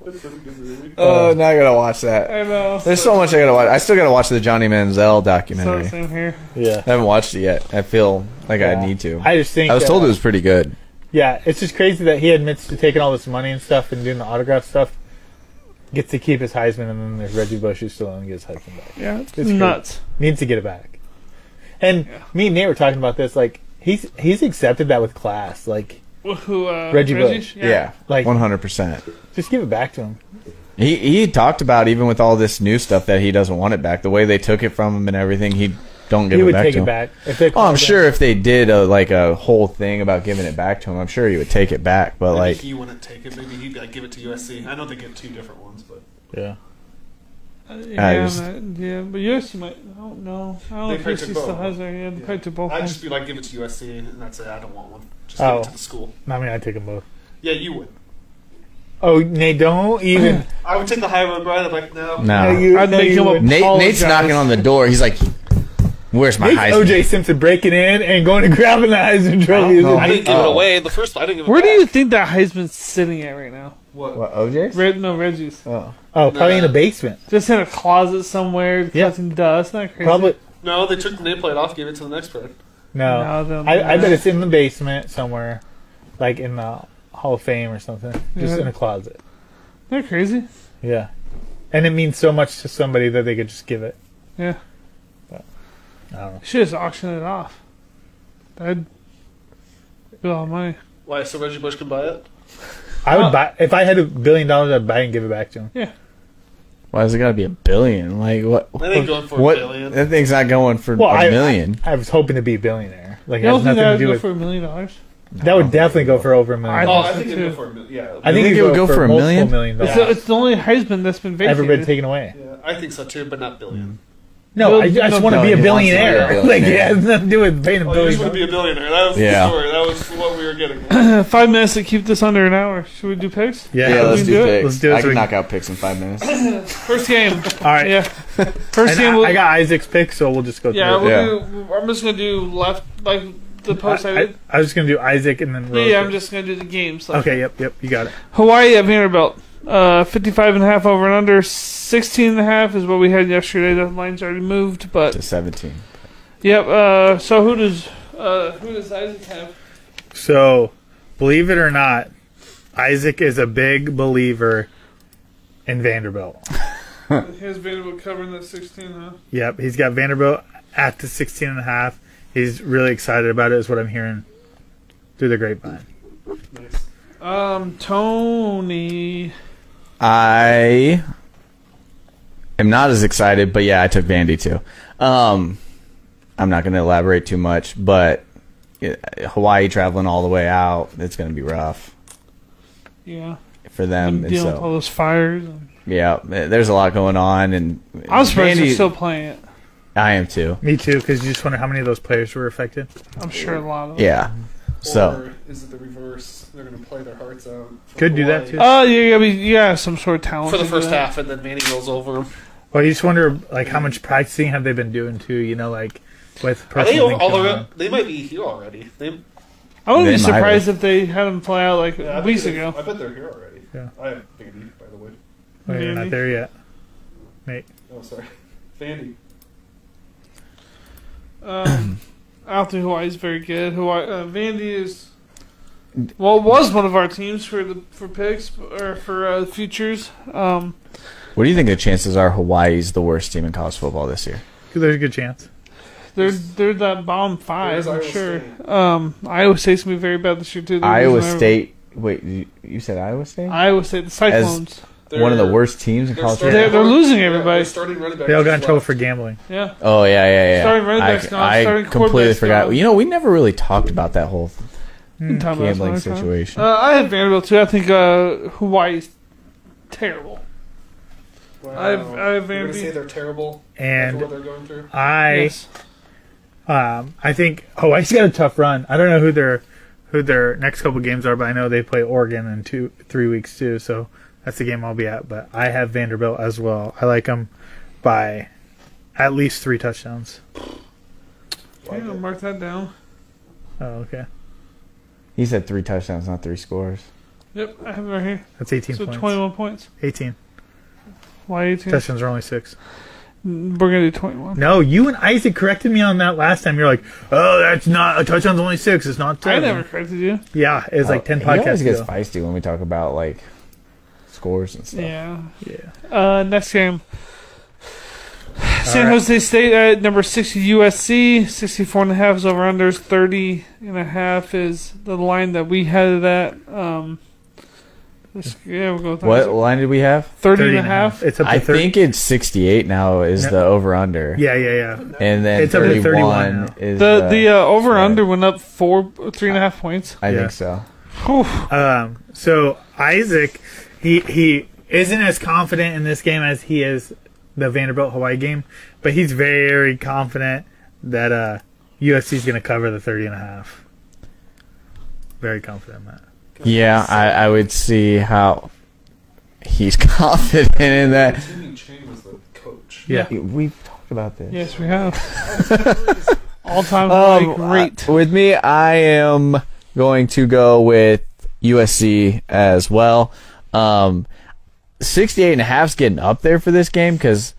[SPEAKER 3] That's a good movie.
[SPEAKER 1] Oh, now I gotta watch that.
[SPEAKER 2] I know.
[SPEAKER 1] There's so much I gotta watch. I still gotta watch the Johnny Manziel
[SPEAKER 2] So
[SPEAKER 1] documentary.
[SPEAKER 2] same here.
[SPEAKER 6] Yeah.
[SPEAKER 1] I haven't watched it yet. I feel like
[SPEAKER 6] Yeah.
[SPEAKER 1] I need to. I,
[SPEAKER 6] I just think
[SPEAKER 1] was told
[SPEAKER 6] uh,
[SPEAKER 1] it was pretty good.
[SPEAKER 6] Yeah, it's just crazy that he admits to taking all this money and stuff and doing the autograph stuff. Gets to keep his Heisman, and then there's Reggie Bush who still doesn't get his Heisman back.
[SPEAKER 2] Yeah, it's,
[SPEAKER 6] It's
[SPEAKER 2] nuts.
[SPEAKER 6] Needs to get it back. And me and Nate were talking about this. Like he's he's accepted that with class. Like
[SPEAKER 2] Who uh,
[SPEAKER 6] Reggie Bush.
[SPEAKER 1] Yeah,
[SPEAKER 6] Like-
[SPEAKER 1] one hundred percent.
[SPEAKER 6] just give it back to him.
[SPEAKER 1] He he talked about even with all this new stuff that he doesn't want it back. The way they took it from him and everything, he don't give
[SPEAKER 6] he
[SPEAKER 1] it
[SPEAKER 6] would
[SPEAKER 1] back
[SPEAKER 6] take
[SPEAKER 1] to
[SPEAKER 6] it
[SPEAKER 1] him.
[SPEAKER 6] back if they.
[SPEAKER 1] Oh, I'm sure if they did a, like a whole thing about giving it back to him, I'm sure he would take it back. But
[SPEAKER 3] Maybe
[SPEAKER 1] like,
[SPEAKER 3] he wouldn't take it. Maybe he'd like give it to USC. I know they get two different ones, but
[SPEAKER 6] Yeah.
[SPEAKER 2] Uh, yeah,
[SPEAKER 1] just-
[SPEAKER 2] man, yeah, but yes, you might. I don't know. I don't know
[SPEAKER 3] They
[SPEAKER 2] if
[SPEAKER 3] probably
[SPEAKER 2] USC
[SPEAKER 3] took
[SPEAKER 2] still
[SPEAKER 3] both.
[SPEAKER 2] has their yeah, yeah. to both.
[SPEAKER 3] I'd just be like, give it to USC, and that's it. I don't want one. Just
[SPEAKER 6] Oh.
[SPEAKER 3] give it to the school.
[SPEAKER 6] I mean, I take them both.
[SPEAKER 3] Yeah, you would.
[SPEAKER 6] Oh, Nate, don't even.
[SPEAKER 3] I would take the high road, Brian. I'm like, no.
[SPEAKER 1] no,
[SPEAKER 6] No, you-
[SPEAKER 2] I'd
[SPEAKER 6] no,
[SPEAKER 2] make
[SPEAKER 6] you
[SPEAKER 2] him a
[SPEAKER 6] would.
[SPEAKER 1] Nate
[SPEAKER 2] apologize.
[SPEAKER 1] Nate's knocking on the door. He's like, "Where's my
[SPEAKER 6] It's
[SPEAKER 1] Heisman?"
[SPEAKER 6] OJ Simpson breaking in and going and grabbing the Heisman trophy.
[SPEAKER 1] know.
[SPEAKER 3] I didn't give it
[SPEAKER 1] Oh.
[SPEAKER 3] away the first. I didn't give it.
[SPEAKER 2] Where do
[SPEAKER 3] back.
[SPEAKER 2] you think that Heisman's sitting at right now?
[SPEAKER 3] What?
[SPEAKER 1] What OJ?
[SPEAKER 2] Red, no, Reggie's.
[SPEAKER 6] Oh, probably in the basement.
[SPEAKER 2] Just in a closet somewhere, collecting dust. Not crazy.
[SPEAKER 6] Probably.
[SPEAKER 3] No, they took the nameplate off, gave it to the next person.
[SPEAKER 4] No,
[SPEAKER 2] No, they'll-
[SPEAKER 4] I, I bet it's in the basement somewhere, like in the Hall of Fame or something, just
[SPEAKER 2] Yeah.
[SPEAKER 4] in a closet.
[SPEAKER 2] They're crazy.
[SPEAKER 4] Yeah, and it means so much to somebody that they could just give it.
[SPEAKER 2] Yeah.
[SPEAKER 4] I don't know.
[SPEAKER 2] Should just auction it off. That'd be a lot of money.
[SPEAKER 3] Why? So Reggie Bush could buy it?
[SPEAKER 4] I
[SPEAKER 2] Well-
[SPEAKER 4] would buy if I had a billion dollars. I'd buy it and give it back to him.
[SPEAKER 1] Why does it got to be a billion? Like what?
[SPEAKER 3] I think going for a
[SPEAKER 1] what?
[SPEAKER 3] billion.
[SPEAKER 1] That thing's not going for
[SPEAKER 4] Well,
[SPEAKER 1] a
[SPEAKER 4] I-
[SPEAKER 1] million.
[SPEAKER 4] I was hoping to be a billionaire. Like
[SPEAKER 2] You
[SPEAKER 4] it
[SPEAKER 2] don't think
[SPEAKER 4] has nothing
[SPEAKER 2] that
[SPEAKER 4] to
[SPEAKER 2] would
[SPEAKER 4] do
[SPEAKER 2] go
[SPEAKER 4] with.
[SPEAKER 2] for a million dollars?
[SPEAKER 4] that would definitely go for over a million.
[SPEAKER 3] Oh,
[SPEAKER 4] dollars.
[SPEAKER 3] I
[SPEAKER 2] That's
[SPEAKER 3] think it'd
[SPEAKER 2] true.
[SPEAKER 3] go for a million. Yeah,
[SPEAKER 4] I think
[SPEAKER 1] think
[SPEAKER 4] it
[SPEAKER 1] it would go for a
[SPEAKER 4] multiple
[SPEAKER 1] million?
[SPEAKER 2] It's,
[SPEAKER 4] dollars.
[SPEAKER 2] the, it's the only Heisman that's been vacated.
[SPEAKER 4] Ever been taken away?
[SPEAKER 3] yeah, I think so too, but not billion.
[SPEAKER 4] No,
[SPEAKER 2] Well,
[SPEAKER 4] I, I just
[SPEAKER 2] no,
[SPEAKER 4] want to
[SPEAKER 1] no,
[SPEAKER 4] be a
[SPEAKER 1] he wants to be a
[SPEAKER 4] billionaire. like it
[SPEAKER 1] billionaire.
[SPEAKER 4] has nothing to do with paying a
[SPEAKER 3] Oh, you
[SPEAKER 4] billion.
[SPEAKER 3] just want to
[SPEAKER 4] dollars.
[SPEAKER 3] be a billionaire. That was
[SPEAKER 1] Yeah.
[SPEAKER 3] the story. That was what we were getting. At.
[SPEAKER 2] Five minutes to keep this under an hour. Should we do picks?
[SPEAKER 4] Yeah,
[SPEAKER 1] Yeah, let's
[SPEAKER 2] can
[SPEAKER 1] do,
[SPEAKER 2] do it.
[SPEAKER 1] picks.
[SPEAKER 4] Let's do it
[SPEAKER 1] I
[SPEAKER 4] so
[SPEAKER 1] can
[SPEAKER 4] we can-
[SPEAKER 1] knock out picks in five minutes.
[SPEAKER 2] First game.
[SPEAKER 4] All right.
[SPEAKER 2] Yeah. First
[SPEAKER 4] And
[SPEAKER 2] game.
[SPEAKER 4] I,
[SPEAKER 2] we'll,
[SPEAKER 4] I got Isaac's pick, so we'll just go
[SPEAKER 2] yeah,
[SPEAKER 4] through.
[SPEAKER 2] we'll
[SPEAKER 4] it.
[SPEAKER 1] Yeah.
[SPEAKER 2] do. I'm just gonna do left like the post I,
[SPEAKER 4] I, I,
[SPEAKER 2] did.
[SPEAKER 4] I was just gonna do Isaac and then. Rose.
[SPEAKER 2] yeah, I'm just gonna do the games. like-
[SPEAKER 4] Okay. Yep. Yep. You got it.
[SPEAKER 2] Hawaii at Vanderbilt. Uh, 55 and a half over and under. 16 and a half is what we had yesterday. The line's already moved, but
[SPEAKER 1] To seventeen.
[SPEAKER 2] yep. Uh, so who does uh, who does Isaac have?
[SPEAKER 4] So, believe it or not, Isaac is a big believer in Vanderbilt.
[SPEAKER 2] He has Vanderbilt covering that 16, huh?
[SPEAKER 4] Yep, he's got Vanderbilt at the 16 and a half. He's really excited about it, is what I'm hearing through the grapevine.
[SPEAKER 2] Um, Tony.
[SPEAKER 1] I am not as excited, but yeah, I took Vandy too. Um, I'm not going to elaborate too much, but yeah, Hawaii traveling all the way out, it's going to be rough
[SPEAKER 2] Yeah,
[SPEAKER 1] for them.
[SPEAKER 2] been
[SPEAKER 1] And
[SPEAKER 2] dealing with all
[SPEAKER 1] so,
[SPEAKER 2] those fires.
[SPEAKER 1] yeah, there's a lot going on, and
[SPEAKER 2] I was surprised
[SPEAKER 1] Vandy-
[SPEAKER 2] they're still playing it.
[SPEAKER 1] I am too.
[SPEAKER 4] Me too, because you just wonder how many of those players were affected.
[SPEAKER 2] I'm sure a lot of them.
[SPEAKER 1] Yeah. So
[SPEAKER 3] or is it the reverse? They're going to play their hearts out. for
[SPEAKER 4] Could do that,
[SPEAKER 3] Hawaii.
[SPEAKER 4] too.
[SPEAKER 2] Oh, you gotta be you gotta have some sort of talent
[SPEAKER 3] for the
[SPEAKER 2] to do
[SPEAKER 3] first
[SPEAKER 2] that.
[SPEAKER 3] half, and then Manny rolls over them.
[SPEAKER 4] Well, you just wonder like how much practicing have they been doing too? You know, like with
[SPEAKER 3] Are they
[SPEAKER 4] personal
[SPEAKER 3] over, all the
[SPEAKER 4] income.
[SPEAKER 3] way? They might be here already. They,
[SPEAKER 2] I wouldn't be
[SPEAKER 1] They might have.
[SPEAKER 2] surprised if they had them play out like
[SPEAKER 3] I bet
[SPEAKER 2] weeks
[SPEAKER 3] they-
[SPEAKER 2] ago.
[SPEAKER 3] I bet they're here already.
[SPEAKER 4] Yeah.
[SPEAKER 3] I have Vandy, by the way.
[SPEAKER 4] Wait,
[SPEAKER 3] Mm-hmm.
[SPEAKER 4] you're
[SPEAKER 2] Maybe.
[SPEAKER 4] not there yet.
[SPEAKER 3] Oh, sorry. Vandy.
[SPEAKER 2] Um, I don't think Hawaii's very good. Hawaii, uh, Vandy is well was one of our teams for the for picks or for uh, futures. Um,
[SPEAKER 1] what do you think the chances are Hawaii's the worst team in college football this year?
[SPEAKER 4] There's a good chance.
[SPEAKER 2] they're they're that bomb
[SPEAKER 3] Where
[SPEAKER 2] five.
[SPEAKER 3] is
[SPEAKER 2] I'm
[SPEAKER 3] Iowa
[SPEAKER 2] sure. Um, Iowa State's gonna be very bad this year too. They're
[SPEAKER 1] Iowa
[SPEAKER 2] losing every-
[SPEAKER 1] State. Wait, you- you said Iowa State?
[SPEAKER 2] Iowa State, the Cyclones.
[SPEAKER 1] One of the
[SPEAKER 3] They're-
[SPEAKER 1] worst teams in college
[SPEAKER 3] starting-
[SPEAKER 1] football?
[SPEAKER 2] They're- they're losing
[SPEAKER 3] yeah,
[SPEAKER 2] everybody.
[SPEAKER 3] they're starting running back.
[SPEAKER 4] They all got in
[SPEAKER 3] as
[SPEAKER 4] trouble
[SPEAKER 3] well.
[SPEAKER 4] for gambling.
[SPEAKER 2] yeah,
[SPEAKER 1] Oh yeah, yeah, yeah.
[SPEAKER 2] Starting running backs
[SPEAKER 1] I,
[SPEAKER 2] gone,
[SPEAKER 1] I
[SPEAKER 2] starting
[SPEAKER 1] completely
[SPEAKER 2] quarterbacks
[SPEAKER 1] forgot.
[SPEAKER 2] gone.
[SPEAKER 1] You know, we never really talked about that whole
[SPEAKER 2] Didn't talk about this
[SPEAKER 1] Hmm. gambling
[SPEAKER 2] last time.
[SPEAKER 1] situation.
[SPEAKER 2] Uh, I have Vanderbilt too. I think uh, Hawaii's terrible.
[SPEAKER 3] Wow.
[SPEAKER 2] I've- I've
[SPEAKER 3] You're gonna
[SPEAKER 2] Vandy.
[SPEAKER 3] say they're terrible after what
[SPEAKER 4] And
[SPEAKER 3] they're going through.
[SPEAKER 4] I,
[SPEAKER 2] Yes.
[SPEAKER 4] um, I think Hawaii's got a tough run. I don't know who their who their next couple games are, but I know they play Oregon in two three weeks too. So that's the game I'll be at. But I have Vanderbilt as well. I like them by at least three touchdowns.
[SPEAKER 2] Okay, I'll mark that down.
[SPEAKER 4] Oh, okay,
[SPEAKER 1] He said three touchdowns, not three scores.
[SPEAKER 2] Yep, I have it right here.
[SPEAKER 4] that's eighteen
[SPEAKER 2] so
[SPEAKER 4] points.
[SPEAKER 2] 21 points.
[SPEAKER 4] Eighteen
[SPEAKER 2] Why 18?
[SPEAKER 4] touchdowns are only six.
[SPEAKER 2] We're gonna do 21.
[SPEAKER 4] No, you and Isaac corrected me on that last time. You're like, oh, that's not a touchdown's only six. It's not
[SPEAKER 2] I
[SPEAKER 4] ten.
[SPEAKER 2] never corrected you.
[SPEAKER 4] Yeah, it's like ten
[SPEAKER 1] Uh, Oh, He always
[SPEAKER 4] podcasts
[SPEAKER 1] gets
[SPEAKER 4] ago.
[SPEAKER 1] feisty when we talk about like scores and stuff.
[SPEAKER 2] Yeah.
[SPEAKER 4] Yeah.
[SPEAKER 2] Uh, next game. San
[SPEAKER 4] right.
[SPEAKER 2] Jose State at number 60 USC. 64 and a half is over unders. 30 and a half is the line that we had that. Um, this, yeah, we'll go with that.
[SPEAKER 1] What line did we have?
[SPEAKER 2] 30,
[SPEAKER 4] 30
[SPEAKER 2] and a half.
[SPEAKER 4] It's up to
[SPEAKER 1] I
[SPEAKER 4] 30.
[SPEAKER 1] think it's 68 now is
[SPEAKER 4] No.
[SPEAKER 1] the over under.
[SPEAKER 4] Yeah, yeah, yeah.
[SPEAKER 1] And then
[SPEAKER 4] It's up to
[SPEAKER 1] 31,
[SPEAKER 4] 31 now.
[SPEAKER 1] is
[SPEAKER 2] The, the uh, over
[SPEAKER 1] yeah.
[SPEAKER 2] under went up four, three and a half points.
[SPEAKER 1] I
[SPEAKER 4] yeah.
[SPEAKER 1] think so.
[SPEAKER 2] Whew.
[SPEAKER 4] Um, so Isaac, he he isn't as confident in this game as he is the Vanderbilt Hawaii game, but he's very confident that uh, USC is going to cover the 30 and a half. Very confident in that.
[SPEAKER 1] Yeah, I, I would see how he's confident in that.
[SPEAKER 3] Timmy Chang was the coach.
[SPEAKER 4] Yeah.
[SPEAKER 1] We've talked about this.
[SPEAKER 2] Yes, we have. All time
[SPEAKER 1] Um,
[SPEAKER 2] great.
[SPEAKER 1] uh, with me, I am going to go with USC as well. Um, 68 and a half's getting up there for this game because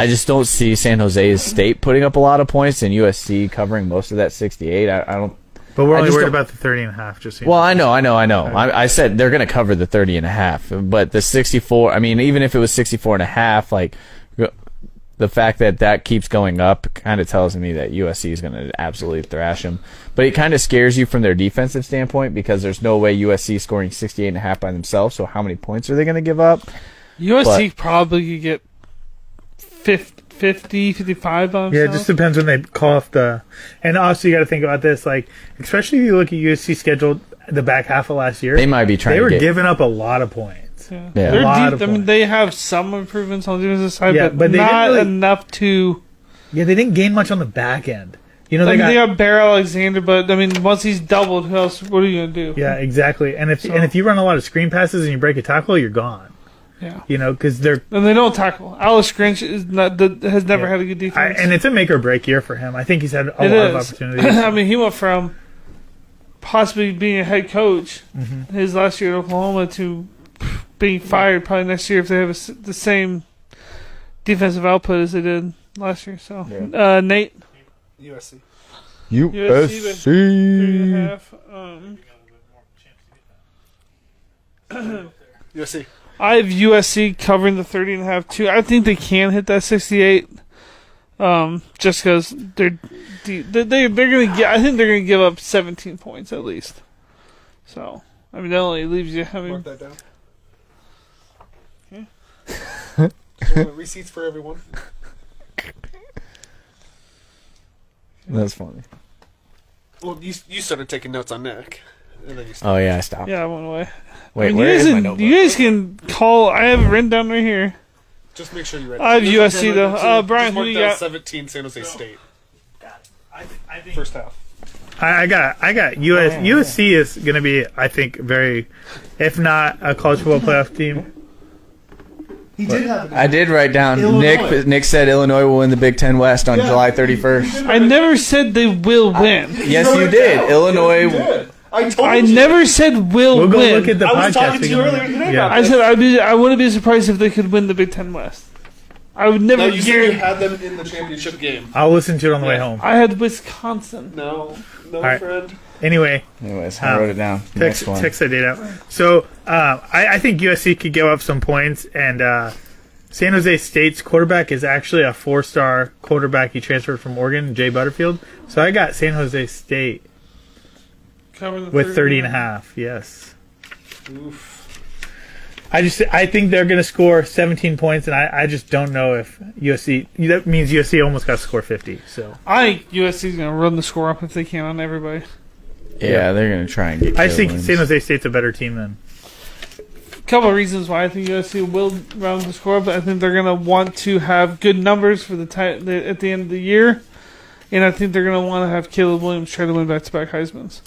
[SPEAKER 1] I just don't see San Jose's state putting up a lot of points and USC covering most of that 68. I, I don't.
[SPEAKER 4] But we're
[SPEAKER 1] I
[SPEAKER 4] only
[SPEAKER 1] just
[SPEAKER 4] worried
[SPEAKER 1] don't-
[SPEAKER 4] about the 30 and a half, just so you
[SPEAKER 1] Well,
[SPEAKER 4] know.
[SPEAKER 1] I know, I know, I know. I, I said they're going to cover the 30 and a half, but the 64, I mean, even if it was 64 and a half, like the fact that that keeps going up kind of tells me that USC is going to absolutely thrash them. But it kind of scares you from their defensive standpoint because there's no way USC is scoring 68 and a half by themselves. So how many points are they going to give up?
[SPEAKER 2] USC probably could get 50, 50 55 by
[SPEAKER 4] Yeah,
[SPEAKER 2] themselves.
[SPEAKER 4] it just depends when they call off the. And also, you got to think about this, like especially if you look at USC scheduled the back half of last year.
[SPEAKER 1] They might be trying
[SPEAKER 4] They were
[SPEAKER 1] to get
[SPEAKER 4] giving up a lot of points.
[SPEAKER 2] Yeah.
[SPEAKER 1] Yeah.
[SPEAKER 2] They're
[SPEAKER 4] A lot
[SPEAKER 2] deep.
[SPEAKER 4] of
[SPEAKER 2] I mean,
[SPEAKER 4] points.
[SPEAKER 2] they have some improvements on the defensive side,
[SPEAKER 4] Yeah,
[SPEAKER 2] but,
[SPEAKER 4] but they didn't
[SPEAKER 2] not
[SPEAKER 4] really-
[SPEAKER 2] enough to.
[SPEAKER 4] Yeah, they didn't gain much on the back end. You know,
[SPEAKER 2] I
[SPEAKER 4] they
[SPEAKER 2] mean,
[SPEAKER 4] got,
[SPEAKER 2] they got Bear Alexander, but I mean, once he's doubled, who else? What are you gonna do?
[SPEAKER 4] yeah, exactly. And if and if you run a lot of screen passes and you break a tackle, you're gone.
[SPEAKER 2] Yeah.
[SPEAKER 4] You know, because they're
[SPEAKER 2] And they don't tackle. Alice Grinch is not the, has never
[SPEAKER 4] Yeah.
[SPEAKER 2] had a good
[SPEAKER 4] I,
[SPEAKER 2] defense.
[SPEAKER 4] and it's a make or break year for him. I think he's had a
[SPEAKER 2] It
[SPEAKER 4] lot of
[SPEAKER 2] is.
[SPEAKER 4] opportunities.
[SPEAKER 2] I mean, he went from possibly being a head coach
[SPEAKER 4] Mm-hmm.
[SPEAKER 2] his last year at Oklahoma to being fired probably next year if they have a s the same defensive output as they did last year. So, uh, Nate,
[SPEAKER 3] USC.
[SPEAKER 2] three
[SPEAKER 1] Mm-hmm.
[SPEAKER 2] and a half. Um,
[SPEAKER 3] USC.
[SPEAKER 2] I have USC covering the 30 and a half too. I think they can hit that 68. Um, just because they're de- they they- they're gonna get. I think they're gonna give up 17 points at least. So I mean, that only leaves you. I mean,
[SPEAKER 3] Mark that down. So, uh, Receipts for everyone.
[SPEAKER 1] That's funny.
[SPEAKER 3] Well, you, you started taking notes on Nick. And then you
[SPEAKER 1] Oh, yeah, I stopped.
[SPEAKER 2] yeah, I went away.
[SPEAKER 1] Wait,
[SPEAKER 2] I mean,
[SPEAKER 1] where
[SPEAKER 2] you guys
[SPEAKER 1] is my
[SPEAKER 2] can-
[SPEAKER 1] notebook?
[SPEAKER 2] You guys can call. I have it written down right here.
[SPEAKER 3] Just make sure you read it.
[SPEAKER 2] I have
[SPEAKER 3] Just
[SPEAKER 2] USC
[SPEAKER 3] mark
[SPEAKER 2] though.
[SPEAKER 3] that-
[SPEAKER 2] Uh,
[SPEAKER 3] just
[SPEAKER 2] Brian,
[SPEAKER 3] mark
[SPEAKER 2] who you
[SPEAKER 3] down
[SPEAKER 2] got?
[SPEAKER 3] 17 San Jose State.
[SPEAKER 5] I, th- I think
[SPEAKER 3] First half.
[SPEAKER 4] I, I got I got
[SPEAKER 2] Oh,
[SPEAKER 4] US, USC is going to be I think very, if not a college football playoff team.
[SPEAKER 5] he did have.
[SPEAKER 1] I did write down Nick.
[SPEAKER 5] Illinois.
[SPEAKER 1] Nick said Illinois will win the Big Ten West on July 31st.
[SPEAKER 2] I never said they will win.
[SPEAKER 1] Yes, you did. Illinois.
[SPEAKER 3] I told
[SPEAKER 2] I
[SPEAKER 3] you.
[SPEAKER 2] never said will
[SPEAKER 4] We'll go
[SPEAKER 2] win.
[SPEAKER 4] look at the
[SPEAKER 3] I was
[SPEAKER 4] podcast.
[SPEAKER 3] talking to
[SPEAKER 4] we
[SPEAKER 3] you
[SPEAKER 4] can-
[SPEAKER 3] earlier today
[SPEAKER 4] yeah.
[SPEAKER 3] about
[SPEAKER 2] I said I'd be. I wouldn't be surprised if they could win the Big Ten West. I would
[SPEAKER 3] No,
[SPEAKER 2] never
[SPEAKER 3] you said you
[SPEAKER 2] guarantee.
[SPEAKER 3] had them in the championship game.
[SPEAKER 4] I'll listen to it on the way
[SPEAKER 3] Yeah.
[SPEAKER 4] home.
[SPEAKER 2] I had Wisconsin.
[SPEAKER 3] No, no,
[SPEAKER 4] right.
[SPEAKER 3] friend.
[SPEAKER 4] Anyway,
[SPEAKER 1] Anyways, I wrote it down.
[SPEAKER 4] text
[SPEAKER 1] Next one.
[SPEAKER 4] text that data. So uh, I, I think USC could give up some points, and uh, San Jose State's quarterback is actually a four-star quarterback. He transferred from Oregon, Jay Butterfield. So I got San Jose State
[SPEAKER 2] Covering the
[SPEAKER 4] with 30 and a half. Yes. I just I think they're going to score 17 points, and I, I just don't know if USC. That means USC almost got to score 50. So
[SPEAKER 2] I think USC's gonna run the score up if they can on everybody.
[SPEAKER 1] Yeah, they're gonna try and get.
[SPEAKER 4] I
[SPEAKER 1] Caleb
[SPEAKER 4] think
[SPEAKER 1] Williams.
[SPEAKER 4] San Jose State's a better team than.
[SPEAKER 2] couple of reasons why I think USC will round the score, but I think they're going to want to have good numbers for the time the, at the end of the year, and I think they're going to want to have Caleb Williams try to win back-to-back Heisman's.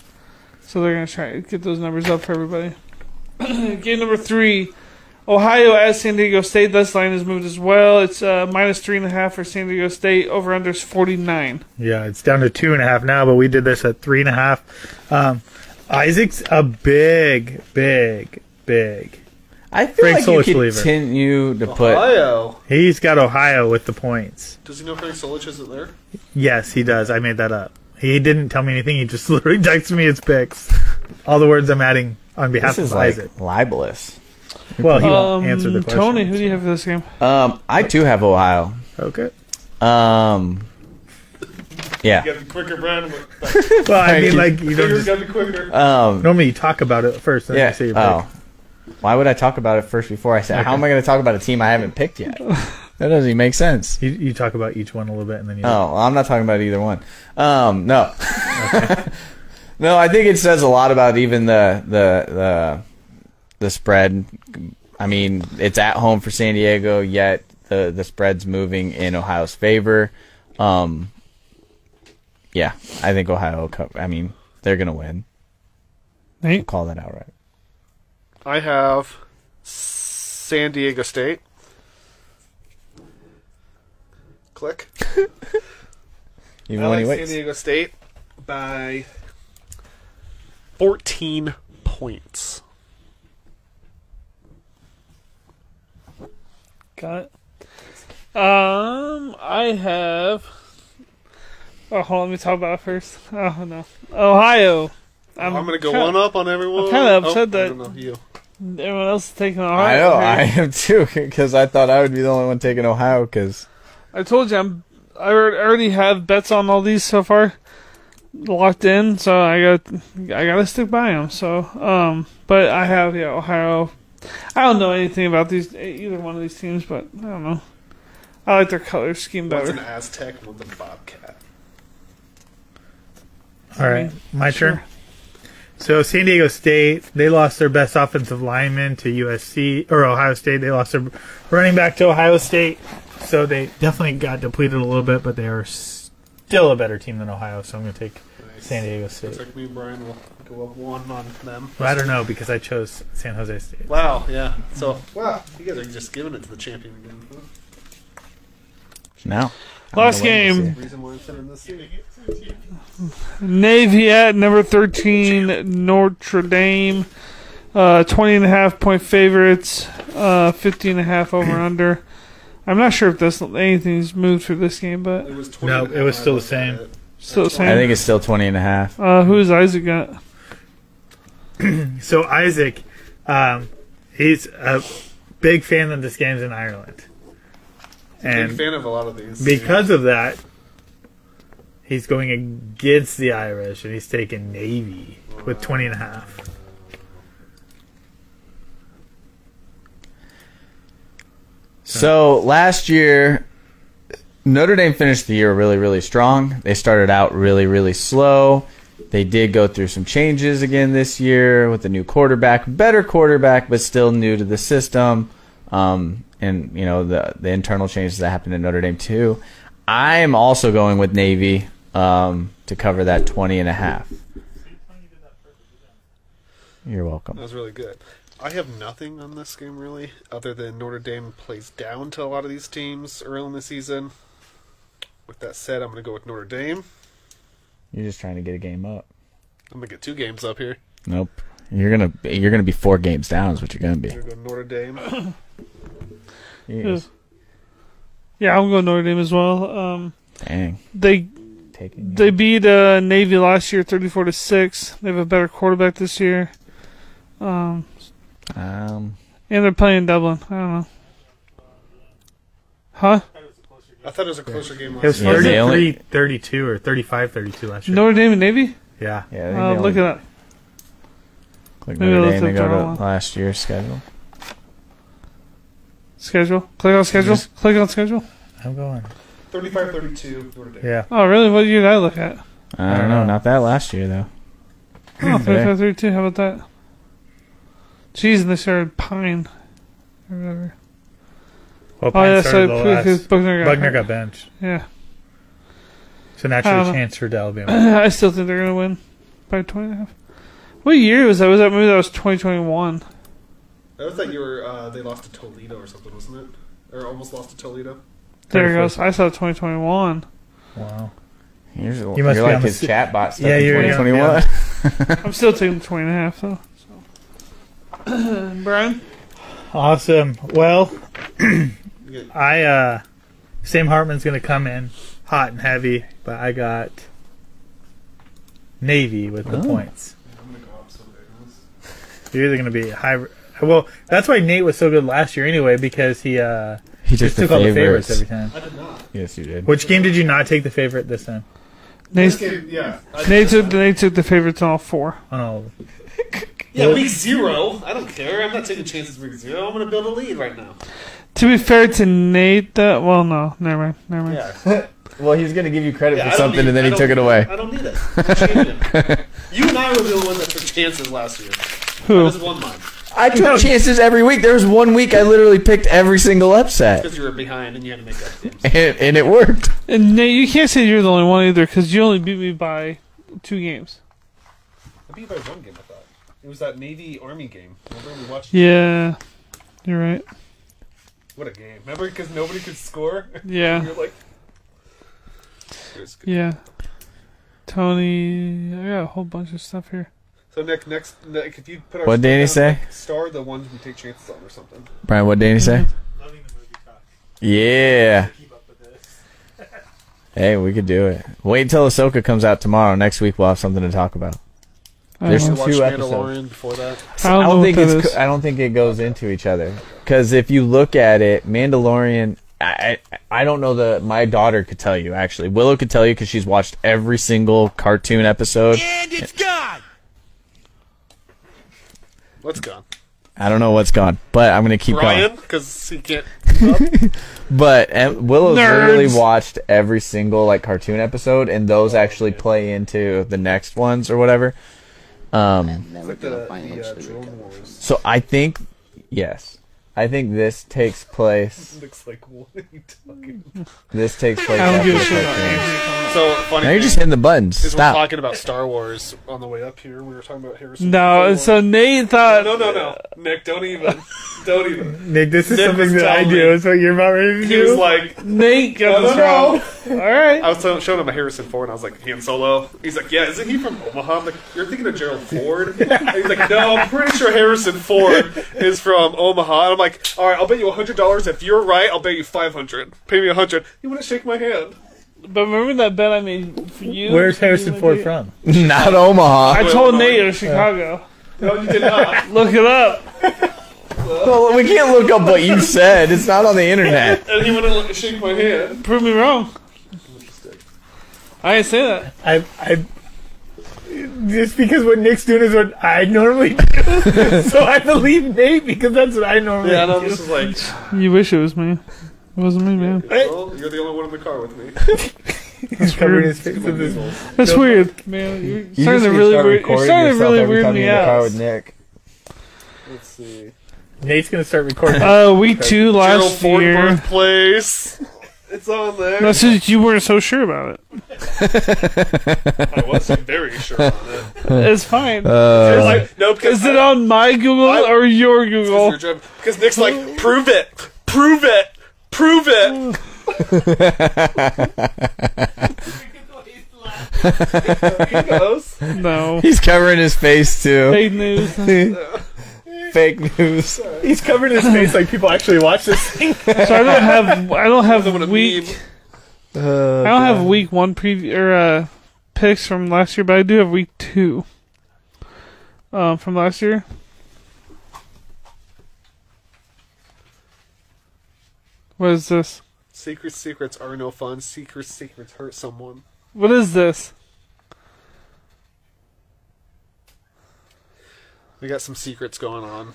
[SPEAKER 2] So they're going to try to get those numbers up for everybody. Game number three, Ohio at San Diego State. This line has moved as well. It's uh, minus three and a half for San Diego State. Over under is forty nine.
[SPEAKER 4] Yeah, it's down to two and a half now, but we did this at three and a half. Um, Isaac's a big, big, big.
[SPEAKER 1] I feel like
[SPEAKER 4] Frank
[SPEAKER 1] you
[SPEAKER 4] Solich believer.
[SPEAKER 1] continue to put.
[SPEAKER 3] Ohio.
[SPEAKER 4] He's got Ohio with the points.
[SPEAKER 3] Does he know Frank Solich isn't there?
[SPEAKER 4] Yes, he does. I made that up. He didn't tell me anything. He just literally texted me his picks. All the words I'm adding on behalf
[SPEAKER 1] This is
[SPEAKER 4] of
[SPEAKER 1] like
[SPEAKER 4] Isaac.
[SPEAKER 1] libelous.
[SPEAKER 4] Well, he
[SPEAKER 2] Um,
[SPEAKER 4] won't answer the question.
[SPEAKER 2] Tony, who do you have for this game?
[SPEAKER 1] Um, I too have Ohio.
[SPEAKER 4] Okay.
[SPEAKER 1] Um, yeah.
[SPEAKER 3] Gotta be quicker, Brian.
[SPEAKER 4] Well, I mean, like you don't
[SPEAKER 3] Fingers
[SPEAKER 4] just,
[SPEAKER 3] gotta be quicker.
[SPEAKER 1] Um,
[SPEAKER 4] normally you talk about it first. And then
[SPEAKER 1] yeah.
[SPEAKER 4] you say your
[SPEAKER 1] Oh, why would I talk about it first before I said? How am I going to talk about a team I haven't picked yet? That doesn't even make sense.
[SPEAKER 4] pick. You, you talk about each one a little bit, and then you.
[SPEAKER 1] Oh, I'm not talking about either one. Um, no, no, I think it says a lot about even the the the the spread. I mean, it's at home for San Diego, yet the the spread's moving in Ohio's favor. Um, yeah, I think Ohio. will co- I mean, they're gonna win.
[SPEAKER 2] Nate?
[SPEAKER 1] Call that out right.
[SPEAKER 3] I have San Diego State. Click.
[SPEAKER 1] Even
[SPEAKER 3] I
[SPEAKER 1] when he
[SPEAKER 3] like San
[SPEAKER 1] waits.
[SPEAKER 3] Diego State by 14 points.
[SPEAKER 2] Got it. Um, I have. Oh, hold on, let me talk about it first. Oh no, Ohio.
[SPEAKER 3] Oh, I'm, gonna go
[SPEAKER 2] kinda-
[SPEAKER 3] one up on everyone. Oh,
[SPEAKER 2] I'm kinda upset
[SPEAKER 3] I
[SPEAKER 2] that-
[SPEAKER 3] don't know, you.
[SPEAKER 2] Everyone else is taking Ohio.
[SPEAKER 1] I know,
[SPEAKER 2] here.
[SPEAKER 1] I am too, because I thought I would be the only one taking Ohio. Because
[SPEAKER 2] I told you I'm. I alre- already have bets on all these so far, locked in. So I got. I gotta stick by them. So um, but I have yeah Ohio. I don't know anything about these e-, either one of these teams, but I don't know. I like their color scheme
[SPEAKER 3] One's an
[SPEAKER 2] better.
[SPEAKER 3] Aztec, one's a Bobcat.
[SPEAKER 4] All right, my turn. So San Diego State, they lost their best offensive lineman to USC or Ohio State. They lost their running back to Ohio State, so they definitely got depleted a little bit. But they are still a better team than Ohio, so I'm going to take
[SPEAKER 3] Nice.
[SPEAKER 4] San Diego State.
[SPEAKER 3] Looks like me and Brian will go up one on them.
[SPEAKER 4] Well, I don't know because I chose San Jose State.
[SPEAKER 3] Wow, yeah. So, wow, you guys are just giving it to the champion again. Huh?
[SPEAKER 1] now,
[SPEAKER 2] Last game,
[SPEAKER 3] Reason why I'm sending this to you.
[SPEAKER 2] Navy at number 13, Notre Dame. Uh, 20 and a half point favorites, uh, 50 and a half over under. I'm not sure if this anything's moved for this game, but
[SPEAKER 3] It was 20
[SPEAKER 4] No,
[SPEAKER 3] and a half
[SPEAKER 4] it was
[SPEAKER 3] when I
[SPEAKER 4] still the
[SPEAKER 3] looked at
[SPEAKER 4] same.
[SPEAKER 3] it.
[SPEAKER 2] still the
[SPEAKER 1] I think
[SPEAKER 2] same.
[SPEAKER 1] it's still 20 and a half.
[SPEAKER 2] Uh, who's Isaac got?
[SPEAKER 4] So Isaac, um, he's a big fan of this game's in Ireland,
[SPEAKER 3] Big
[SPEAKER 4] and
[SPEAKER 3] fan of a lot of these.
[SPEAKER 4] because of that, he's going against the Irish and he's taking Navy with 20 and a half.
[SPEAKER 1] So last year, Notre Dame finished the year really, really strong. They started out really, really slow. They did go through some changes again this year with a new quarterback, better quarterback, but still new to the system. Um, and you know the the internal changes that happened in Notre Dame too. I'm also going with Navy um, to cover that 20 and a half. You're welcome.
[SPEAKER 3] That was really good. I have nothing on this game really, other than Notre Dame plays down to a lot of these teams early in the season. With that said, I'm going to go with Notre Dame.
[SPEAKER 1] You're just trying to get a game up.
[SPEAKER 3] I'm going to get two games up here.
[SPEAKER 1] Nope. You're gonna you're gonna be four games down is what you're gonna be.
[SPEAKER 3] I'm going to go Notre Dame.
[SPEAKER 1] Yes.
[SPEAKER 2] Yeah, I'm going Notre Dame as well. Um,
[SPEAKER 1] Dang.
[SPEAKER 2] they
[SPEAKER 1] Taking
[SPEAKER 2] they beat uh, Navy last year 34 to 6. They have a better quarterback this year. Um,
[SPEAKER 1] um
[SPEAKER 2] and they're playing Dublin. I don't know. Huh?
[SPEAKER 3] I thought it was a closer game
[SPEAKER 4] It was
[SPEAKER 3] last
[SPEAKER 1] Yeah, they
[SPEAKER 3] year.
[SPEAKER 4] 33
[SPEAKER 1] only-
[SPEAKER 4] 32 or 35 32 last year.
[SPEAKER 2] Notre Dame and Navy?
[SPEAKER 4] Yeah.
[SPEAKER 1] yeah, I think
[SPEAKER 2] Uh,
[SPEAKER 1] they
[SPEAKER 2] look
[SPEAKER 1] only-
[SPEAKER 2] at that.
[SPEAKER 1] click
[SPEAKER 2] maybe
[SPEAKER 1] Notre
[SPEAKER 2] I
[SPEAKER 1] Dame
[SPEAKER 2] looked
[SPEAKER 1] and
[SPEAKER 2] up
[SPEAKER 1] go
[SPEAKER 2] the
[SPEAKER 1] to
[SPEAKER 2] wrong one.
[SPEAKER 1] last year's schedule.
[SPEAKER 2] Schedule. Click on schedule.
[SPEAKER 1] Yes.
[SPEAKER 2] Click on schedule.
[SPEAKER 4] I'm going.
[SPEAKER 3] 35 32, Notre Dame.
[SPEAKER 4] Yeah.
[SPEAKER 2] Oh, really? What year did I look at?
[SPEAKER 1] I don't know, not that last year though.
[SPEAKER 2] Oh,
[SPEAKER 1] Okay.
[SPEAKER 2] 35 32. How about that? Jeez, and they started Pine. Or whatever.
[SPEAKER 4] Well,
[SPEAKER 2] Oh,
[SPEAKER 4] Pine
[SPEAKER 2] yeah,
[SPEAKER 4] started
[SPEAKER 2] so
[SPEAKER 4] the last.
[SPEAKER 2] because Buckner got.
[SPEAKER 4] Bugner
[SPEAKER 2] hurt.
[SPEAKER 4] got benched.
[SPEAKER 2] Yeah.
[SPEAKER 4] So
[SPEAKER 2] I
[SPEAKER 4] naturally,
[SPEAKER 2] don't know.
[SPEAKER 4] transferred to Alabama.
[SPEAKER 2] I still think they're going to win by 20 and a half. What year was that? Was that maybe that was 2021?
[SPEAKER 3] That was that you were, uh, they lost to Toledo or something, wasn't it? Or almost lost to Toledo.
[SPEAKER 2] There it
[SPEAKER 4] 31st.
[SPEAKER 2] goes. I saw 2021.
[SPEAKER 4] Wow.
[SPEAKER 1] You're, you
[SPEAKER 4] must be
[SPEAKER 1] are like
[SPEAKER 4] on the
[SPEAKER 1] his
[SPEAKER 4] se-
[SPEAKER 1] chat bot stuff
[SPEAKER 4] Yeah,
[SPEAKER 1] in
[SPEAKER 4] you're- yeah,
[SPEAKER 1] 2021.
[SPEAKER 2] I'm still taking 20 and a half, though. So. Brian?
[SPEAKER 4] Awesome. Well,
[SPEAKER 3] You get-
[SPEAKER 4] I uh Sam Hartman's gonna come in hot and heavy, but I got Navy with the
[SPEAKER 1] Oh.
[SPEAKER 4] points.
[SPEAKER 3] I'm going to go up somewhere.
[SPEAKER 4] You're either gonna be high. Well, that's why Nate was so good last year anyway because he uh
[SPEAKER 1] He took
[SPEAKER 4] just
[SPEAKER 1] the
[SPEAKER 4] took all the favorites
[SPEAKER 1] favorites.
[SPEAKER 4] every time.
[SPEAKER 3] I did not.
[SPEAKER 1] Yes, you did.
[SPEAKER 4] Which game did you not take the favorite this time?
[SPEAKER 3] This
[SPEAKER 2] Nate,
[SPEAKER 3] game, yeah. I-
[SPEAKER 2] Nate, took, Nate took the favorites on all four.
[SPEAKER 4] On all of them.
[SPEAKER 3] Yeah, week zero. I don't care. I'm not taking chances week zero. I'm going to build a lead right now.
[SPEAKER 2] To be fair to Nate, that well, no, never mind, never mind.
[SPEAKER 3] Yeah.
[SPEAKER 1] Well, he's gonna give you credit
[SPEAKER 3] Yeah, I
[SPEAKER 1] for
[SPEAKER 3] don't
[SPEAKER 1] something,
[SPEAKER 3] need-
[SPEAKER 1] and then
[SPEAKER 3] I
[SPEAKER 1] he
[SPEAKER 3] don't-
[SPEAKER 1] took it away.
[SPEAKER 3] I don't need it. Change it. you and I were the ones that took chances last year.
[SPEAKER 2] Who?
[SPEAKER 3] That was one month
[SPEAKER 1] I took chances every week. There was one week I literally picked every single upset,
[SPEAKER 3] because you were behind and you had to make up. games.
[SPEAKER 1] and, and it worked.
[SPEAKER 2] And Nate, you can't say you're the only one either, because you only beat me by two games.
[SPEAKER 3] I beat you by one game. I thought it was that Navy Army game. Remember we watched?
[SPEAKER 2] Yeah, you're right.
[SPEAKER 3] What a game! Remember because nobody could score.
[SPEAKER 2] Yeah,
[SPEAKER 3] You're like. It was good.
[SPEAKER 2] yeah. Tony, I got a whole bunch of stuff here.
[SPEAKER 3] So Nick, next, Nick, if you put our
[SPEAKER 1] What'd Danny
[SPEAKER 3] score down,
[SPEAKER 1] say?
[SPEAKER 3] like, star the ones we take chances on or something.
[SPEAKER 1] Brian, what did Danny say?
[SPEAKER 5] Loving the movie talk.
[SPEAKER 1] Yeah. Hey, we could do it. Wait until Ahsoka comes out tomorrow. Next week we'll have something to talk about. There's two
[SPEAKER 2] I don't know.
[SPEAKER 3] Watch
[SPEAKER 1] episodes.
[SPEAKER 3] Mandalorian before that.
[SPEAKER 2] I
[SPEAKER 1] I
[SPEAKER 2] don't know
[SPEAKER 1] don't
[SPEAKER 2] what
[SPEAKER 1] think
[SPEAKER 2] that
[SPEAKER 1] it's.
[SPEAKER 2] is.
[SPEAKER 1] co- I don't think it goes into each other because if you look at it, Mandalorian. I, I I don't know the. My daughter could tell you actually. Willow could tell you because she's watched every single cartoon episode.
[SPEAKER 3] Let's go.
[SPEAKER 1] I don't know what's gone, but I'm gonna keep
[SPEAKER 3] Brian,
[SPEAKER 1] going.
[SPEAKER 3] because he can't.
[SPEAKER 1] But um, Willow's literally
[SPEAKER 2] Nerds.
[SPEAKER 1] watched every single like cartoon episode, and those actually play into the next ones or whatever. Um,
[SPEAKER 3] Like the, the uh, Drone Wars.
[SPEAKER 1] So I think yes, I think this takes place.
[SPEAKER 3] Looks like what are you talking
[SPEAKER 1] This takes place.
[SPEAKER 2] I don't
[SPEAKER 1] after
[SPEAKER 2] give a
[SPEAKER 1] the
[SPEAKER 2] shit about
[SPEAKER 1] cartoon.
[SPEAKER 2] Andrew.
[SPEAKER 3] about? So, funny.
[SPEAKER 1] Now you're
[SPEAKER 3] thing
[SPEAKER 1] just hitting the buttons.
[SPEAKER 3] is we're
[SPEAKER 1] Stop.
[SPEAKER 3] talking about Star Wars on the way up here. We were talking about Harrison.
[SPEAKER 2] No,
[SPEAKER 3] Ford.
[SPEAKER 2] so Nate thought.
[SPEAKER 3] No, no, no. Nick, don't even. Don't even.
[SPEAKER 4] Nick, this is
[SPEAKER 3] Nick
[SPEAKER 4] something
[SPEAKER 3] was
[SPEAKER 4] that I
[SPEAKER 3] telling
[SPEAKER 4] do.
[SPEAKER 3] me-
[SPEAKER 4] Is what you're about ready to
[SPEAKER 3] He was
[SPEAKER 4] do.
[SPEAKER 3] like,
[SPEAKER 2] Nate got
[SPEAKER 3] No,
[SPEAKER 2] this
[SPEAKER 3] no,
[SPEAKER 2] wrong.
[SPEAKER 3] no.
[SPEAKER 2] All right.
[SPEAKER 3] I was telling- showing him a Harrison Ford, and I was like, Han Solo. He's like, yeah, isn't he from Omaha? I'm like, you're thinking of Gerald Ford. And he's like, no, I'm pretty sure Harrison Ford is from Omaha. And I'm like, all right, I'll bet you hundred dollars if you're right. I'll bet you five hundred. Pay me a hundred. You want to shake my hand?
[SPEAKER 2] But remember that bet I made for you?
[SPEAKER 4] Where's
[SPEAKER 2] You
[SPEAKER 4] Harrison
[SPEAKER 2] and
[SPEAKER 4] Ford
[SPEAKER 2] Nate?
[SPEAKER 4] from?
[SPEAKER 1] Not Omaha.
[SPEAKER 2] I told Nate it was Chicago.
[SPEAKER 3] No, you did not.
[SPEAKER 2] Look it up.
[SPEAKER 1] Well, we can't look up what you said. It's not on the internet.
[SPEAKER 3] And he wouldn't let- shake my hand.
[SPEAKER 2] Prove me wrong. I didn't say that.
[SPEAKER 4] I, I, just because what Nick's doing is what I normally do, so I believe Nate because that's what I normally
[SPEAKER 3] Yeah,
[SPEAKER 4] do.
[SPEAKER 3] no, this is like,
[SPEAKER 2] You wish it was me. It wasn't me, man.
[SPEAKER 3] well, you're the only one in the car with me.
[SPEAKER 4] He's covering his face with his.
[SPEAKER 2] That's weird, man. You're starting to really weird. You're starting to really weird me out.
[SPEAKER 1] Nick.
[SPEAKER 3] Let's see.
[SPEAKER 4] Nate's gonna start recording.
[SPEAKER 2] Uh, week two
[SPEAKER 3] Gerald
[SPEAKER 2] last
[SPEAKER 3] Ford
[SPEAKER 2] year.
[SPEAKER 3] birthplace. It's on there.
[SPEAKER 2] That's just you weren't so sure about it.
[SPEAKER 3] I wasn't very sure on it.
[SPEAKER 2] It's fine.
[SPEAKER 3] It's like, no, because
[SPEAKER 2] Uh, Is it on my Google
[SPEAKER 3] I-
[SPEAKER 2] or your Google?
[SPEAKER 3] Because Nick's like, prove it, prove it, prove it. he goes.
[SPEAKER 2] No.
[SPEAKER 1] He's covering his face too.
[SPEAKER 2] Fake news.
[SPEAKER 1] Fake news.
[SPEAKER 4] He's covering his face like people actually watch this. Thing.
[SPEAKER 2] So I don't have I don't have
[SPEAKER 3] What a
[SPEAKER 2] week
[SPEAKER 3] meme.
[SPEAKER 2] I don't have week one preview or uh, picks from last year, but I do have week two um, from last year. What is this?
[SPEAKER 3] Secret secrets are no fun. Secret secrets hurt someone.
[SPEAKER 2] What is this?
[SPEAKER 3] We got some secrets going on.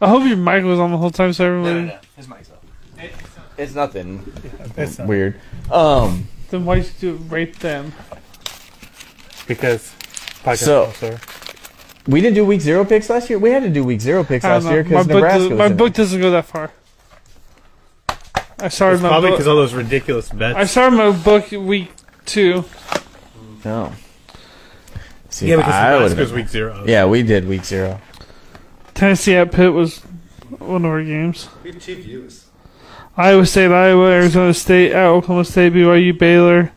[SPEAKER 2] I hope your mic was on the whole time, so everyone.
[SPEAKER 5] His mic's up.
[SPEAKER 1] It's nothing
[SPEAKER 4] That's not
[SPEAKER 1] weird. Um.
[SPEAKER 2] Then why'd you do it right then?
[SPEAKER 4] because podcast
[SPEAKER 1] So-
[SPEAKER 4] sponsor.
[SPEAKER 1] We didn't do week zero picks last year. We had to do week zero picks
[SPEAKER 2] I don't
[SPEAKER 1] last year
[SPEAKER 2] know. My
[SPEAKER 1] because
[SPEAKER 2] book,
[SPEAKER 1] Nebraska
[SPEAKER 2] does,
[SPEAKER 1] was
[SPEAKER 2] my
[SPEAKER 1] in
[SPEAKER 2] book
[SPEAKER 1] it.
[SPEAKER 2] doesn't go that far. I started my
[SPEAKER 4] probably because
[SPEAKER 2] book.
[SPEAKER 4] all those ridiculous bets.
[SPEAKER 2] I started my book week two.
[SPEAKER 1] No. See,
[SPEAKER 4] yeah, because
[SPEAKER 1] I
[SPEAKER 4] last
[SPEAKER 1] would've been-
[SPEAKER 4] was week zero.
[SPEAKER 1] Yeah, we did week zero.
[SPEAKER 2] Tennessee at Pitt was one of our games.
[SPEAKER 3] We have two views.
[SPEAKER 2] Iowa State, Iowa, Arizona State, at Oklahoma State, BYU, Baylor.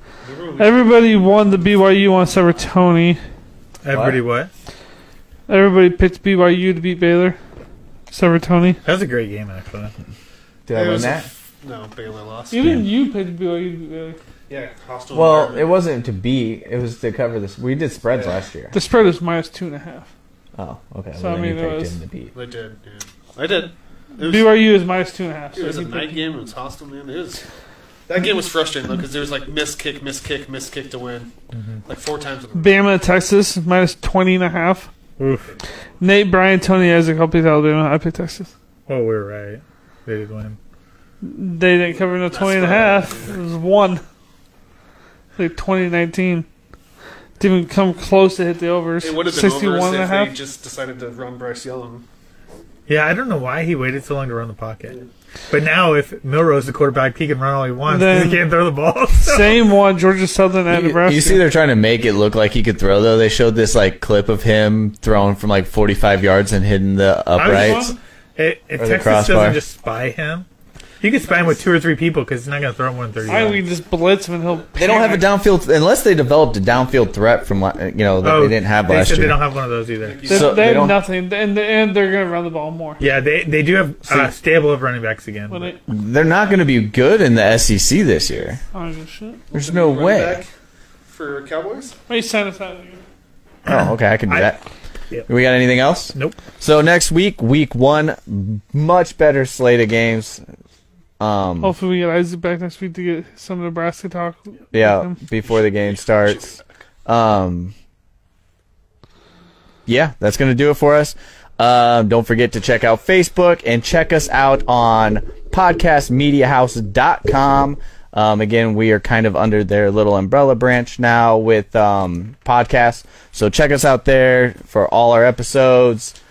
[SPEAKER 2] Everybody won the BYU one except for Tony.
[SPEAKER 4] Everybody, what?
[SPEAKER 2] Everybody picked BYU to beat Baylor except for Tony.
[SPEAKER 4] That was a great game actually.
[SPEAKER 1] Did I
[SPEAKER 3] It
[SPEAKER 1] win
[SPEAKER 3] was a-
[SPEAKER 1] that?
[SPEAKER 3] No, Baylor lost.
[SPEAKER 2] Even you picked BYU to beat Baylor.
[SPEAKER 3] Yeah, hostile.
[SPEAKER 1] Well, it
[SPEAKER 3] environment.
[SPEAKER 1] wasn't to beat. It was to cover this. We did spreads last year.
[SPEAKER 2] The spread was minus two and a half.
[SPEAKER 1] Oh, okay.
[SPEAKER 2] So,
[SPEAKER 1] well,
[SPEAKER 2] I
[SPEAKER 1] then you
[SPEAKER 2] mean, it
[SPEAKER 1] picked
[SPEAKER 2] was-
[SPEAKER 1] him to beat.
[SPEAKER 3] I did. Yeah. I did. It was,
[SPEAKER 2] BYU is minus two and a half.
[SPEAKER 3] it
[SPEAKER 2] So
[SPEAKER 3] was a
[SPEAKER 2] he picked-
[SPEAKER 3] night game. It was hostile, man. It was. That game was frustrating though because there was like miss kick, miss kick, miss kick to win,
[SPEAKER 1] Mm-hmm.
[SPEAKER 3] like four times. In a row.
[SPEAKER 2] Bama, Texas, minus 20 and a half.
[SPEAKER 4] Oof.
[SPEAKER 2] Nate, Brian, Tony, Isaac, all picked Alabama. I picked Texas.
[SPEAKER 4] Well, Oh, we were right. They did win.
[SPEAKER 2] They didn't cover no 20 and a half. It was one. Like 2019. Didn't even come close to hit the overs.
[SPEAKER 3] It would have been
[SPEAKER 2] 61
[SPEAKER 3] over
[SPEAKER 2] and a
[SPEAKER 3] if
[SPEAKER 2] half.
[SPEAKER 3] they just decided to run Bryce Young.
[SPEAKER 4] Yeah, I don't know why he waited so long to run the pocket. But now, if Milrose the quarterback, he can run all he wants. 'cause
[SPEAKER 2] Then-
[SPEAKER 4] he can't throw the ball. So.
[SPEAKER 2] Same one, Georgia Southern at
[SPEAKER 1] You,
[SPEAKER 2] Nebraska.
[SPEAKER 1] you see, they're trying to make it look like he could throw. Though they showed this like clip of him throwing from like 45 yards and hitting the
[SPEAKER 4] I was
[SPEAKER 1] uprights.
[SPEAKER 4] just- If, if
[SPEAKER 1] Or the
[SPEAKER 4] Texas
[SPEAKER 1] crossbar.
[SPEAKER 4] doesn't just spy him, You can spam with two or three people because it's not going to throw more than thirty.
[SPEAKER 2] I we just blitz him and he'll.
[SPEAKER 1] They don't have a downfield unless they developed a downfield threat from la- you know that they didn't have
[SPEAKER 4] Oh, they
[SPEAKER 1] last
[SPEAKER 4] said They
[SPEAKER 1] year.
[SPEAKER 4] don't have one of those either.
[SPEAKER 2] They,
[SPEAKER 1] So
[SPEAKER 2] they
[SPEAKER 1] they
[SPEAKER 2] have
[SPEAKER 1] don't-
[SPEAKER 2] nothing, and, and they're gonna run the ball more.
[SPEAKER 4] Yeah, they they do have uh, stable of running backs again.
[SPEAKER 2] But
[SPEAKER 4] but-
[SPEAKER 2] it,
[SPEAKER 1] They're not going to be good in the SEC this year.
[SPEAKER 2] I don't give a shit.
[SPEAKER 1] There's no
[SPEAKER 3] Running
[SPEAKER 1] way.
[SPEAKER 3] back for Cowboys.
[SPEAKER 2] Wait, sign us out.
[SPEAKER 1] Oh, okay, I can do
[SPEAKER 4] I-
[SPEAKER 1] that.
[SPEAKER 4] Yep.
[SPEAKER 1] We got anything else?
[SPEAKER 4] Nope.
[SPEAKER 1] So next week, week one, much better slate of games. Um,
[SPEAKER 2] Hopefully, we get Isaac back next week to get some Nebraska talk.
[SPEAKER 1] yeah, before the game starts. Um, yeah, that's gonna do it for us. Um, don't forget to check out Facebook and check us out on podcastmediahouse.com. Um, again, we are kind of under their little umbrella branch now with um, podcasts. So check us out there for all our episodes.